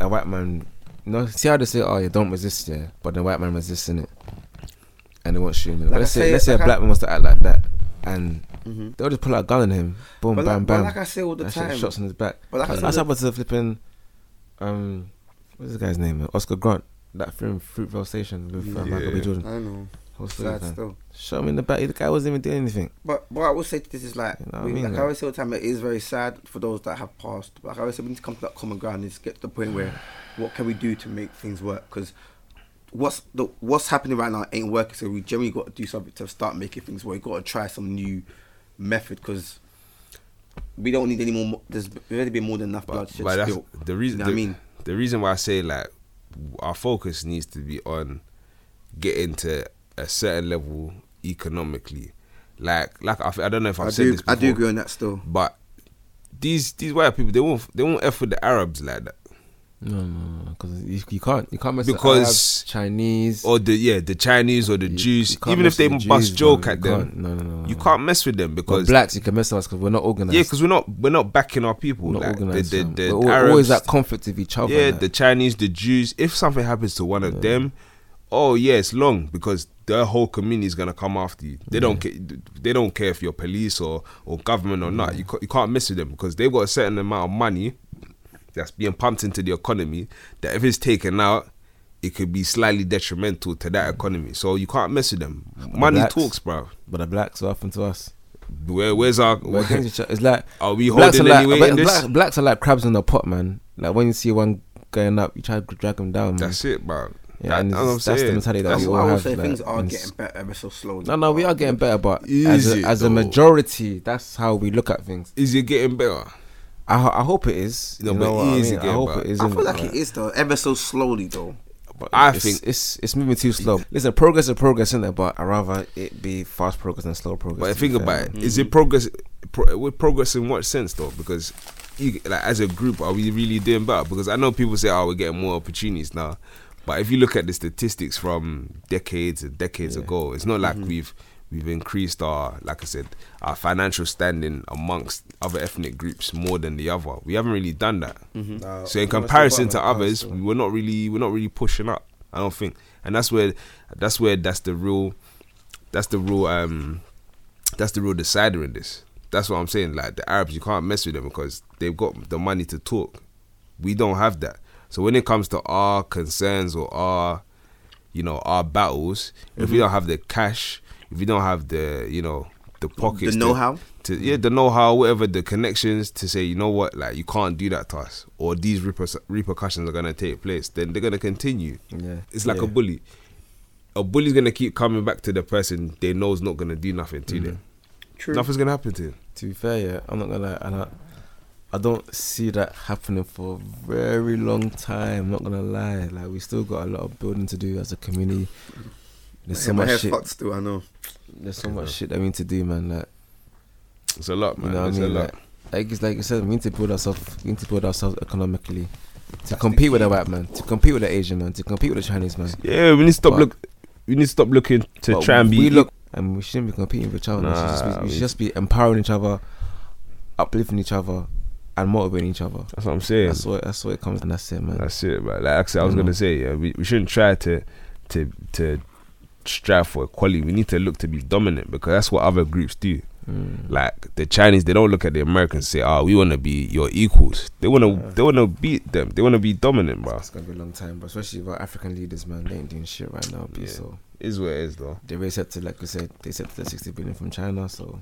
Speaker 5: a white man. No, see how they say, oh, yeah, don't resist, yeah, but the white man resisting it, and they won't shoot him. But
Speaker 6: Like
Speaker 5: let's
Speaker 6: I
Speaker 5: say,
Speaker 6: say-
Speaker 5: let's say
Speaker 6: like
Speaker 5: a
Speaker 6: I- Mm-hmm.
Speaker 5: black man wants to act like that, and they'll just pull out a gun on him, boom,
Speaker 6: But
Speaker 5: bam,
Speaker 6: like- but
Speaker 5: bam.
Speaker 6: like I say all the
Speaker 5: That shit,
Speaker 6: time-
Speaker 5: shots in his back.
Speaker 6: but like I
Speaker 5: That's-
Speaker 6: said
Speaker 5: that's
Speaker 6: the-
Speaker 5: happened to flipping, um, what's this guy's name? Oscar Grant, that film Fruitvale Station with uh, Michael B.
Speaker 4: Yeah.
Speaker 5: Jordan.
Speaker 6: I know.
Speaker 5: What's
Speaker 6: Sad
Speaker 5: that?
Speaker 6: still.
Speaker 5: Shot him in the back. The guy wasn't even doing anything.
Speaker 6: But what I would say to this is like,
Speaker 5: You know what I
Speaker 6: we,
Speaker 5: mean,
Speaker 6: like
Speaker 5: though?
Speaker 6: I always say all the time, it is very sad for those that have passed. But like I always say, we need to come to that common ground and just get to the point where, what can we do to make things work? Because what's the, what's happening right now ain't working. So we generally got to do something to start making things work. We got to try some new method because we don't need any more. mo- There's already been more than enough blood.
Speaker 4: but, but that's the reason.
Speaker 6: You know
Speaker 4: the,
Speaker 6: what I mean,
Speaker 4: the reason why I say like our focus needs to be on getting to a certain level economically. Like, like I, I don't know if I've
Speaker 6: I
Speaker 4: said
Speaker 6: do.
Speaker 4: this before.
Speaker 6: I do agree on that still.
Speaker 4: But these these white people, they won't they won't f with the Arabs like that,
Speaker 5: No, no, no, because you, you can't, you can't mess
Speaker 4: Because-
Speaker 5: with Arabs, Chinese
Speaker 4: or the yeah the Chinese or the
Speaker 5: you-
Speaker 4: Jews.
Speaker 5: you can't
Speaker 4: Even if
Speaker 5: mess
Speaker 4: they
Speaker 5: with the
Speaker 4: bust
Speaker 5: Jews,
Speaker 4: joke
Speaker 5: man,
Speaker 4: at
Speaker 5: you
Speaker 4: them,
Speaker 5: can't. No, no, no,
Speaker 4: you
Speaker 5: no.
Speaker 4: can't mess with them
Speaker 5: But
Speaker 4: because
Speaker 5: blacks. You can mess with us because we're not organized.
Speaker 4: yeah, because we're not we're not backing our people.
Speaker 5: we're not
Speaker 4: Like,
Speaker 5: organized.
Speaker 4: the, the,
Speaker 5: fam.
Speaker 4: the
Speaker 5: we're al-
Speaker 4: Arabs,
Speaker 5: always at conflict with each other.
Speaker 4: yeah,
Speaker 5: like.
Speaker 4: the Chinese, the Jews. If something happens to one of them, oh yeah, it's long because their whole community is gonna come after you. They don't care. They don't care if you're police or or government or not. You ca- you can't mess with them because they've got a certain amount of money that's being pumped into the economy that if it's taken out. It could be slightly detrimental to that economy, so you can't mess with them. Money
Speaker 5: blacks-
Speaker 4: talks, bro.
Speaker 5: but the blacks are happened to us.
Speaker 4: Where, where's our?
Speaker 5: We're against each other. It's like
Speaker 4: Are we
Speaker 5: blacks
Speaker 4: holding
Speaker 5: are
Speaker 4: any
Speaker 5: like,
Speaker 4: weight
Speaker 5: black-
Speaker 4: in this?
Speaker 5: black- blacks are like crabs in a pot, man. Like when you see one going up, you try to drag him down. Man.
Speaker 4: that's it, bro.
Speaker 5: Yeah,
Speaker 4: That-
Speaker 5: and
Speaker 4: that's what I'm
Speaker 5: it's- that's the
Speaker 4: saying.
Speaker 5: mentality that
Speaker 4: That's
Speaker 5: we
Speaker 6: That's
Speaker 5: all
Speaker 6: what I would
Speaker 5: have,
Speaker 6: say.
Speaker 5: like,
Speaker 6: Things are
Speaker 5: and
Speaker 6: getting better ever so slowly.
Speaker 5: No, no, we are getting better, but
Speaker 4: Is
Speaker 5: as
Speaker 4: it
Speaker 5: a, as a
Speaker 4: though?
Speaker 5: majority, that's how we look at things.
Speaker 4: Is it getting better?
Speaker 5: I, ho- I hope it is.
Speaker 4: No,
Speaker 5: you
Speaker 4: but
Speaker 5: know
Speaker 4: it
Speaker 5: what I
Speaker 4: is
Speaker 5: mean? I
Speaker 4: again,
Speaker 5: hope
Speaker 4: but-
Speaker 5: it is.
Speaker 6: I
Speaker 5: innit?
Speaker 6: feel like
Speaker 5: Like,
Speaker 6: it is though, ever so slowly though.
Speaker 5: but
Speaker 4: I
Speaker 5: it's-
Speaker 4: think-
Speaker 5: it's it's moving too slow. Listen, progress is progress, isn't it? But I rather it be fast progress than slow progress.
Speaker 4: But
Speaker 5: to be
Speaker 4: think
Speaker 5: fair,
Speaker 4: about
Speaker 5: man.
Speaker 4: it. Is it progress? Pro, with progress in what sense though? Because you, like as a group, are we really doing better? Because I know people say, "Oh, we're getting more opportunities now," but if you look at the statistics from decades and decades ago, it's not like we've we've increased our, like I said, our financial standing amongst other ethnic groups more than the other. We haven't really done that.
Speaker 5: Nah,
Speaker 4: so in
Speaker 5: we're still
Speaker 4: comparison to
Speaker 5: bottom of the
Speaker 4: others,
Speaker 5: class,
Speaker 4: we we're not really we're not really pushing up. I don't think, and that's where that's where that's the real that's the real um that's the real decider in this. That's what I'm saying. Like the Arabs, you can't mess with them because they've got the money to talk. We don't have that. So when it comes to our concerns or our, you know, our battles, if we don't have the cash, if we don't have the, you know, the pockets, to-
Speaker 6: know-how?
Speaker 4: to yeah, the know-how, whatever the connections to say, you know what, like you can't do that to us, or these reper- repercussions are gonna take place. Then they're gonna continue.
Speaker 5: Yeah.
Speaker 4: it's like
Speaker 5: Yeah.
Speaker 4: a bully. A bully's gonna keep coming back to the person they know's not gonna do nothing to
Speaker 5: Mm.
Speaker 4: them.
Speaker 6: True.
Speaker 4: Nothing's gonna happen to him.
Speaker 5: To be fair, yeah, I'm not gonna lie, and I, I don't see that happening for a very long time. Not gonna lie, like we still got a lot of building to do as a community. There's
Speaker 6: Yeah,
Speaker 5: so
Speaker 6: my
Speaker 5: much
Speaker 6: hair's
Speaker 5: shit.
Speaker 6: fucked still. I know.
Speaker 5: There's so much shit that we need to do, man. Like
Speaker 4: It's a lot,
Speaker 5: you
Speaker 4: man.
Speaker 5: know what
Speaker 4: it's
Speaker 5: I mean?
Speaker 4: a lot.
Speaker 5: Like, like it's like you said, we need to build ourselves. We need to build ourselves economically to compete with the white man, to compete with the Asian man, to compete with the Chinese man.
Speaker 4: yeah, we need to stop
Speaker 5: But-
Speaker 4: look. We need to stop looking to
Speaker 5: But
Speaker 4: try and be.
Speaker 5: we look, and we shouldn't be competing with each other. we, should just
Speaker 4: Nah,
Speaker 5: be, we
Speaker 4: we-
Speaker 5: should just be empowering each other, uplifting each other, and motivating each other.
Speaker 4: That's what I'm saying.
Speaker 5: That's what that's what it comes, and that's it, man.
Speaker 4: That's it, man. Like I said, I was
Speaker 5: Mm.
Speaker 4: gonna say, yeah, we, we shouldn't try to to to strive for equality. We need to look to be dominant because that's what other groups do.
Speaker 5: Mm.
Speaker 4: Like the Chinese, they don't look at the Americans and say, "Oh, we want to be your equals." They wanna they wanna beat them. They wanna be dominant, bro.
Speaker 5: It's gonna be a long time, but especially with our African leaders, man, they ain't doing shit right now. B,
Speaker 4: Yeah.
Speaker 5: So
Speaker 4: Is what it is, though.
Speaker 5: they already said to, like we said, they said to the 60 billion from China. So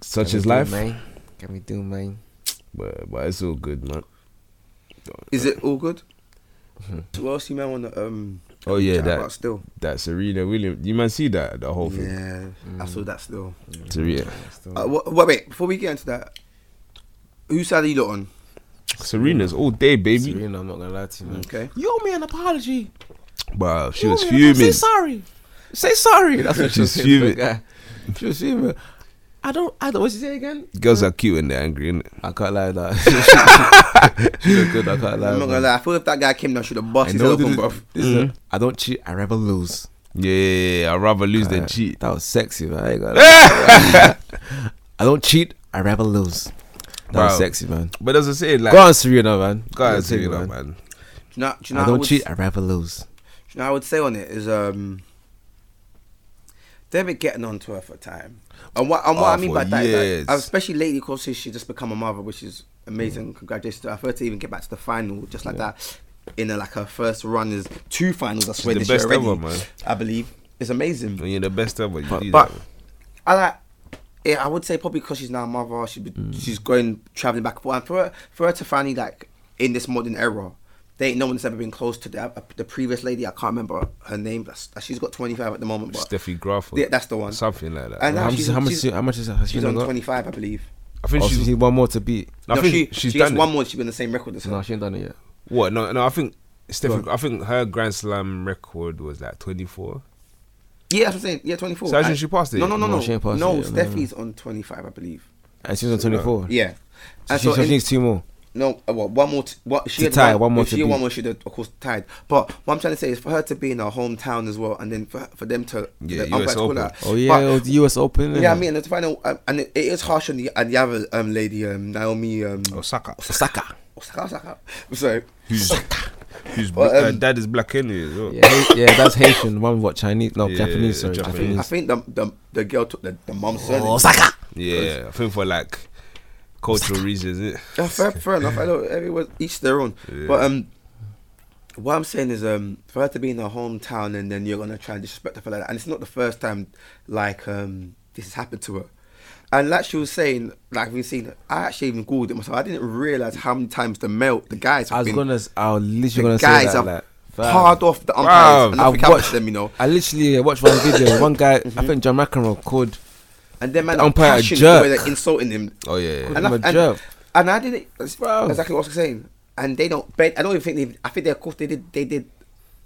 Speaker 4: Such
Speaker 5: Can we
Speaker 4: is
Speaker 5: do,
Speaker 4: life.
Speaker 5: man? Can we do, man?
Speaker 4: But, but it's all good, man.
Speaker 6: Is it all good? So what else you might want to um?
Speaker 4: Oh yeah,
Speaker 6: chat
Speaker 4: that
Speaker 6: about still.
Speaker 4: that Serena Williams. You man see that the whole thing.
Speaker 6: Yeah, I saw that still.
Speaker 4: Serena,
Speaker 5: Mm.
Speaker 6: Uh, wha- wait, wait, before we get into that, whose side are you lot on?
Speaker 4: Serena's all day, baby.
Speaker 5: Serena, I'm not gonna lie to you, man.
Speaker 6: Okay.
Speaker 5: You owe me an apology.
Speaker 4: Bro, she
Speaker 5: You
Speaker 4: was
Speaker 6: Oh,
Speaker 5: owe me an apology. Say
Speaker 4: fuming.
Speaker 5: sorry. Say sorry. That's what she was
Speaker 4: She's
Speaker 5: saying to the
Speaker 4: fuming.
Speaker 5: guy. She was fuming. I don't. I don't. What'd you say again?
Speaker 4: Girls are cute and they're angry, innit?
Speaker 5: I can't lie that. she look good. I can't lie.
Speaker 6: I'm not gonna
Speaker 5: man.
Speaker 6: lie. I feel if that guy came down, should have bust
Speaker 5: I
Speaker 6: his
Speaker 5: know.
Speaker 6: open,
Speaker 5: This,
Speaker 6: bro.
Speaker 5: this is a- I don't cheat. I rather lose.
Speaker 4: Yeah, yeah, yeah, I'd rather lose than
Speaker 5: Uh,
Speaker 4: cheat.
Speaker 5: That was sexy, man. I, ain't gonna lie. I don't cheat. I rather lose. That was
Speaker 4: Wow.
Speaker 5: sexy, man.
Speaker 4: But as I say, like,
Speaker 5: Go on, Serena, man.
Speaker 4: go on,
Speaker 5: on,
Speaker 4: say that, man.
Speaker 6: Do you know, do you know how
Speaker 5: I
Speaker 6: I
Speaker 5: don't
Speaker 6: would-
Speaker 5: cheat. I rather lose.
Speaker 6: you know, I would say on it is um, they've been getting on to her for time, and what and what
Speaker 4: Oh,
Speaker 6: I mean
Speaker 4: for
Speaker 6: by that, is
Speaker 4: years.
Speaker 6: like, especially lately, because she's just become a mother, which is amazing.
Speaker 4: Mm.
Speaker 6: Congratulations to her for her to even get back to the final just like that. In a, like her first run is two finals. I swear
Speaker 4: the
Speaker 6: this year
Speaker 4: best
Speaker 6: already.
Speaker 4: ever, man.
Speaker 6: I believe it's amazing.
Speaker 4: When you're the best ever, you do
Speaker 6: But
Speaker 4: that.
Speaker 6: I like. Yeah, I would say probably because she's now a mother, she
Speaker 4: Mm.
Speaker 6: she's going traveling back and forth. And for her, for her to finally like in this modern era, they ain't no one's ever been close to the, uh, the previous lady. I can't remember her name. That's, she's got twenty five at the moment. But
Speaker 4: Steffi Graf. or
Speaker 6: Yeah, that's the one.
Speaker 4: Something like that.
Speaker 6: And
Speaker 5: How
Speaker 6: now
Speaker 5: much?
Speaker 6: she's,
Speaker 5: how much?
Speaker 6: she's,
Speaker 5: how much is has she
Speaker 6: she's
Speaker 5: now
Speaker 6: on
Speaker 5: got?
Speaker 6: twenty five, I believe.
Speaker 4: I think
Speaker 5: Oh, so
Speaker 4: she's.
Speaker 5: she need one more to beat.
Speaker 4: I
Speaker 6: no,
Speaker 4: think
Speaker 6: she
Speaker 4: she's
Speaker 6: she has
Speaker 4: done
Speaker 6: one
Speaker 4: it.
Speaker 6: more. She's been the same record as her.
Speaker 5: No, she ain't done it yet.
Speaker 4: What? No, no. I think Steffi. I think her Grand Slam record was like 24.
Speaker 6: yeah, that's what I'm saying. Yeah, twenty four.
Speaker 4: So hasn't she passed it
Speaker 6: No,
Speaker 4: yet?
Speaker 6: no, no,
Speaker 5: No,
Speaker 6: no.
Speaker 5: she ain't passed
Speaker 6: no,
Speaker 5: it yet, no, no.
Speaker 6: Steffi's on twenty five, I believe.
Speaker 5: And she was on twenty four.
Speaker 6: Yeah.
Speaker 5: So she, so she
Speaker 6: in-
Speaker 5: needs two more.
Speaker 6: No, uh, what one more? T- what she
Speaker 5: To
Speaker 6: had
Speaker 5: tie, one more
Speaker 6: if
Speaker 5: to
Speaker 6: She had
Speaker 5: beat.
Speaker 6: one more. She had, of course tied. But what I'm trying to say is for her to be in her hometown as well, and then for, for them to
Speaker 4: Yeah,
Speaker 6: the umpire
Speaker 4: US
Speaker 6: to call
Speaker 4: Open.
Speaker 6: her.
Speaker 5: Oh yeah,
Speaker 6: But-
Speaker 5: it was the U.S. Open.
Speaker 6: yeah. I mean, the final, um, and it, it is harsh on the and the other um, lady, um, Naomi um,
Speaker 5: Oh,
Speaker 4: Osaka.
Speaker 5: Osaka.
Speaker 6: Osaka. Osaka. So
Speaker 4: Who's, who's
Speaker 6: But,
Speaker 4: bl- her
Speaker 6: um,
Speaker 4: dad is black anyway. as well.
Speaker 5: Yeah, he- yeah, that's Haitian. One what Chinese? No,
Speaker 4: Yeah,
Speaker 5: Japanese. Sorry,
Speaker 4: Japanese.
Speaker 6: I
Speaker 5: Japanese.
Speaker 6: think the the, the girl took the the mum's surname.
Speaker 5: Osaka.
Speaker 4: Yeah, I think for like cultural reasons. Isn't it?
Speaker 6: Yeah, fair, fair enough. I know everyone each their own. But um, what I'm saying is um, for her to be in her hometown and then you're gonna try and disrespect her for like that, and it's not the first time like um this has happened to her. And like she was saying, like we've seen, I actually even googled it myself. I didn't realize how many times the male, the guys, have
Speaker 5: I was
Speaker 6: been,
Speaker 5: gonna. s- I was
Speaker 6: the
Speaker 5: literally gonna say
Speaker 6: guys
Speaker 5: that.
Speaker 6: have
Speaker 5: Like, fam.
Speaker 6: hard off the
Speaker 4: Bruv,
Speaker 6: umpires and nothing
Speaker 5: I've
Speaker 6: happened
Speaker 5: watched
Speaker 6: to them, you know. Mm-hmm.
Speaker 5: I literally uh, watched one video. One guy, I think John McEnroe, called.
Speaker 6: And then man,
Speaker 5: The
Speaker 6: are
Speaker 5: umpire a
Speaker 6: passionate the way
Speaker 5: jerk.
Speaker 6: they're insulting him.
Speaker 4: Oh yeah, yeah.
Speaker 5: Call him a
Speaker 6: I,
Speaker 5: jerk.
Speaker 6: and, and I didn't. That's
Speaker 5: Bro.
Speaker 6: exactly what I was saying. And they don't. bet I don't even think they. I think they of course they did. They did.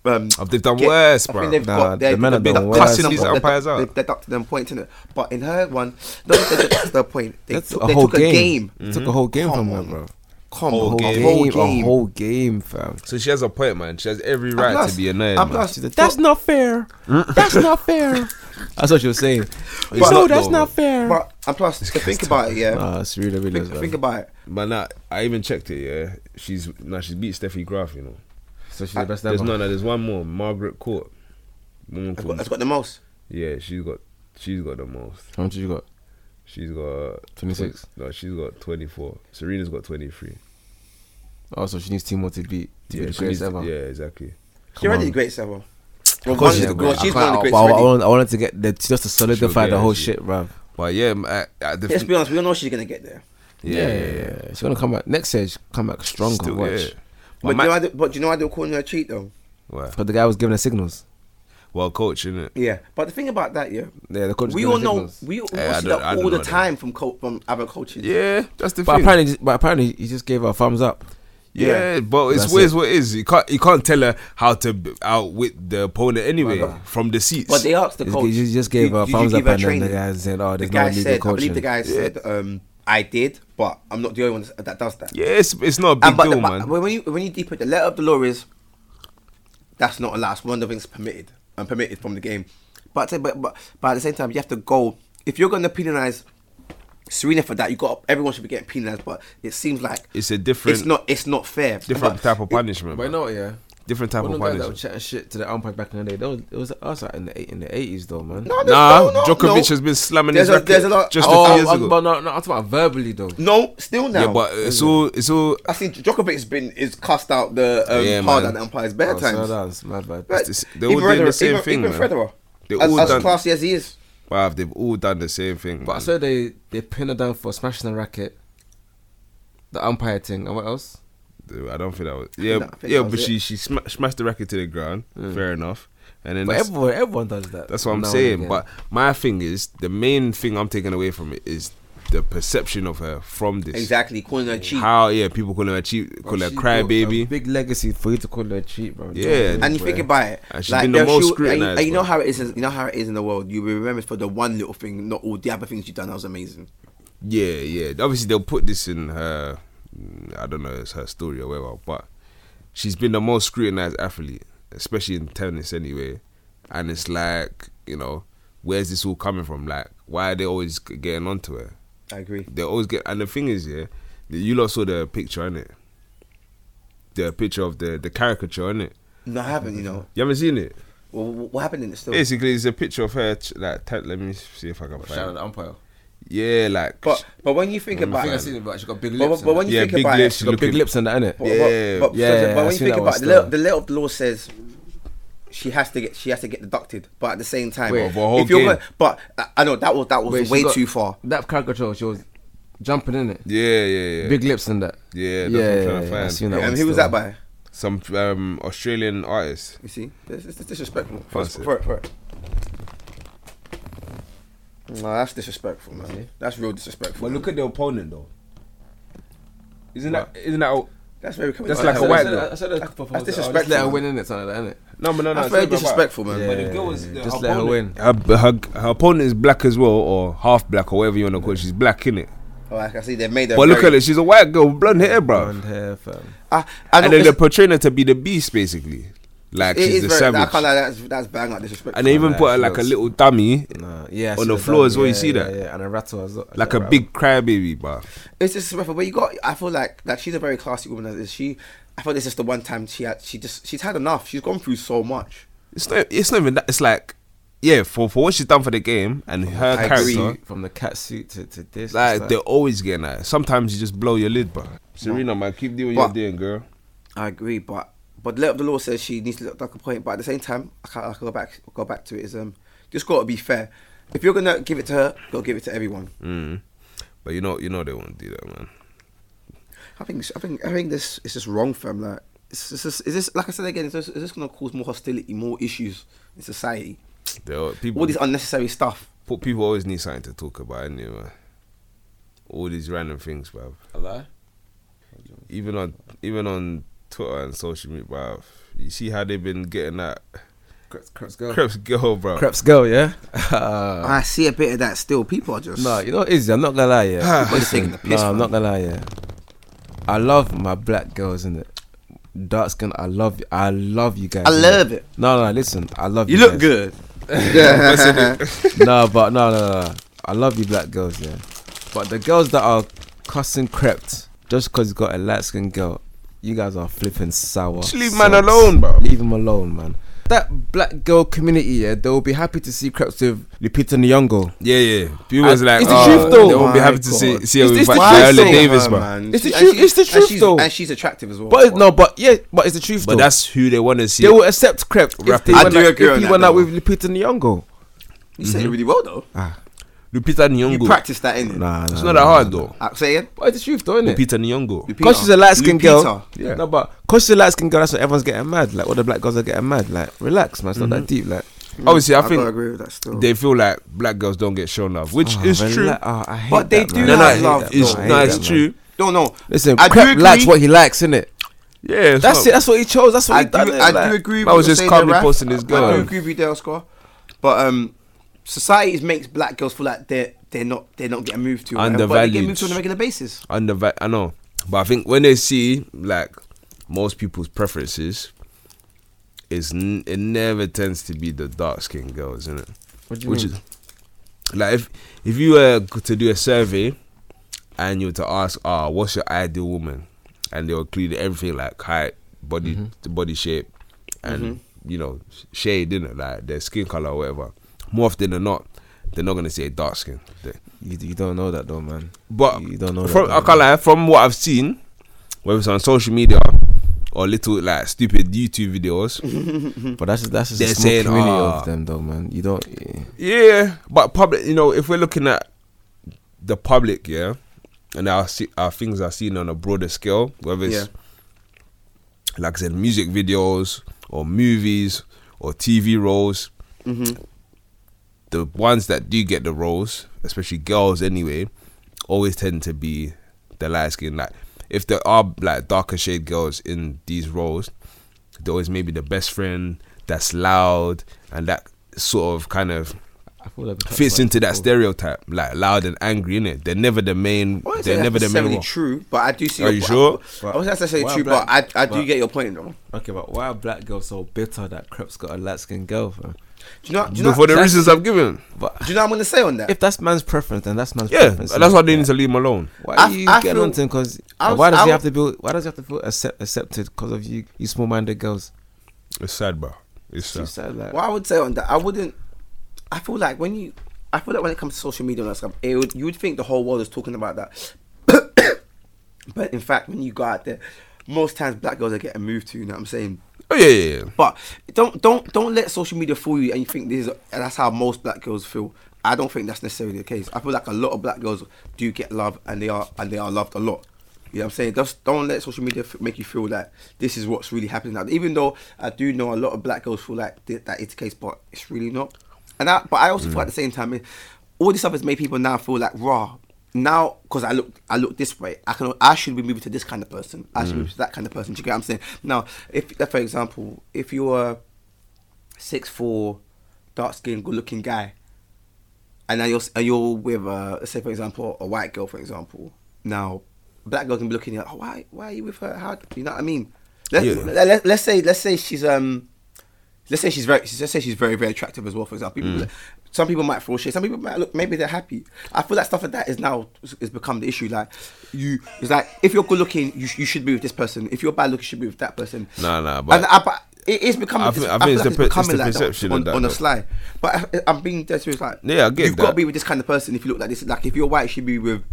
Speaker 6: Um,
Speaker 4: Oh, they've done worse,
Speaker 6: I
Speaker 4: bro.
Speaker 6: think they've
Speaker 5: Nah,
Speaker 6: got, they,
Speaker 5: the men have
Speaker 6: they've got-
Speaker 5: done worse.
Speaker 6: they've
Speaker 4: Cussing
Speaker 6: done-
Speaker 4: these
Speaker 6: they've-
Speaker 4: umpires out.
Speaker 6: They've deducted them points in it, but in her one, no, they deducted their point. They
Speaker 5: That's
Speaker 6: took,
Speaker 5: a
Speaker 6: they
Speaker 5: whole
Speaker 6: took a game.
Speaker 5: game. Took a whole game
Speaker 6: Come
Speaker 5: from her,
Speaker 6: on.
Speaker 5: bro.
Speaker 6: Come
Speaker 4: Whole
Speaker 6: on,
Speaker 4: game.
Speaker 6: a whole game.
Speaker 5: A whole game, fam.
Speaker 4: So she has a point, man. She has every right
Speaker 6: plus-
Speaker 4: to be annoyed.
Speaker 6: and
Speaker 4: man.
Speaker 6: plus-
Speaker 5: She's like, that's not fair.
Speaker 6: Mm.
Speaker 5: that's not fair. That's what she was saying.
Speaker 4: It's
Speaker 5: no,
Speaker 4: not
Speaker 5: that's
Speaker 4: though.
Speaker 5: not fair.
Speaker 6: But and plus, to think about it, yeah.
Speaker 5: Nah, it's really, really
Speaker 6: think,
Speaker 5: bad.
Speaker 6: think about it.
Speaker 4: Man, nah, I even checked it. Yeah, she's nah, she's beat Steffi Graf. You know,
Speaker 5: So she's the best
Speaker 4: there's
Speaker 5: ever.
Speaker 4: no, no, there's one more, Margaret Court. Woman
Speaker 6: I've
Speaker 4: called-
Speaker 6: got, that's got the most.
Speaker 4: yeah, she's got, she's got the most.
Speaker 5: How much you got?
Speaker 4: She's got
Speaker 5: 26.
Speaker 4: No, she's got 24. Serena's got 23.
Speaker 5: Oh, so she needs two more to beat. To
Speaker 4: Yeah,
Speaker 5: be the
Speaker 4: she
Speaker 5: greatest
Speaker 4: needs,
Speaker 5: ever.
Speaker 4: yeah, exactly.
Speaker 6: She already
Speaker 5: on.
Speaker 6: the greatest ever. Well,
Speaker 4: course
Speaker 6: one-
Speaker 4: she's the
Speaker 6: well,
Speaker 4: greatest.
Speaker 6: she's
Speaker 5: I,
Speaker 6: one of the
Speaker 5: can't-
Speaker 6: greatest.
Speaker 5: but I, I
Speaker 6: already.
Speaker 5: wanted- I wanted to get the, just to solidify
Speaker 4: get
Speaker 5: the
Speaker 4: it,
Speaker 5: whole
Speaker 4: she-
Speaker 5: shit, bruv.
Speaker 4: But yeah, ma- at, at the
Speaker 6: Let's
Speaker 4: fin-
Speaker 6: be honest, we all know she's gonna get there.
Speaker 4: yeah, yeah, yeah.
Speaker 5: She's gonna come back next year. She'll come back stronger.
Speaker 4: Still,
Speaker 5: watch.
Speaker 4: yeah.
Speaker 6: But, do
Speaker 4: But
Speaker 6: you know
Speaker 4: Ma-
Speaker 6: why they- but do you know why they were calling her a cheat though?
Speaker 4: Wow.
Speaker 5: But the guy was giving her signals.
Speaker 4: Well, coach, isn't it?
Speaker 6: Yeah, but the thing about that, yeah,
Speaker 5: Yeah, the coach. was
Speaker 6: we
Speaker 5: giving
Speaker 6: all
Speaker 5: her
Speaker 6: know
Speaker 5: signals.
Speaker 6: we all
Speaker 4: Eh, I
Speaker 6: see
Speaker 4: don't- I
Speaker 6: that
Speaker 4: don't
Speaker 6: all the
Speaker 4: know that.
Speaker 6: time from co- from other coaches.
Speaker 4: Yeah, that's the
Speaker 5: But
Speaker 4: thing.
Speaker 5: apparently, but apparently, he just gave her a thumbs up.
Speaker 4: yeah,
Speaker 6: Yeah.
Speaker 4: but it's
Speaker 5: That's
Speaker 4: what
Speaker 5: it.
Speaker 4: is what it is. You can't you can't tell her how to b- outwit the opponent anyway from the seats.
Speaker 6: But they asked the
Speaker 5: He
Speaker 6: coach.
Speaker 5: just, just gave
Speaker 6: "Did-
Speaker 5: her a
Speaker 6: did you
Speaker 5: thumbs
Speaker 6: give
Speaker 5: up,
Speaker 6: her
Speaker 5: and then the
Speaker 6: training?"
Speaker 5: guy said, "Oh,
Speaker 6: The
Speaker 5: there's
Speaker 6: guy
Speaker 5: no legal
Speaker 6: said, I
Speaker 5: coaching."
Speaker 6: believe the guy said, um, "I did, but I'm not the only one that does that."
Speaker 4: yes, it's not a big
Speaker 6: and, Ah, but,
Speaker 4: deal,
Speaker 6: but
Speaker 4: man.
Speaker 6: when you when you deep it, the letter of the law is that's not allowed. It's one of the things permitted and permitted from the game. But but but, but at the same time, you have to go if you're going to penalize. Serena for that, you got everyone should be getting penalised, but it seems like
Speaker 4: It's a different-
Speaker 6: It's not. It's not fair.
Speaker 4: Different
Speaker 6: But
Speaker 4: type of
Speaker 6: it-
Speaker 4: punishment.
Speaker 5: But you
Speaker 4: man.
Speaker 5: know what, yeah.
Speaker 4: Different type
Speaker 5: One
Speaker 4: of
Speaker 5: of them guys that were
Speaker 4: punishment.
Speaker 5: chatting shit to the umpire back in the day. That was, it was us like, in the eight- in the eighties though, man.
Speaker 6: No, no,
Speaker 4: Nah,
Speaker 6: no, no,
Speaker 4: Djokovic
Speaker 6: no.
Speaker 4: has been slamming
Speaker 6: There's
Speaker 4: his
Speaker 6: a- there's a
Speaker 4: racket
Speaker 6: lot-
Speaker 4: just
Speaker 5: oh,
Speaker 4: a few years
Speaker 5: I'm-
Speaker 4: ago.
Speaker 5: but no, no, I'm talking about verbally though.
Speaker 6: No, still now.
Speaker 4: Yeah, but it's all it's all
Speaker 6: I think Djokovic's been is cussed out the um,
Speaker 4: Yeah,
Speaker 6: hard
Speaker 4: man.
Speaker 6: and umpires bare
Speaker 5: Oh, so
Speaker 6: times.
Speaker 5: that was mad bad.
Speaker 6: Right.
Speaker 4: It's the s- they're all doing the same
Speaker 6: even,
Speaker 4: thing,
Speaker 6: Even
Speaker 4: man.
Speaker 6: Federer,
Speaker 4: They
Speaker 6: as,
Speaker 4: all
Speaker 6: as
Speaker 4: done-
Speaker 6: classy as he is,
Speaker 4: wow, they've all done the same thing.
Speaker 5: But I
Speaker 4: man.
Speaker 5: said they they pinned her down for smashing the racket, the umpire thing, and what else?
Speaker 4: I don't think that was yeah
Speaker 6: No, I think
Speaker 4: yeah,
Speaker 6: that was
Speaker 4: but
Speaker 6: it. Mm.
Speaker 4: she she sma- smashed the racket to the ground. Fair enough, and then
Speaker 5: But
Speaker 4: that's,
Speaker 5: everyone everyone does that.
Speaker 4: that's what I'm
Speaker 5: now and
Speaker 4: saying.
Speaker 5: again.
Speaker 4: But my thing is the main thing I'm taking away from it is the perception of her from this.
Speaker 6: Exactly, calling her cheap.
Speaker 4: How yeah, people call her a cheap, call her
Speaker 5: Oh, She built a
Speaker 4: crybaby.
Speaker 5: Big legacy for you to call her a cheat, bro.
Speaker 4: Yeah.
Speaker 6: and you think about it,
Speaker 4: And she's
Speaker 6: like
Speaker 4: been the
Speaker 6: there-
Speaker 4: most
Speaker 6: she- and you-
Speaker 4: scrutinized,
Speaker 6: And you know
Speaker 4: bro.
Speaker 6: how it is. You know how it is in the world. You remember for the one little thing, not all the other things you've done. That was amazing.
Speaker 4: Yeah, yeah. Obviously, they'll put this in her. I don't know, it's her story or whatever. But she's been the most scrutinized athlete, especially in tennis, anyway. And it's like, you know, where's this all coming from? Like, why are they always getting onto her?
Speaker 6: I agree.
Speaker 4: They always get. And the thing is, yeah, that you lot saw the picture, innit? The picture of the the caricature, innit?
Speaker 6: No, I haven't. You know,
Speaker 4: You haven't seen it?
Speaker 6: well, wh- what happened in the story?
Speaker 4: Basically, it's a picture of her. ch- Like, t- let me see if I can
Speaker 5: Shout out
Speaker 4: find. it.
Speaker 5: the umpire.
Speaker 4: Yeah, like.
Speaker 6: But but when you Mm, think
Speaker 4: I'm
Speaker 6: about
Speaker 4: thinking
Speaker 6: it,
Speaker 4: I seen
Speaker 5: it, but she got big
Speaker 6: but, but, but when you
Speaker 4: Yeah,
Speaker 6: think
Speaker 4: big
Speaker 6: about
Speaker 4: lips,
Speaker 6: it,
Speaker 5: she
Speaker 4: she
Speaker 5: got big
Speaker 4: looking-
Speaker 5: lips and that, innit?
Speaker 6: but,
Speaker 4: Yeah,
Speaker 6: but, but,
Speaker 5: yeah,
Speaker 6: but
Speaker 5: I
Speaker 6: when you
Speaker 5: seen
Speaker 6: think
Speaker 5: that
Speaker 6: about
Speaker 5: one
Speaker 6: it, the letter,
Speaker 5: still.
Speaker 6: the letter of the law says she has to get she has to get deducted. But at the same time,
Speaker 5: Wait,
Speaker 4: Of a whole
Speaker 6: if you're
Speaker 4: game.
Speaker 6: gonna- but uh, I- I know that was that was
Speaker 5: Wait, she
Speaker 6: way
Speaker 5: got-
Speaker 6: too far.
Speaker 5: That caricature, she was jumping in it.
Speaker 4: Yeah, yeah, yeah.
Speaker 5: Big lips and that.
Speaker 4: Yeah, that's
Speaker 5: yeah,
Speaker 4: what I'm
Speaker 5: yeah,
Speaker 4: trying to
Speaker 5: yeah,
Speaker 4: find.
Speaker 5: I seen that
Speaker 6: And
Speaker 5: one
Speaker 6: who was that
Speaker 5: still.
Speaker 6: by?
Speaker 4: some um, Australian artist.
Speaker 6: You see, this is disrespectful.
Speaker 4: That's it.
Speaker 6: For it, for it. No, that's disrespectful, man. That's real disrespectful. man.
Speaker 4: at the opponent though. Isn't that isn't that
Speaker 6: that's very. coming
Speaker 4: That's
Speaker 6: out
Speaker 4: like
Speaker 6: of
Speaker 4: a
Speaker 6: hand.
Speaker 4: white
Speaker 5: I said-
Speaker 4: girl.
Speaker 5: I said that before,
Speaker 6: That's
Speaker 5: so I'll just
Speaker 6: disrespectful,
Speaker 5: Let her
Speaker 6: man.
Speaker 5: win in it, something like that, innit?
Speaker 4: no? But no, no.
Speaker 6: That's
Speaker 4: it's
Speaker 6: very
Speaker 4: not about-
Speaker 6: disrespectful, man.
Speaker 4: But the girl was the
Speaker 5: Just let her win.
Speaker 4: Her, her, her opponent is black as well, or half black, or whatever you want to call it. She's black, innit?
Speaker 6: Oh, like I see, they made.
Speaker 4: But look at it. She's a white girl, with blonde hair, bro.
Speaker 5: Blonde hair, fam.
Speaker 6: I, I
Speaker 4: And then they're portraying her to be the beast, basically. Like
Speaker 6: it
Speaker 4: she's
Speaker 6: is
Speaker 4: the
Speaker 6: very. I
Speaker 4: savage.
Speaker 6: can't lie, that's that's bang out disrespectful.
Speaker 4: And they even
Speaker 5: Nah,
Speaker 4: put her
Speaker 5: she
Speaker 4: like a
Speaker 5: looks-
Speaker 4: little dummy,
Speaker 5: Nah, yeah. I
Speaker 4: On
Speaker 5: see
Speaker 4: the
Speaker 5: that
Speaker 4: floor as
Speaker 5: done.
Speaker 4: well, you
Speaker 5: Yeah,
Speaker 4: see
Speaker 5: yeah,
Speaker 4: that?
Speaker 5: Yeah, and a rattle as well.
Speaker 4: like a big crybaby, bro.
Speaker 6: it's disrespectful. But you got. I feel like like she's a very classy woman. As is. she, I thought this is the one time she had. She just she's had enough. She's gone through so much.
Speaker 4: It's not. It's not even that. It's like, yeah, for for what she's done for the game and her
Speaker 5: I
Speaker 4: character.
Speaker 5: agree. From the cat suit to, to this.
Speaker 4: Like,
Speaker 5: it's
Speaker 4: they're always getting at. it. Sometimes you just blow your lid, bro. Serena, man, keep doing what
Speaker 6: But-
Speaker 4: you're doing, girl.
Speaker 6: I agree, but but the letter of the law says she needs to look like a point. But at the same time, I can't, I can go back go back to it. Is um just got to be fair. If you're gonna give it to her, go give it to everyone.
Speaker 4: Mm. But you know, you know they won't do that, man.
Speaker 6: I think I think I think this is just wrong, fam. Like, is this, is this like I said again? Is this, is this gonna cause more hostility, more issues in society?
Speaker 4: They all, people,
Speaker 6: All this unnecessary stuff.
Speaker 4: po- people always need something to talk about, anyway. Man. All these random things, bro.
Speaker 5: A lie?
Speaker 4: Even on, even on Twitter and social media, bro. You see how they've been getting that
Speaker 5: Creps, creps girl.
Speaker 4: Krebs girl, bro.
Speaker 5: Creps girl, yeah?
Speaker 6: I see a bit of that still. People are just
Speaker 5: No, you know what it is? I'm not gonna lie, yeah.
Speaker 6: People are just taking the piss,
Speaker 5: no,
Speaker 6: fam.
Speaker 5: I'm not gonna lie, yeah. I love my black girls, innit? Dark skin, I love you. I love you guys.
Speaker 6: I
Speaker 5: innit?
Speaker 6: love it.
Speaker 5: No, no, listen, I love you.
Speaker 6: You look
Speaker 5: guys.
Speaker 6: good.
Speaker 5: no, but no, no, no. I love you, black girls, yeah. But the girls that are cussing crept just because you got a light skinned girl, you guys are flipping sour.
Speaker 4: Just leave man
Speaker 5: sods.
Speaker 4: alone, bro.
Speaker 5: Leave him alone, man. That black girl community, yeah, they will be happy to see creps with Lupita Nyong'o.
Speaker 4: Yeah, yeah. People was
Speaker 5: And
Speaker 4: like,
Speaker 5: it's the
Speaker 4: oh,
Speaker 5: truth, though.
Speaker 4: They won't be
Speaker 5: My
Speaker 4: happy to see
Speaker 5: God.
Speaker 4: see her
Speaker 5: Is
Speaker 4: with
Speaker 5: this the
Speaker 4: Vi-
Speaker 5: truth,
Speaker 4: Viola
Speaker 5: though?
Speaker 4: Davis,
Speaker 6: Her,
Speaker 4: bro.
Speaker 6: man.
Speaker 5: It's the
Speaker 6: And
Speaker 5: truth-
Speaker 6: she's-
Speaker 5: it's the
Speaker 6: and
Speaker 5: truth,
Speaker 6: she's-
Speaker 5: though.
Speaker 6: And she's attractive as well.
Speaker 5: But no, but yeah, but it's the truth
Speaker 4: But
Speaker 5: though.
Speaker 4: that's who they want to see.
Speaker 5: they will accept crept if they
Speaker 4: I
Speaker 5: went
Speaker 6: do
Speaker 5: out,
Speaker 6: agree
Speaker 5: if
Speaker 6: on
Speaker 5: he
Speaker 6: that,
Speaker 5: went out
Speaker 6: though.
Speaker 5: with Lupita Nyong'o.
Speaker 6: you said it really well though.
Speaker 5: Mm-hmm.
Speaker 4: Lupita
Speaker 6: You
Speaker 4: Nyong'o.
Speaker 6: practice that in it.
Speaker 5: Nah,
Speaker 4: It's not that hard though.
Speaker 6: Say it.
Speaker 5: But it's the truth, though, isn't it?
Speaker 4: Lupita Nyong'o.
Speaker 5: Because she's a light skinned girl.
Speaker 6: Lupita.
Speaker 5: Yeah. No, but because she's a light skinned girl, that's why everyone's getting mad. Like all the black girls are getting mad. Like, relax, man. It's not that deep. Like,
Speaker 4: Obviously, I
Speaker 6: I
Speaker 4: think
Speaker 6: gotta agree with that still.
Speaker 4: they feel like black girls don't get shown love, which
Speaker 5: ah,
Speaker 4: is
Speaker 5: rela-
Speaker 4: true.
Speaker 5: ah, I hate
Speaker 6: But they
Speaker 5: that,
Speaker 6: do
Speaker 5: man.
Speaker 4: No, no,
Speaker 6: I love
Speaker 4: it- it's,
Speaker 5: that, man.
Speaker 4: no,
Speaker 5: I hate
Speaker 4: it's
Speaker 5: that,
Speaker 4: true.
Speaker 6: No, no.
Speaker 5: Listen,
Speaker 6: I do
Speaker 5: Crep
Speaker 6: agree-
Speaker 5: likes what he likes, innit?
Speaker 4: Yeah, it's
Speaker 5: That's
Speaker 4: not-
Speaker 5: it. That's what he chose. That's what
Speaker 6: I
Speaker 5: he
Speaker 6: do,
Speaker 5: done. innit?
Speaker 6: I
Speaker 5: Like,
Speaker 6: do agree. with
Speaker 4: man was
Speaker 6: you
Speaker 4: just
Speaker 6: saying
Speaker 4: calmly
Speaker 6: there, Raf.
Speaker 4: posting his
Speaker 6: I
Speaker 4: girl.
Speaker 6: do agree with you there, Oscar. But um, society makes black girls feel like they're they're not they're not getting moved to, or whatever, but they get
Speaker 4: Undervalued.
Speaker 6: moved to on a regular basis.
Speaker 4: Under, va- I know, but I think when they see like most people's preferences, is n- it never tends to be the dark skinned girls, isn't it?
Speaker 5: What do you
Speaker 4: Which
Speaker 5: mean?
Speaker 4: is like if if you were g- to do a survey and you were to ask, ah, what's your ideal woman, and they'll include everything like height, body,
Speaker 5: Mm-hmm.
Speaker 4: the body shape, and you know sh- shade, innit? Like their skin color or whatever. More often than not, they're not gonna say dark skin. They-
Speaker 5: You, you don't know that though, man.
Speaker 4: but
Speaker 5: you don't know.
Speaker 4: from
Speaker 5: that,
Speaker 4: I can't lie, from what I've seen, whether it's on social media or little like stupid YouTube videos,
Speaker 5: Mm-hmm. But that's that's just a
Speaker 4: They're
Speaker 5: small
Speaker 4: saying,
Speaker 5: community
Speaker 4: ah.
Speaker 5: of them, though, man. You don't. eh, yeah.
Speaker 4: yeah. But public, you know, if we're looking at the public, yeah, and our se- our things are seen on a broader scale, whether it's
Speaker 6: Yeah.
Speaker 4: like I said, music videos or movies or TV roles, the ones that do get the roles, especially girls anyway, always tend to be the light skin. Like if there are like darker shade girls in these roles, they're always maybe the best friend that's loud and that sort of kind of
Speaker 5: I feel like we talked
Speaker 4: fits
Speaker 5: about
Speaker 4: into
Speaker 5: this
Speaker 4: that
Speaker 5: before.
Speaker 4: stereotype, like loud and angry, innit? They're never the main.
Speaker 6: I wouldn't say
Speaker 4: They're
Speaker 6: that's
Speaker 4: never the main
Speaker 6: necessarily
Speaker 4: one.
Speaker 6: true, but I do see.
Speaker 4: Are
Speaker 6: your
Speaker 4: you
Speaker 6: point.
Speaker 4: sure?
Speaker 6: I wasn't necessarily
Speaker 5: Why
Speaker 6: true,
Speaker 5: black-
Speaker 6: but I, I do
Speaker 5: why-
Speaker 6: get your point though.
Speaker 5: Okay, but why are black girls so bitter that Crep's got a light skinned girl? Bro?
Speaker 6: Do you know? Do you know?
Speaker 4: Before the
Speaker 6: that's-
Speaker 4: reasons I've given,
Speaker 5: But
Speaker 6: do you know what I'm gonna say on that?
Speaker 5: if that's man's preference, then that's man's
Speaker 4: yeah,
Speaker 5: preference.
Speaker 4: that's why they
Speaker 5: Yeah.
Speaker 4: need to leave him alone.
Speaker 5: Why
Speaker 6: I-
Speaker 5: are you
Speaker 6: I
Speaker 5: getting
Speaker 6: feel-
Speaker 5: on to him? Because
Speaker 6: I was-
Speaker 5: why does
Speaker 6: I
Speaker 5: he
Speaker 6: was-
Speaker 5: have to be? Why does he have to feel accept, accepted because of you? You small minded girls.
Speaker 4: It's sad, bro. It's
Speaker 5: You
Speaker 4: sad.
Speaker 5: said that.
Speaker 6: What I would say on that, I wouldn't. I feel like when you, I feel like when it comes to social media and that stuff, it would, you would think the whole world is talking about that, but in fact, when you go out there, most times black girls are getting moved to. You know what I'm saying?
Speaker 4: Oh yeah, yeah, yeah.
Speaker 6: But don't don't don't let social media fool you and you think this is and that's how most black girls feel. I don't think that's necessarily the case. I feel like a lot of black girls do get love and they are and they are loved a lot. You know what I'm saying? Just don't let social media f- make you feel like this is what's really happening now. Even though I do know a lot of black girls feel like th- that it's the case, but it's really not. And I, but I also feel at the same time, eh, all this stuff has made people now feel like raw. Now, because I look, I look this way. I can, I should be moving to this kind of person. I should move to that kind of person. Do you get what I'm saying? Now, if, like, for example, if you are six four, dark skinned, good looking guy, and now you're and you're with uh, say for example a white girl for example. Now, black girl can be looking at oh, why why are you with her? How you know what I mean? Let's,
Speaker 4: Yeah.
Speaker 6: let, let, let's say let's say she's um. Let's say she's very. Let's say she's very, very attractive as well. For example,
Speaker 4: Mm.
Speaker 6: people, some people might throw shade. Some people might look. Maybe they're happy. I feel like stuff like that is now is become the issue. Like you, it's like if you're good looking, you, sh- you should be with this person. If you're bad looking, you should be with that person.
Speaker 4: Nah, nah, but-
Speaker 6: and I, but it is becoming.
Speaker 4: I think-
Speaker 6: feel
Speaker 4: I think it's the
Speaker 6: it's
Speaker 4: per- it's
Speaker 6: becoming
Speaker 4: the
Speaker 6: like
Speaker 4: perception
Speaker 6: that
Speaker 4: of
Speaker 6: on,
Speaker 4: that,
Speaker 6: on
Speaker 4: though.
Speaker 6: a slide. But I, I'm being dead serious. Like
Speaker 4: Yeah, I get
Speaker 6: you've got
Speaker 4: that.
Speaker 6: to be with this kind of person if you look like this. Like if you're white, you should be with.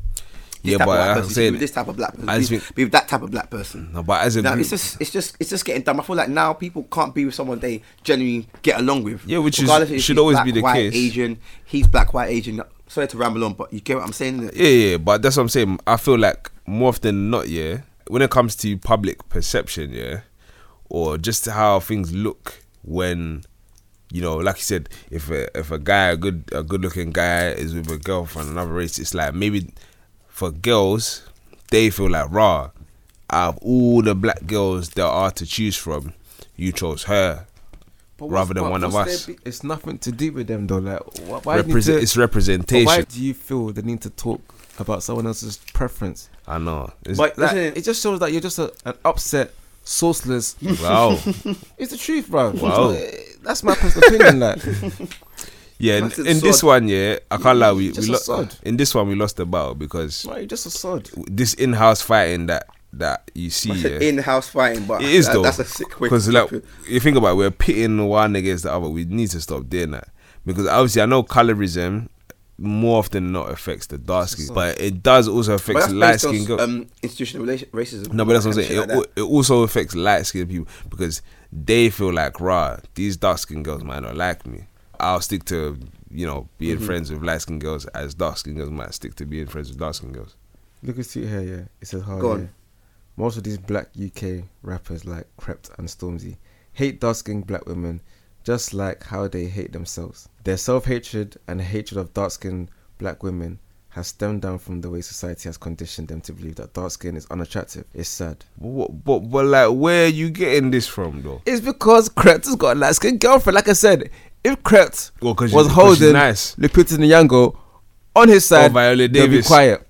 Speaker 6: This
Speaker 4: Yeah,
Speaker 6: type
Speaker 4: but
Speaker 6: of white
Speaker 4: I'm
Speaker 6: person, you should
Speaker 4: saying-
Speaker 6: be with this type of black person.
Speaker 4: I just
Speaker 6: be,
Speaker 4: think-
Speaker 6: be with that type of black person.
Speaker 4: No, but as a
Speaker 6: Now,
Speaker 4: group-
Speaker 6: it's just it's just it's just getting dumb. I feel like now people can't be with someone they genuinely get along with.
Speaker 4: Yeah, which is-
Speaker 6: Regardless if
Speaker 4: should
Speaker 6: she's
Speaker 4: always
Speaker 6: black,
Speaker 4: be the
Speaker 6: white,
Speaker 4: case.
Speaker 6: Asian, he's black, white, Asian. Sorry to ramble on, but you get what I'm saying. innit?
Speaker 4: yeah, yeah, but that's what I'm saying. I feel like more often than not, yeah, when it comes to public perception, yeah, or just how things look when, you know, like you said, if a, if a guy, a good a good looking guy, is with a girl from another race, it's like maybe for girls, they feel like raw. Out of all the black girls there are to choose from, you chose her
Speaker 5: But
Speaker 4: rather than
Speaker 5: what's-
Speaker 4: one of
Speaker 5: what's
Speaker 4: us.
Speaker 5: there be- it's nothing to do with them though. Like wh- why do you need
Speaker 4: Represent,
Speaker 5: to-
Speaker 4: it's
Speaker 5: but
Speaker 4: representation.
Speaker 5: why do you feel the need to talk about someone else's preference?
Speaker 4: I know. It's,
Speaker 6: But
Speaker 5: Like,
Speaker 6: Isn't it-
Speaker 5: it just shows that you're just a, an upset, sourceless.
Speaker 4: wow.
Speaker 5: it's the truth, bro.
Speaker 4: Wow.
Speaker 5: That's my personal opinion. Like,
Speaker 4: Yeah, in,
Speaker 6: That's a
Speaker 4: in this
Speaker 6: sod.
Speaker 4: one, yeah, I can't lie. We, we
Speaker 5: Just a
Speaker 4: lo-
Speaker 5: sod.
Speaker 4: in this one we lost the battle because
Speaker 5: bro, you're just a sod.
Speaker 4: this in-house fighting that that you see,
Speaker 6: That's
Speaker 4: yeah,
Speaker 6: an in-house fighting, but
Speaker 4: it is
Speaker 6: that-
Speaker 4: though.
Speaker 6: That's a sick way.
Speaker 4: Because
Speaker 6: to
Speaker 4: like
Speaker 6: put it.
Speaker 4: you think about, it, we're pitting one against the other. We need to stop doing that because obviously I know colorism more often than not affects the dark skin, but it does also
Speaker 6: But
Speaker 4: affect
Speaker 6: that's
Speaker 4: light
Speaker 6: based on,
Speaker 4: skin. girls.
Speaker 6: um, institutional relation, racism.
Speaker 4: No, but that's what I'm
Speaker 6: and
Speaker 4: saying.
Speaker 6: shit
Speaker 4: It,
Speaker 6: like
Speaker 4: al-
Speaker 6: that.
Speaker 4: it also affects light skinned people because they feel like, rah, these dark skinned girls might not like me. I'll stick to, you know, being
Speaker 6: Mm-hmm.
Speaker 4: friends with light skinned girls as dark skinned girls might stick to being friends with dark skinned girls.
Speaker 5: Look at it here, yeah. It says hard.
Speaker 6: Go
Speaker 5: yeah.
Speaker 6: on.
Speaker 5: Most of these black UK rappers like Crept and Stormzy hate dark skinned black women just like how they hate themselves. Their self hatred and hatred of dark skinned black women has stemmed down from the way society has conditioned them to believe that dark skin is unattractive. It's sad.
Speaker 4: But, but, but like, where are you getting this from, though?
Speaker 5: It's because Crept has got a light skinned girlfriend. Like I said, if Crept
Speaker 4: Well, 'cause
Speaker 5: was
Speaker 4: she- 'cause she's
Speaker 5: holding
Speaker 4: nice.
Speaker 5: Lupita Nyong'o on his side,
Speaker 6: Oh,
Speaker 5: they'll
Speaker 4: Viola
Speaker 5: be
Speaker 4: Davis.
Speaker 5: quiet.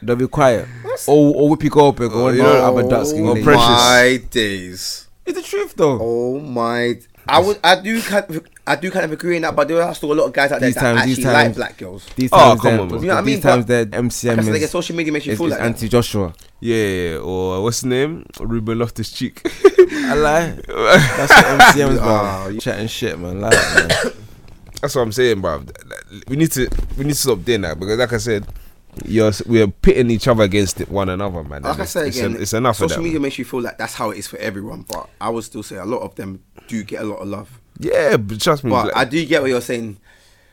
Speaker 5: They'll be quiet. Oh, or, or Whoopi
Speaker 6: Oh,
Speaker 5: Goldberg or
Speaker 4: you
Speaker 5: another
Speaker 4: know,
Speaker 5: other dark skinned
Speaker 4: or
Speaker 5: lady.
Speaker 4: Precious.
Speaker 6: My days.
Speaker 5: It's the truth though.
Speaker 6: Oh my. I would, I do, kind of, I do kind of agree in that, but there are still a lot of guys out there
Speaker 5: These
Speaker 6: that
Speaker 5: times,
Speaker 6: actually
Speaker 5: these
Speaker 6: like
Speaker 5: times,
Speaker 6: black girls.
Speaker 5: These
Speaker 4: Oh,
Speaker 5: times,
Speaker 4: come
Speaker 5: they're-
Speaker 4: on, man.
Speaker 6: You know what I mean?
Speaker 5: These times,
Speaker 6: But-
Speaker 5: their MCM
Speaker 6: That's
Speaker 5: is,
Speaker 6: like a social media makes you
Speaker 5: is,
Speaker 6: feel
Speaker 5: is
Speaker 6: like that.
Speaker 5: anti-Joshua.
Speaker 4: Yeah, yeah, yeah. or what's his name? Ruben Loftus Cheek.
Speaker 5: I lie. That's what MCM is,
Speaker 6: Oh,
Speaker 5: bro. Chatting shit, man. Like, man.
Speaker 4: That's what I'm saying, bruv. We need to we need to stop doing that because, like I said, you're, s- we're pitting each other against one another,
Speaker 6: Like
Speaker 4: man. And
Speaker 6: I
Speaker 4: it's-
Speaker 6: said
Speaker 4: it's,
Speaker 6: again,
Speaker 4: en- it's enough
Speaker 6: Social
Speaker 4: of that.
Speaker 6: media
Speaker 4: man.
Speaker 6: makes you feel like that's how it is for everyone, but I would still say a lot of them do get a lot of love.
Speaker 4: Yeah, but trust me.
Speaker 6: But
Speaker 4: black-
Speaker 6: I do get what you're saying.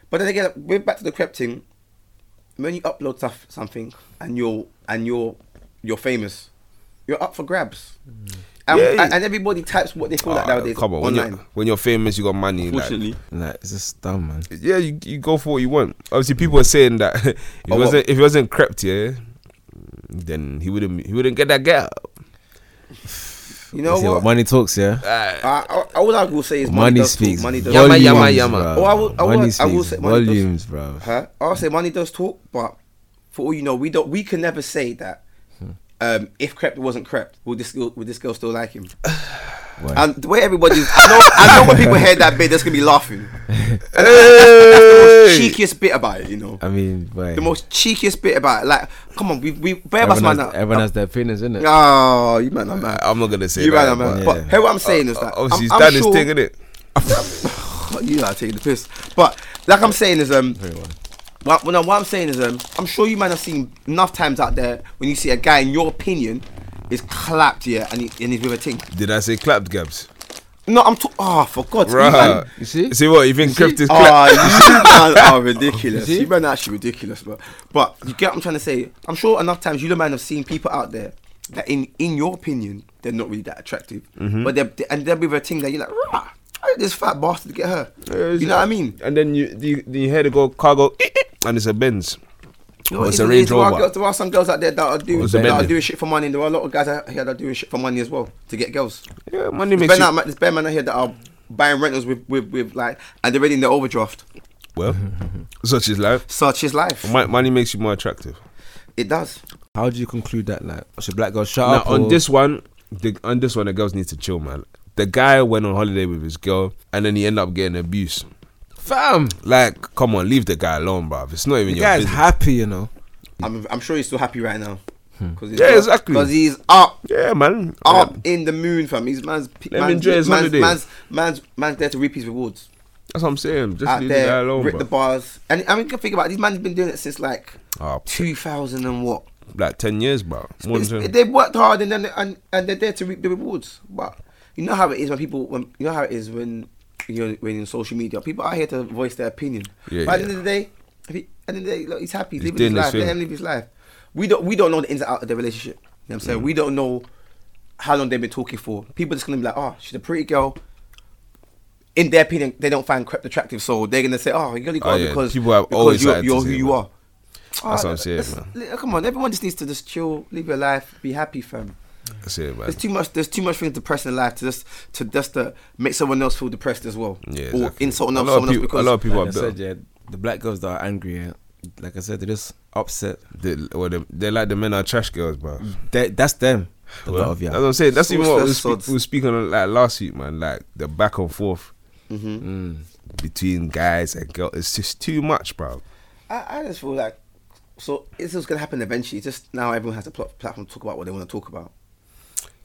Speaker 6: But then again, we're back to the crep thing. When you upload stuff, something, and you're and you're you're famous, you're up for grabs. And,
Speaker 4: Hmm. Yeah.
Speaker 6: and, and everybody types what they feel like
Speaker 4: Ah,
Speaker 6: nowadays
Speaker 4: come on, when
Speaker 6: online.
Speaker 4: you're, when you're famous, you got money. Like,
Speaker 6: Fortunately,
Speaker 5: Like it's just dumb, man.
Speaker 4: yeah, you, you go for what you want. Obviously, people are saying that if, it
Speaker 6: what?
Speaker 4: wasn't, if it wasn't crept, yeah, then he wouldn't he wouldn't get that girl.
Speaker 6: you know
Speaker 5: See what
Speaker 6: what?
Speaker 5: money talks, yeah.
Speaker 4: Ah,
Speaker 6: I, I, I, all I will say is money,
Speaker 5: Money
Speaker 6: does talk,
Speaker 5: speaks.
Speaker 6: Money does.
Speaker 4: Yama,
Speaker 5: volumes,
Speaker 4: yama, yama.
Speaker 5: bruv.
Speaker 6: Oh, I will- I will-
Speaker 5: Money
Speaker 6: I will
Speaker 5: speaks
Speaker 6: say money does-
Speaker 5: volumes, bro.
Speaker 6: Huh? I'll say money does talk, but for all you know, we don't. We can never say that. Um, if crept wasn't crept, would this girl, would this girl still like him? And the way everybody's, I know, I know when people hear that bit, they're just gonna be laughing. That's the most cheekiest bit about it, you know.
Speaker 5: I mean, boy,
Speaker 6: The most cheekiest bit about it, like, come on, we we bear us
Speaker 5: everyone,
Speaker 6: man.
Speaker 5: has,
Speaker 6: up.
Speaker 5: everyone has their opinions, innit?
Speaker 6: Oh, you man, I'm mad.
Speaker 4: I'm not gonna say
Speaker 6: You
Speaker 4: that.
Speaker 6: man, I'm
Speaker 4: but-
Speaker 6: mad. But
Speaker 5: yeah.
Speaker 6: hear what I'm saying is that
Speaker 4: Obviously,
Speaker 6: I'm,
Speaker 4: he's done
Speaker 6: I'm sure,
Speaker 4: his thing, innit?
Speaker 6: you are taking the piss. But like I'm saying is um. What, well, no, what I'm saying is um, I'm sure you might have seen enough times out there when you see a guy in your opinion is clapped yeah and, he, and he's with a ting.
Speaker 4: Did I say clapped gabs?
Speaker 6: No, I'm talking. Oh, for God's sake,
Speaker 4: Bruh.
Speaker 6: man.
Speaker 5: You see?
Speaker 4: See what? You think crept is clapped?
Speaker 6: Oh, you man are ridiculous.
Speaker 5: You see?
Speaker 6: You man are actually ridiculous, but but you get what I'm trying to say. I'm sure enough times you the man have seen people out there that in in your opinion they're not really that attractive, but they're they, and they'll be with a ting that you're like, rah, how did this fat bastard get her? Ah, you know what I mean?
Speaker 4: And then you you, you hear the go car go, and it's a Benz.
Speaker 6: You
Speaker 4: Or
Speaker 6: know,
Speaker 4: it's a Range
Speaker 6: there are
Speaker 4: Rover.
Speaker 6: girls- There are some girls out there that are doing
Speaker 4: it's a
Speaker 6: that are
Speaker 4: Bentley.
Speaker 6: doing shit for money. There are a lot of guys out here that are doing shit for money as well to get girls.
Speaker 4: Yeah, money
Speaker 6: There's
Speaker 4: makes
Speaker 6: bare,
Speaker 4: you,
Speaker 6: man- there's bare man out here that are buying rentals with, with, with like and they're already in their overdraft.
Speaker 4: well, such is life.
Speaker 6: Such is life.
Speaker 4: Mon- Money makes you more attractive.
Speaker 6: It does.
Speaker 5: How do you conclude that? Like, should black girls shut
Speaker 4: Now
Speaker 5: up?
Speaker 4: on
Speaker 5: or-
Speaker 4: this one, the, on this one, the girls need to chill, man. The guy went on holiday with his girl, and then he ended up getting abused.
Speaker 5: fam,
Speaker 4: Like, come on, leave the guy alone, bruv. It's not even
Speaker 5: the
Speaker 4: your
Speaker 5: guy's
Speaker 4: business.
Speaker 5: happy, you know.
Speaker 6: I'm, I'm sure he's still happy right now. Cause he's
Speaker 4: Hmm. Yeah,
Speaker 6: got-
Speaker 4: exactly.
Speaker 6: Cause he's up,
Speaker 4: yeah, man.
Speaker 6: up in the moon, fam. He's man's.
Speaker 4: Let him
Speaker 6: man's,
Speaker 4: enjoy his
Speaker 6: man's,
Speaker 4: holiday.
Speaker 6: man's, man's, man's there to reap his rewards
Speaker 4: That's what I'm saying. Just
Speaker 6: out
Speaker 4: leave the guy
Speaker 6: there,
Speaker 4: alone,
Speaker 6: rip the
Speaker 4: bruv.
Speaker 6: bars. And I mean, you can think about it, these man's been doing it since like
Speaker 4: Ah, p-
Speaker 6: 2000 and what.
Speaker 4: like ten years, bro. More than
Speaker 6: It's-
Speaker 4: 10.
Speaker 6: they've worked hard and, then, and and they're there to reap the rewards. But you know how it is when people when you know how it is when you're when in social media, people are here to voice their opinion.
Speaker 4: Yeah,
Speaker 6: but at the
Speaker 4: yeah.
Speaker 6: end of the day, if he, at the end of the day, look, he's happy, he's
Speaker 4: He's
Speaker 6: living his
Speaker 4: doing his
Speaker 6: life, let
Speaker 4: thing.
Speaker 6: him live his life. We don't we don't know the ins and outs of the relationship. You know what I'm saying?
Speaker 4: Mm.
Speaker 6: We don't know how long they've been talking for. People just gonna be like, Oh, she's a pretty girl. In their opinion, they don't find crept attractive, so they're gonna say, "Oh, you only got
Speaker 4: Oh,
Speaker 6: her
Speaker 4: yeah,
Speaker 6: because
Speaker 4: people have
Speaker 6: because
Speaker 4: always
Speaker 6: you're,
Speaker 4: had to
Speaker 6: you're
Speaker 4: say
Speaker 6: who you
Speaker 4: that.
Speaker 6: are."
Speaker 4: That's what I'm
Speaker 6: Ah,
Speaker 4: saying,
Speaker 6: let's- li- Come on, everyone just needs to just chill, live your life, be happy, fam.
Speaker 4: That's it, man.
Speaker 6: There's too much. There's too much things depressing in life to just to just to make someone else feel depressed as well,
Speaker 4: Yeah,
Speaker 6: or
Speaker 4: exactly.
Speaker 6: insult
Speaker 4: a
Speaker 6: another
Speaker 4: lot of
Speaker 6: someone else
Speaker 4: people,
Speaker 6: because
Speaker 4: a lot of people
Speaker 5: Like I
Speaker 4: are bitter.
Speaker 5: said, yeah, the black girls that are angry, yeah, like I said, they're just upset.
Speaker 4: They, well, they, they're like the men are trash girls, bro.
Speaker 6: Mm.
Speaker 5: They, that's them. A lot
Speaker 4: Well,
Speaker 5: of
Speaker 4: that's
Speaker 5: yeah.
Speaker 4: what I'm saying. That's
Speaker 6: Source
Speaker 4: even what
Speaker 6: their
Speaker 4: we, speak,
Speaker 6: swords.
Speaker 4: we were speaking on like last week, man. Like the back and forth
Speaker 5: Mm-hmm.
Speaker 4: Mm, between guys and girls. It's just too much, bro.
Speaker 6: I, I just feel like so this is gonna happen eventually. It's Just now, everyone has a pl- platform to talk about what they want to talk about.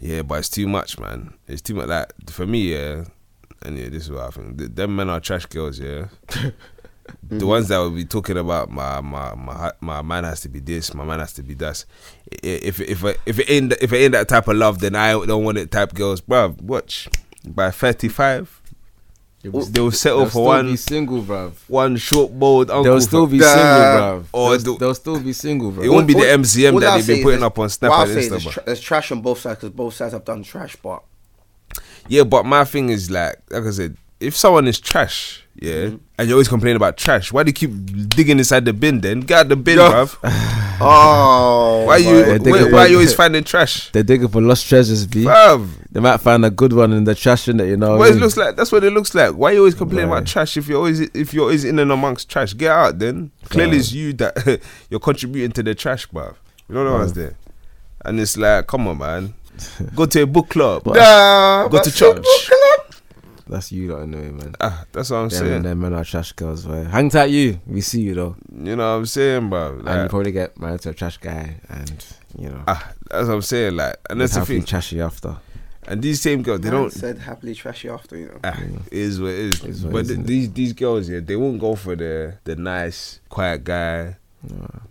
Speaker 4: Yeah, but it's too much, man. It's too much. Like for me, yeah. And yeah, this is what I think. Th- them men are trash girls, yeah. the ones that will be talking about my my my hu- my man has to be this, my man has to be that. I- i- If if I- if it ain't if it ain't that type of love, then I don't want it type girls, bruv. Watch by thirty five, they will settle
Speaker 5: They'll
Speaker 4: for
Speaker 5: still
Speaker 4: one
Speaker 5: be single, bruv.
Speaker 4: one short bold uncle.
Speaker 5: They'll still
Speaker 4: fam.
Speaker 5: be
Speaker 6: Nah.
Speaker 5: single, bruv.
Speaker 4: Or
Speaker 5: They'll,
Speaker 4: do-
Speaker 5: they'll still be single, bruv.
Speaker 4: It won't be the
Speaker 6: All-
Speaker 4: MCM
Speaker 6: all
Speaker 4: that
Speaker 6: I'll
Speaker 4: they've been
Speaker 6: say is
Speaker 4: putting
Speaker 6: there's-
Speaker 4: up on Snap
Speaker 6: what I'll
Speaker 4: and
Speaker 6: say is
Speaker 4: Insta,
Speaker 6: There's,
Speaker 4: but-
Speaker 6: tra- there's trash on both sides because both sides have done trash, but
Speaker 4: Yeah, but my thing is like, like I said, if someone is trash, yeah,
Speaker 5: Mm-hmm.
Speaker 4: and you always complain about trash, why do you keep digging inside the bin? Then get out the bin,
Speaker 6: Yeah.
Speaker 4: bruv.
Speaker 6: oh,
Speaker 4: Why you
Speaker 5: I think
Speaker 4: why,
Speaker 5: about
Speaker 4: why you
Speaker 5: it.
Speaker 4: always finding trash,
Speaker 5: They're digging for lost treasures, B.
Speaker 4: bruv?
Speaker 5: They might find a good one in the trash in it, you know. what I
Speaker 4: What it
Speaker 5: mean?
Speaker 4: looks like? That's what it looks like. Why you always complaining
Speaker 5: Oh, Right.
Speaker 4: about trash if you're always if you're always in and amongst trash? Get out then. Clearly, it's you that you're contributing to the trash, bruv. You know what I was there, and it's like, come on, man, go to a book club,
Speaker 6: Nah,
Speaker 4: go to
Speaker 6: that's a
Speaker 4: church.
Speaker 5: That's you lot anyway, man.
Speaker 4: Ah, that's what I'm
Speaker 5: Them,
Speaker 4: saying.
Speaker 5: them men are trash girls, man. Hang tight, you. We see you though,
Speaker 4: You know what I'm saying,
Speaker 5: and
Speaker 4: bruv.
Speaker 5: you
Speaker 4: Like,
Speaker 5: probably get married to a trash guy, and you know,
Speaker 4: ah, that's what I'm saying. Like, and that's
Speaker 5: Uh, that's
Speaker 4: the
Speaker 5: how
Speaker 4: thing.
Speaker 5: trashy after.
Speaker 4: And these same girls, they
Speaker 6: Man
Speaker 4: don't.
Speaker 6: said happily trashy after you know.
Speaker 4: Ah, it is what it is.
Speaker 5: It is what it
Speaker 4: but
Speaker 5: is,
Speaker 4: th-
Speaker 5: innit?
Speaker 4: these these girls, yeah, they won't go for the the nice, quiet guy.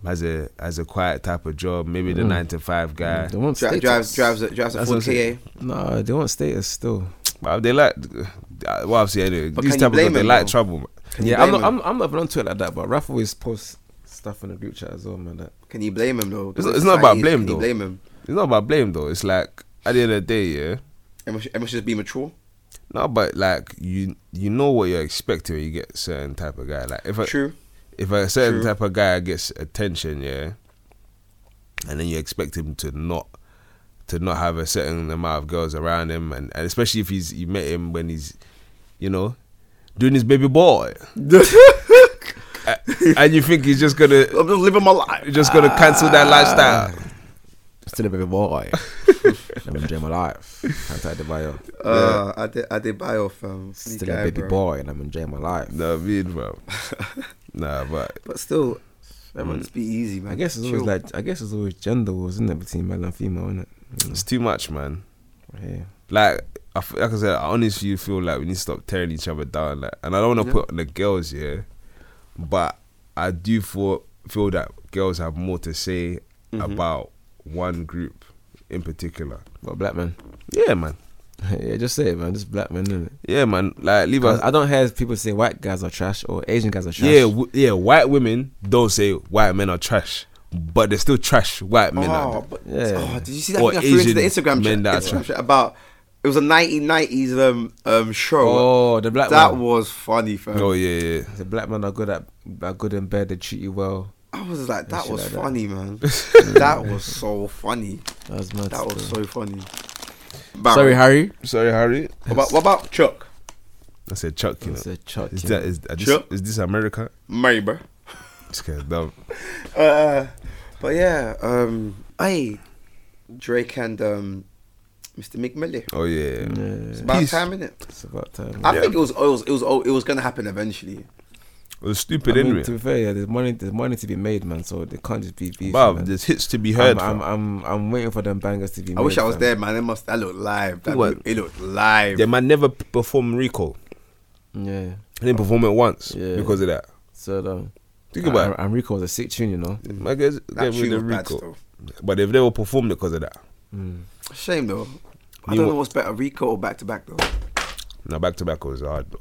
Speaker 4: Has a has a quiet type of job, maybe the nine to five guy.
Speaker 5: Mm. They want
Speaker 6: Dri-
Speaker 5: status.
Speaker 6: drives drives a, drives a
Speaker 4: That's what I'm
Speaker 6: 4K.
Speaker 4: saying.
Speaker 5: No, they want status still.
Speaker 4: But they like, uh, well, obviously anyway.
Speaker 6: But
Speaker 4: these
Speaker 6: can you
Speaker 4: type of
Speaker 6: blame
Speaker 4: girls, they
Speaker 6: him,
Speaker 4: like
Speaker 6: though?
Speaker 4: trouble. Man.
Speaker 6: you
Speaker 5: Yeah, I'm
Speaker 6: blame
Speaker 5: not, I'm, I'm not even onto it like that, but Raph always posts stuff in the group chat as well, man. That
Speaker 6: Can you blame him though?
Speaker 4: It's not- it's not about
Speaker 6: Society,
Speaker 4: blame,
Speaker 6: can you
Speaker 4: though.
Speaker 6: Blame him.
Speaker 4: It's not about blame though. It's like at the end of the day, yeah,
Speaker 6: Everyone should, everyone should be mature.
Speaker 4: No, but like you, you know what you're expecting when you get certain type of guy. Like if a
Speaker 6: True.
Speaker 4: if a certain
Speaker 6: True.
Speaker 4: type of guy gets attention, yeah, and then you expect him to not to not have a certain amount of girls around him, and, and especially if he's you met him when he's, you know, doing his baby boy, A- and you think he's just gonna
Speaker 6: I'm just living my life.
Speaker 4: just gonna cancel that lifestyle.
Speaker 5: Still a baby boy. I'm enjoying my life. Hashtag Adebayo.
Speaker 6: Uh, I did. I did buy off. Um, sneak
Speaker 5: Still a
Speaker 6: guy,
Speaker 5: baby
Speaker 6: bro.
Speaker 5: boy, and I'm enjoying my life.
Speaker 4: No, I mean, bro. nah, but
Speaker 6: But still, everyone just be easy, man.
Speaker 5: I guess it's always
Speaker 6: Chill.
Speaker 5: like I guess it's always gender wars, isn't it, between male and female, isn't it? You know,
Speaker 4: it's too much, man.
Speaker 5: yeah.
Speaker 4: like I f like I said, I honestly feel like we need to stop tearing each other down. Like, and I don't want to
Speaker 6: Yeah.
Speaker 4: put on the girls here, but I do feel feel that girls have more to say about one group in particular.
Speaker 5: But black men.
Speaker 4: Yeah, man.
Speaker 5: yeah, just say it, man. Just black men, innit?
Speaker 4: Yeah, man. Like leave us.
Speaker 5: But I don't hear people say white guys are trash or Asian guys are trash.
Speaker 4: Yeah, w- yeah. White women don't say white men are trash, but they're still trash. White men
Speaker 6: Oh,
Speaker 4: are.
Speaker 6: but
Speaker 5: Yeah.
Speaker 6: oh, did you see that
Speaker 4: Or
Speaker 6: thing I threw into the
Speaker 4: Asian
Speaker 6: Instagram, chat,
Speaker 4: men that are
Speaker 6: Instagram chat about? It was a 1990s um um show.
Speaker 5: Oh, the black
Speaker 6: that
Speaker 5: man.
Speaker 6: was funny, fam.
Speaker 4: Oh yeah, yeah.
Speaker 5: The black men are good at are good in bed. They treat you well.
Speaker 6: I was like, that
Speaker 5: shit
Speaker 6: was
Speaker 5: like that.
Speaker 6: funny, man. that was so funny.
Speaker 5: That was mad.
Speaker 6: That was
Speaker 5: still.
Speaker 6: so funny. Barry,
Speaker 5: Sorry, Harry.
Speaker 4: Sorry, Harry.
Speaker 6: What about, what about Chuck?
Speaker 4: I said Chuck. You know.
Speaker 5: It's a chuck.
Speaker 4: Is
Speaker 5: you
Speaker 4: that is, are this,
Speaker 6: Chuck?
Speaker 4: is this America?
Speaker 6: Maybe.
Speaker 4: It's kind of dumb.
Speaker 6: Uh, but yeah, um, hey, Drake and um, Mr. Mick Millie.
Speaker 4: Oh yeah.
Speaker 5: know. Yeah,
Speaker 6: It's about
Speaker 4: Peace.
Speaker 6: time, innit?
Speaker 5: it's about time.
Speaker 6: I think it was, it was, it was, it was gonna happen eventually.
Speaker 4: It was
Speaker 5: I
Speaker 4: stupid,
Speaker 5: mean,
Speaker 4: anyway.
Speaker 5: to be fair, yeah, there's money, there's money to be made, man. So they can't just be beef.
Speaker 4: Bruv, there's hits to be heard.
Speaker 5: I'm, I'm, I'm,
Speaker 4: fam.
Speaker 5: I'm waiting for them bangers to be.
Speaker 6: I wish I was
Speaker 5: fam.
Speaker 6: there, man. It must. That looked live. That
Speaker 4: What?
Speaker 6: looked, it looked live.
Speaker 4: They might never p- perform Rico.
Speaker 5: Yeah.
Speaker 4: They didn't perform it once
Speaker 5: Yeah.
Speaker 4: because of that.
Speaker 5: So um,
Speaker 4: Think about it.
Speaker 5: it. Enrico was a sick tune, you know.
Speaker 4: My guys
Speaker 6: that
Speaker 4: get
Speaker 6: tune was
Speaker 4: rid of
Speaker 6: bad
Speaker 4: Rico.
Speaker 6: still.
Speaker 4: But they've never performed it because of that.
Speaker 6: Shame though. I
Speaker 4: You
Speaker 6: don't
Speaker 4: wa-
Speaker 6: know what's better, Rico or back to back though.
Speaker 4: Now back to back was hard, bro.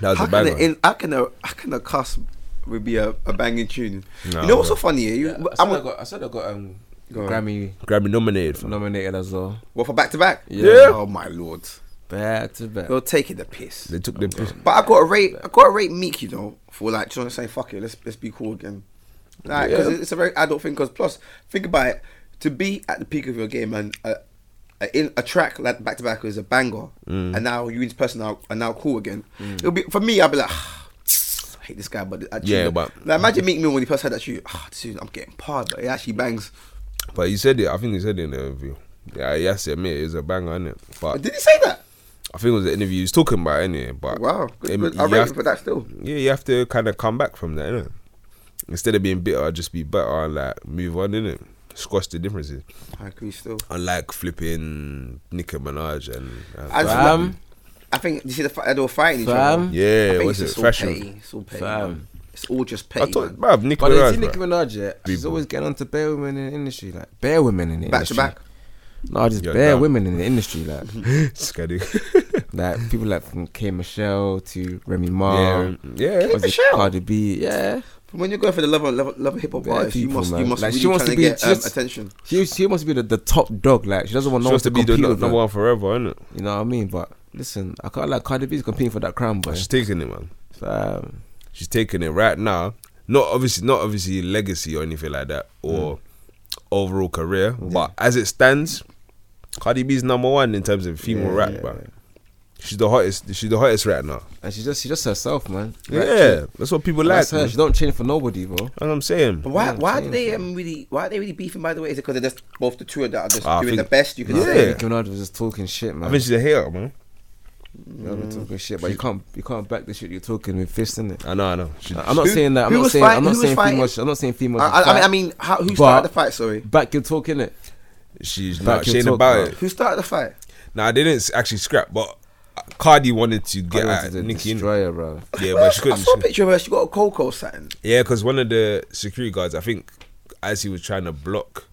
Speaker 4: That was
Speaker 6: How
Speaker 4: a
Speaker 6: can,
Speaker 4: banger.
Speaker 6: a, in, how can a how can a cuss would be a, a banging tune?
Speaker 4: Nah,
Speaker 6: you know what's so
Speaker 4: bro.
Speaker 6: funny? Yeah? You,
Speaker 5: I
Speaker 6: I'm
Speaker 5: said I
Speaker 6: a,
Speaker 5: got, I said I got um,
Speaker 6: Go on.
Speaker 5: Grammy
Speaker 4: Grammy nominated. Fam.
Speaker 5: nominated as well.
Speaker 6: what for back to back?
Speaker 5: Yeah. Yeah.
Speaker 6: Oh my lord,
Speaker 5: Back to back.
Speaker 6: you're taking the piss.
Speaker 4: They took the piss.
Speaker 6: But I got to rate. I got to rate Meek. You know, for like trying to say fuck it. Let's let's be cool again. Like, cause it's a very adult thing. Cause plus, think about it. To be at the peak of your game and uh, uh, in a track like back to back is a banger,
Speaker 4: Mm.
Speaker 6: and now you and this person are, are now cool again. It'll be for me. I'll be like. "Ah, I hate this guy, but actually,
Speaker 4: Yeah, but-
Speaker 6: like, imagine Meek Mill when he first had that shoot. Ah, this dude, I'm getting parred, but he actually bangs.
Speaker 4: But he said it. I think he said it in the interview. Yeah, he has to admit it was a banger, innit? But
Speaker 6: Did he say that?
Speaker 4: I think it was the interview he was talking about, anyway. But
Speaker 6: Wow,
Speaker 4: Um,
Speaker 6: good, good.
Speaker 4: you
Speaker 6: I rate
Speaker 4: have
Speaker 6: him for that still.
Speaker 4: yeah, you have to kind of come back from that, innit? Instead of being bitter, just be better and like move on, innit? Squash the differences.
Speaker 6: I agree still.
Speaker 4: Unlike flipping Nicki Minaj and, and
Speaker 6: I just
Speaker 5: Fam.
Speaker 6: like- I think you see the fact that they were fighting each
Speaker 5: Fam.
Speaker 6: other.
Speaker 4: Yeah,
Speaker 6: I think
Speaker 4: what's
Speaker 6: it's
Speaker 4: it,
Speaker 6: just all
Speaker 4: fashion?
Speaker 6: petty. It's all petty.
Speaker 5: Fam.
Speaker 6: man. It's all just
Speaker 4: I
Speaker 6: petty. man.
Speaker 4: thought, bruv, Nicki
Speaker 5: But you see
Speaker 4: Minaj.
Speaker 5: Nicki
Speaker 4: bruv.
Speaker 5: Minaj, yeah, she's
Speaker 4: People.
Speaker 5: always getting onto bare women in the industry, like bare women in the
Speaker 6: Back to
Speaker 5: industry.
Speaker 6: back.
Speaker 5: No, just
Speaker 4: You're
Speaker 5: bare
Speaker 4: done.
Speaker 5: women in the industry, like
Speaker 4: Scary.
Speaker 5: like people like from K Michelle to Remy Ma,
Speaker 4: yeah, yeah.
Speaker 5: Um, was it
Speaker 6: Michelle?
Speaker 5: Cardi B, yeah.
Speaker 6: When you go for the love of love, love of hip hop
Speaker 5: Bare
Speaker 6: artist, you
Speaker 5: people,
Speaker 6: must
Speaker 5: man.
Speaker 6: you must
Speaker 5: Like,
Speaker 6: really
Speaker 5: she wants
Speaker 6: trying
Speaker 5: to be
Speaker 6: get um,
Speaker 5: just-
Speaker 6: attention.
Speaker 5: She she wants to be the, the top dog, like she doesn't want no one
Speaker 4: supposed
Speaker 5: to,
Speaker 4: to be the
Speaker 5: compete
Speaker 4: nu-
Speaker 5: with her.
Speaker 4: number one forever, isn't it?
Speaker 5: You know what I mean? But listen, I can't like Cardi B's competing for that crown, boy.
Speaker 4: She's taking it, man.
Speaker 5: Fam.
Speaker 4: She's taking it right now. Not obviously, not obviously legacy or anything like that, or overall career. But as it stands, Cardi B's number one in terms of female
Speaker 5: Yeah,
Speaker 4: rap,
Speaker 5: yeah,
Speaker 4: bruv. She's the hottest. She's the hottest right now.
Speaker 5: and she's just she's just herself, man.
Speaker 4: Yeah, that's what people like.
Speaker 5: That's her.
Speaker 4: man.
Speaker 5: She don't change for nobody, bro.
Speaker 4: That's what I'm saying.
Speaker 6: But why
Speaker 5: Yeah,
Speaker 6: why do
Speaker 5: same,
Speaker 6: they um, really why are they really beefing? By the way, is it because they're just both the two of that are just
Speaker 4: Ah, I
Speaker 6: doing the
Speaker 4: think-
Speaker 6: best you can
Speaker 4: Yeah.
Speaker 6: say?
Speaker 5: Nicki Minaj was just talking shit, man.
Speaker 4: I think she's a hater, man.
Speaker 5: You know, talking shit, but you can't you can't back the shit you're talking with fists in it.
Speaker 4: I know, I know. She,
Speaker 5: I'm not
Speaker 6: Who-
Speaker 5: saying that. I'm
Speaker 6: who
Speaker 5: not
Speaker 6: was
Speaker 5: saying.
Speaker 6: fight-
Speaker 5: I'm
Speaker 6: who
Speaker 5: not
Speaker 6: was
Speaker 5: saying
Speaker 6: fighting?
Speaker 5: females. I'm not saying females.
Speaker 6: I, I, I mean, I
Speaker 5: fight.
Speaker 6: mean, how, who
Speaker 5: But-
Speaker 6: started the fight? Sorry,
Speaker 5: back your talk in it.
Speaker 4: she's
Speaker 5: Back
Speaker 4: not
Speaker 5: your
Speaker 4: shame
Speaker 5: talk,
Speaker 4: about
Speaker 5: bruv.
Speaker 4: it.
Speaker 6: who started the fight?
Speaker 4: Nah, they didn't actually scrap, but Cardi wanted to get at Nicki. innit?
Speaker 5: destroyer, bro.
Speaker 4: Yeah, but she
Speaker 6: I
Speaker 4: couldn't.
Speaker 6: saw a picture of her. She got a cold cold satin.
Speaker 4: Yeah, because one of the security guards, I think, as he was trying to block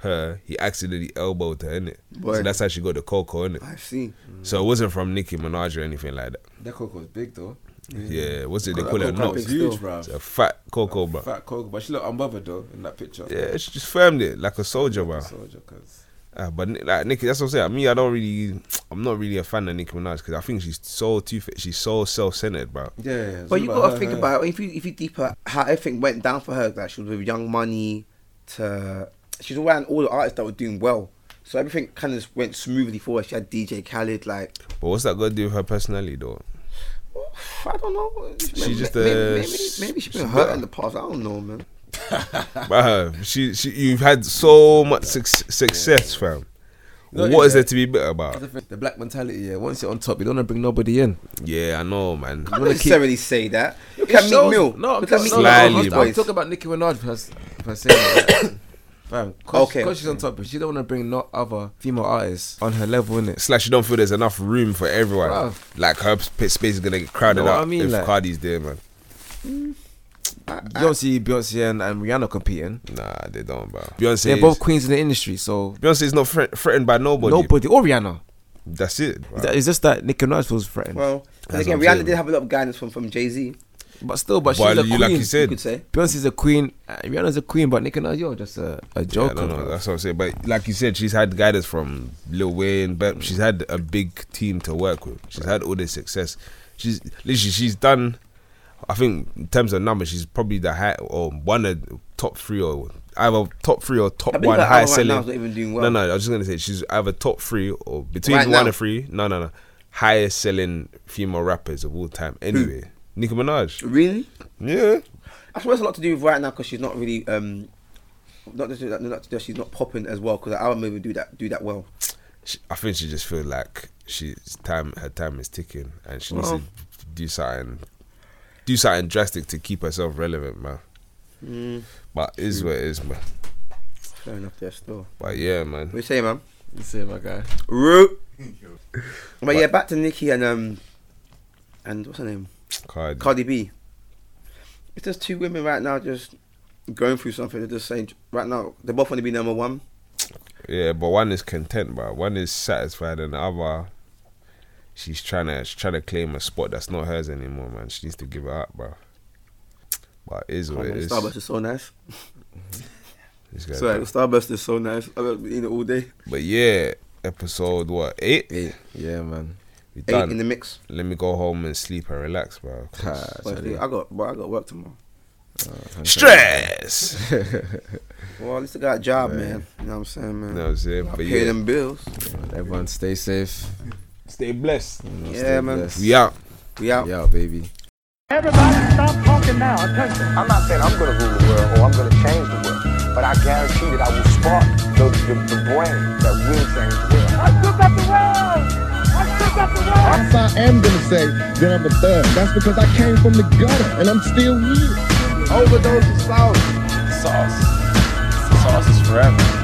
Speaker 4: her, he accidentally elbowed her in it.
Speaker 6: Boy.
Speaker 4: So that's how she got the coco in it.
Speaker 6: I've seen.
Speaker 4: So it wasn't from Nicki Minaj or anything like that.
Speaker 5: That coke was big though.
Speaker 4: Yeah, what's it? They
Speaker 6: That
Speaker 4: call it
Speaker 6: cocoa
Speaker 4: knots.
Speaker 6: Mm. is huge,
Speaker 4: It's
Speaker 5: bruv.
Speaker 4: a fat coco, bro.
Speaker 5: Fat coke, but she looked unbothered though in that picture.
Speaker 4: Yeah, she just firmed it like a soldier, bro.
Speaker 5: Soldier, cause
Speaker 4: Uh, but Ni- like Nicki, that's what I'm saying. Me, I don't really, I'm not really a fan of Nicki Minaj because I think she's so too, she's so self-centered, bro.
Speaker 10: Yeah,
Speaker 6: But you gotta think about if you if you deeper how everything went down for her. That she was with Young Money, to she's around all the artists that were doing well. So everything kind of went smoothly for her. She had DJ Khaled, like
Speaker 4: But what's that got to do with her personality, though?
Speaker 6: I don't know.
Speaker 4: She just, uh,
Speaker 6: maybe, maybe,
Speaker 4: s-
Speaker 6: maybe she's
Speaker 4: she's
Speaker 6: been hurt
Speaker 4: better.
Speaker 6: in the past. I don't know, man.
Speaker 4: Bruh, she, she, you've had so much suc- success, fam.
Speaker 5: No,
Speaker 4: what
Speaker 5: yeah.
Speaker 4: is there to be better about?
Speaker 5: The, the black mentality, yeah. Once you're on top, you don't want to bring nobody in.
Speaker 4: Yeah, I know, man.
Speaker 6: I
Speaker 5: wanna
Speaker 6: don't
Speaker 5: keep-
Speaker 6: necessarily say that. Look
Speaker 5: It
Speaker 6: at Meek
Speaker 5: shows-
Speaker 6: Mill.
Speaker 5: No, I'm,
Speaker 6: Look at
Speaker 5: talking-
Speaker 6: Meek
Speaker 5: no, no,
Speaker 6: Mill.
Speaker 5: I'm,
Speaker 4: Slightly,
Speaker 5: I'm,
Speaker 4: bro.
Speaker 5: I'm talking about Nicki Minaj per, s- per se. man. Fam, cause,
Speaker 6: Okay.
Speaker 5: 'cause she's on top, she don't want to bring no other female artists on her level, innit?
Speaker 4: It's like she don't feel there's enough room for everyone.
Speaker 5: Bruv.
Speaker 4: Like her sp- space is gonna get crowded
Speaker 5: Know what
Speaker 4: out
Speaker 5: I mean?
Speaker 4: if
Speaker 5: Like-
Speaker 4: Cardi's there, man.
Speaker 5: You don't see Beyonce and, and Rihanna competing.
Speaker 4: Nah, they don't, bro. Beyonce,
Speaker 5: They're
Speaker 4: is,
Speaker 5: both queens in the industry, so
Speaker 4: Beyonce's not thre- threatened by nobody.
Speaker 5: nobody or Rihanna.
Speaker 4: That's it. bruh.
Speaker 5: Is that- It's just that Nicki Minaj feels threatened.
Speaker 6: Well, and
Speaker 4: That's
Speaker 6: again,
Speaker 4: what I'm
Speaker 6: Rihanna
Speaker 4: saying.
Speaker 6: did have a lot of guidance from from Jay Z.
Speaker 5: but still, but she's
Speaker 4: But
Speaker 5: a
Speaker 4: you-
Speaker 5: queen.
Speaker 4: like you said-
Speaker 6: You could say.
Speaker 5: Beyonce's a queen, uh, Rihanna's a queen, but Nicki Minaj, you're just a, a
Speaker 4: Yeah,
Speaker 5: joker.
Speaker 4: I don't know.
Speaker 5: bro.
Speaker 4: That's what I'm saying. But like you said, she's had guidance from Lil Wayne,
Speaker 6: Mm.
Speaker 4: but she's had a big team to work with. She's had all this success. She's literally she's done. I think in terms of numbers, she's probably the high or one of the top three or either top three or top
Speaker 6: I believe
Speaker 4: one
Speaker 6: her
Speaker 4: high
Speaker 6: album right
Speaker 4: selling.
Speaker 6: now is not even doing well.
Speaker 4: No, no. I was just gonna say she's either top three or between
Speaker 6: Right
Speaker 4: one
Speaker 6: now?
Speaker 4: and three. No, no, no. Highest selling female rappers of all time. Anyway, Nicki Minaj.
Speaker 6: Really?
Speaker 4: Yeah.
Speaker 6: I suppose it's a lot to do with right now because she's not really um, not to do that, not to do that, she's not popping as well because the album movie do that do that well.
Speaker 4: she, I think she just feels like she's time her time is ticking and she
Speaker 6: Well-
Speaker 4: needs to do something do something drastic to keep herself relevant, man.
Speaker 6: Mm.
Speaker 4: But it is what it is, man.
Speaker 6: Fair enough, there still.
Speaker 4: But yeah,
Speaker 6: What
Speaker 4: man.
Speaker 6: you say, man?
Speaker 5: You see, my guy.
Speaker 6: Root. but yeah, back to Nicki and um, and what's her name?
Speaker 4: Card.
Speaker 6: Cardi B. It's just two women right now just going through something. They're just saying right now they both want to be number one.
Speaker 4: Yeah, but one is content, bro. One is satisfied and the other she's trying to she's trying to claim a spot that's not hers anymore, man. She needs to give it up, bro. But it is what it is.
Speaker 6: Starburst is so nice.
Speaker 4: This guy-
Speaker 6: Sorry, Starburst is so nice. I have eat it all day.
Speaker 4: But yeah, episode what, eight?
Speaker 5: Yeah, yeah, man.
Speaker 4: We
Speaker 6: Eight
Speaker 4: done.
Speaker 6: in the mix.
Speaker 4: Let me go home and sleep and relax, bro.
Speaker 5: Ah,
Speaker 6: But
Speaker 5: Charlie.
Speaker 6: I got, but I got work tomorrow.
Speaker 4: Stress.
Speaker 6: Well, at least I got a job, man. You know what I'm saying, man?
Speaker 4: You know what I'm saying? But
Speaker 6: Pay
Speaker 4: yeah,
Speaker 6: them bills.
Speaker 5: Everyone, stay safe.
Speaker 4: stay blessed.
Speaker 6: Yeah,
Speaker 5: stay
Speaker 6: man.
Speaker 5: blessed.
Speaker 4: We out.
Speaker 6: We out.
Speaker 5: Yeah, baby.
Speaker 1: Everybody stop talking now. Attention.
Speaker 2: I'm not saying I'm gonna rule the world or I'm gonna change the world, but I guarantee that I will spark the, the, the brain that will change the world.
Speaker 1: I took up the world. I took up the world.
Speaker 3: Yes, I am gonna say that I'm a thug. That's because I came from the gutter and I'm still here.
Speaker 2: Overdose of sauce. Sauce. Sauce is forever.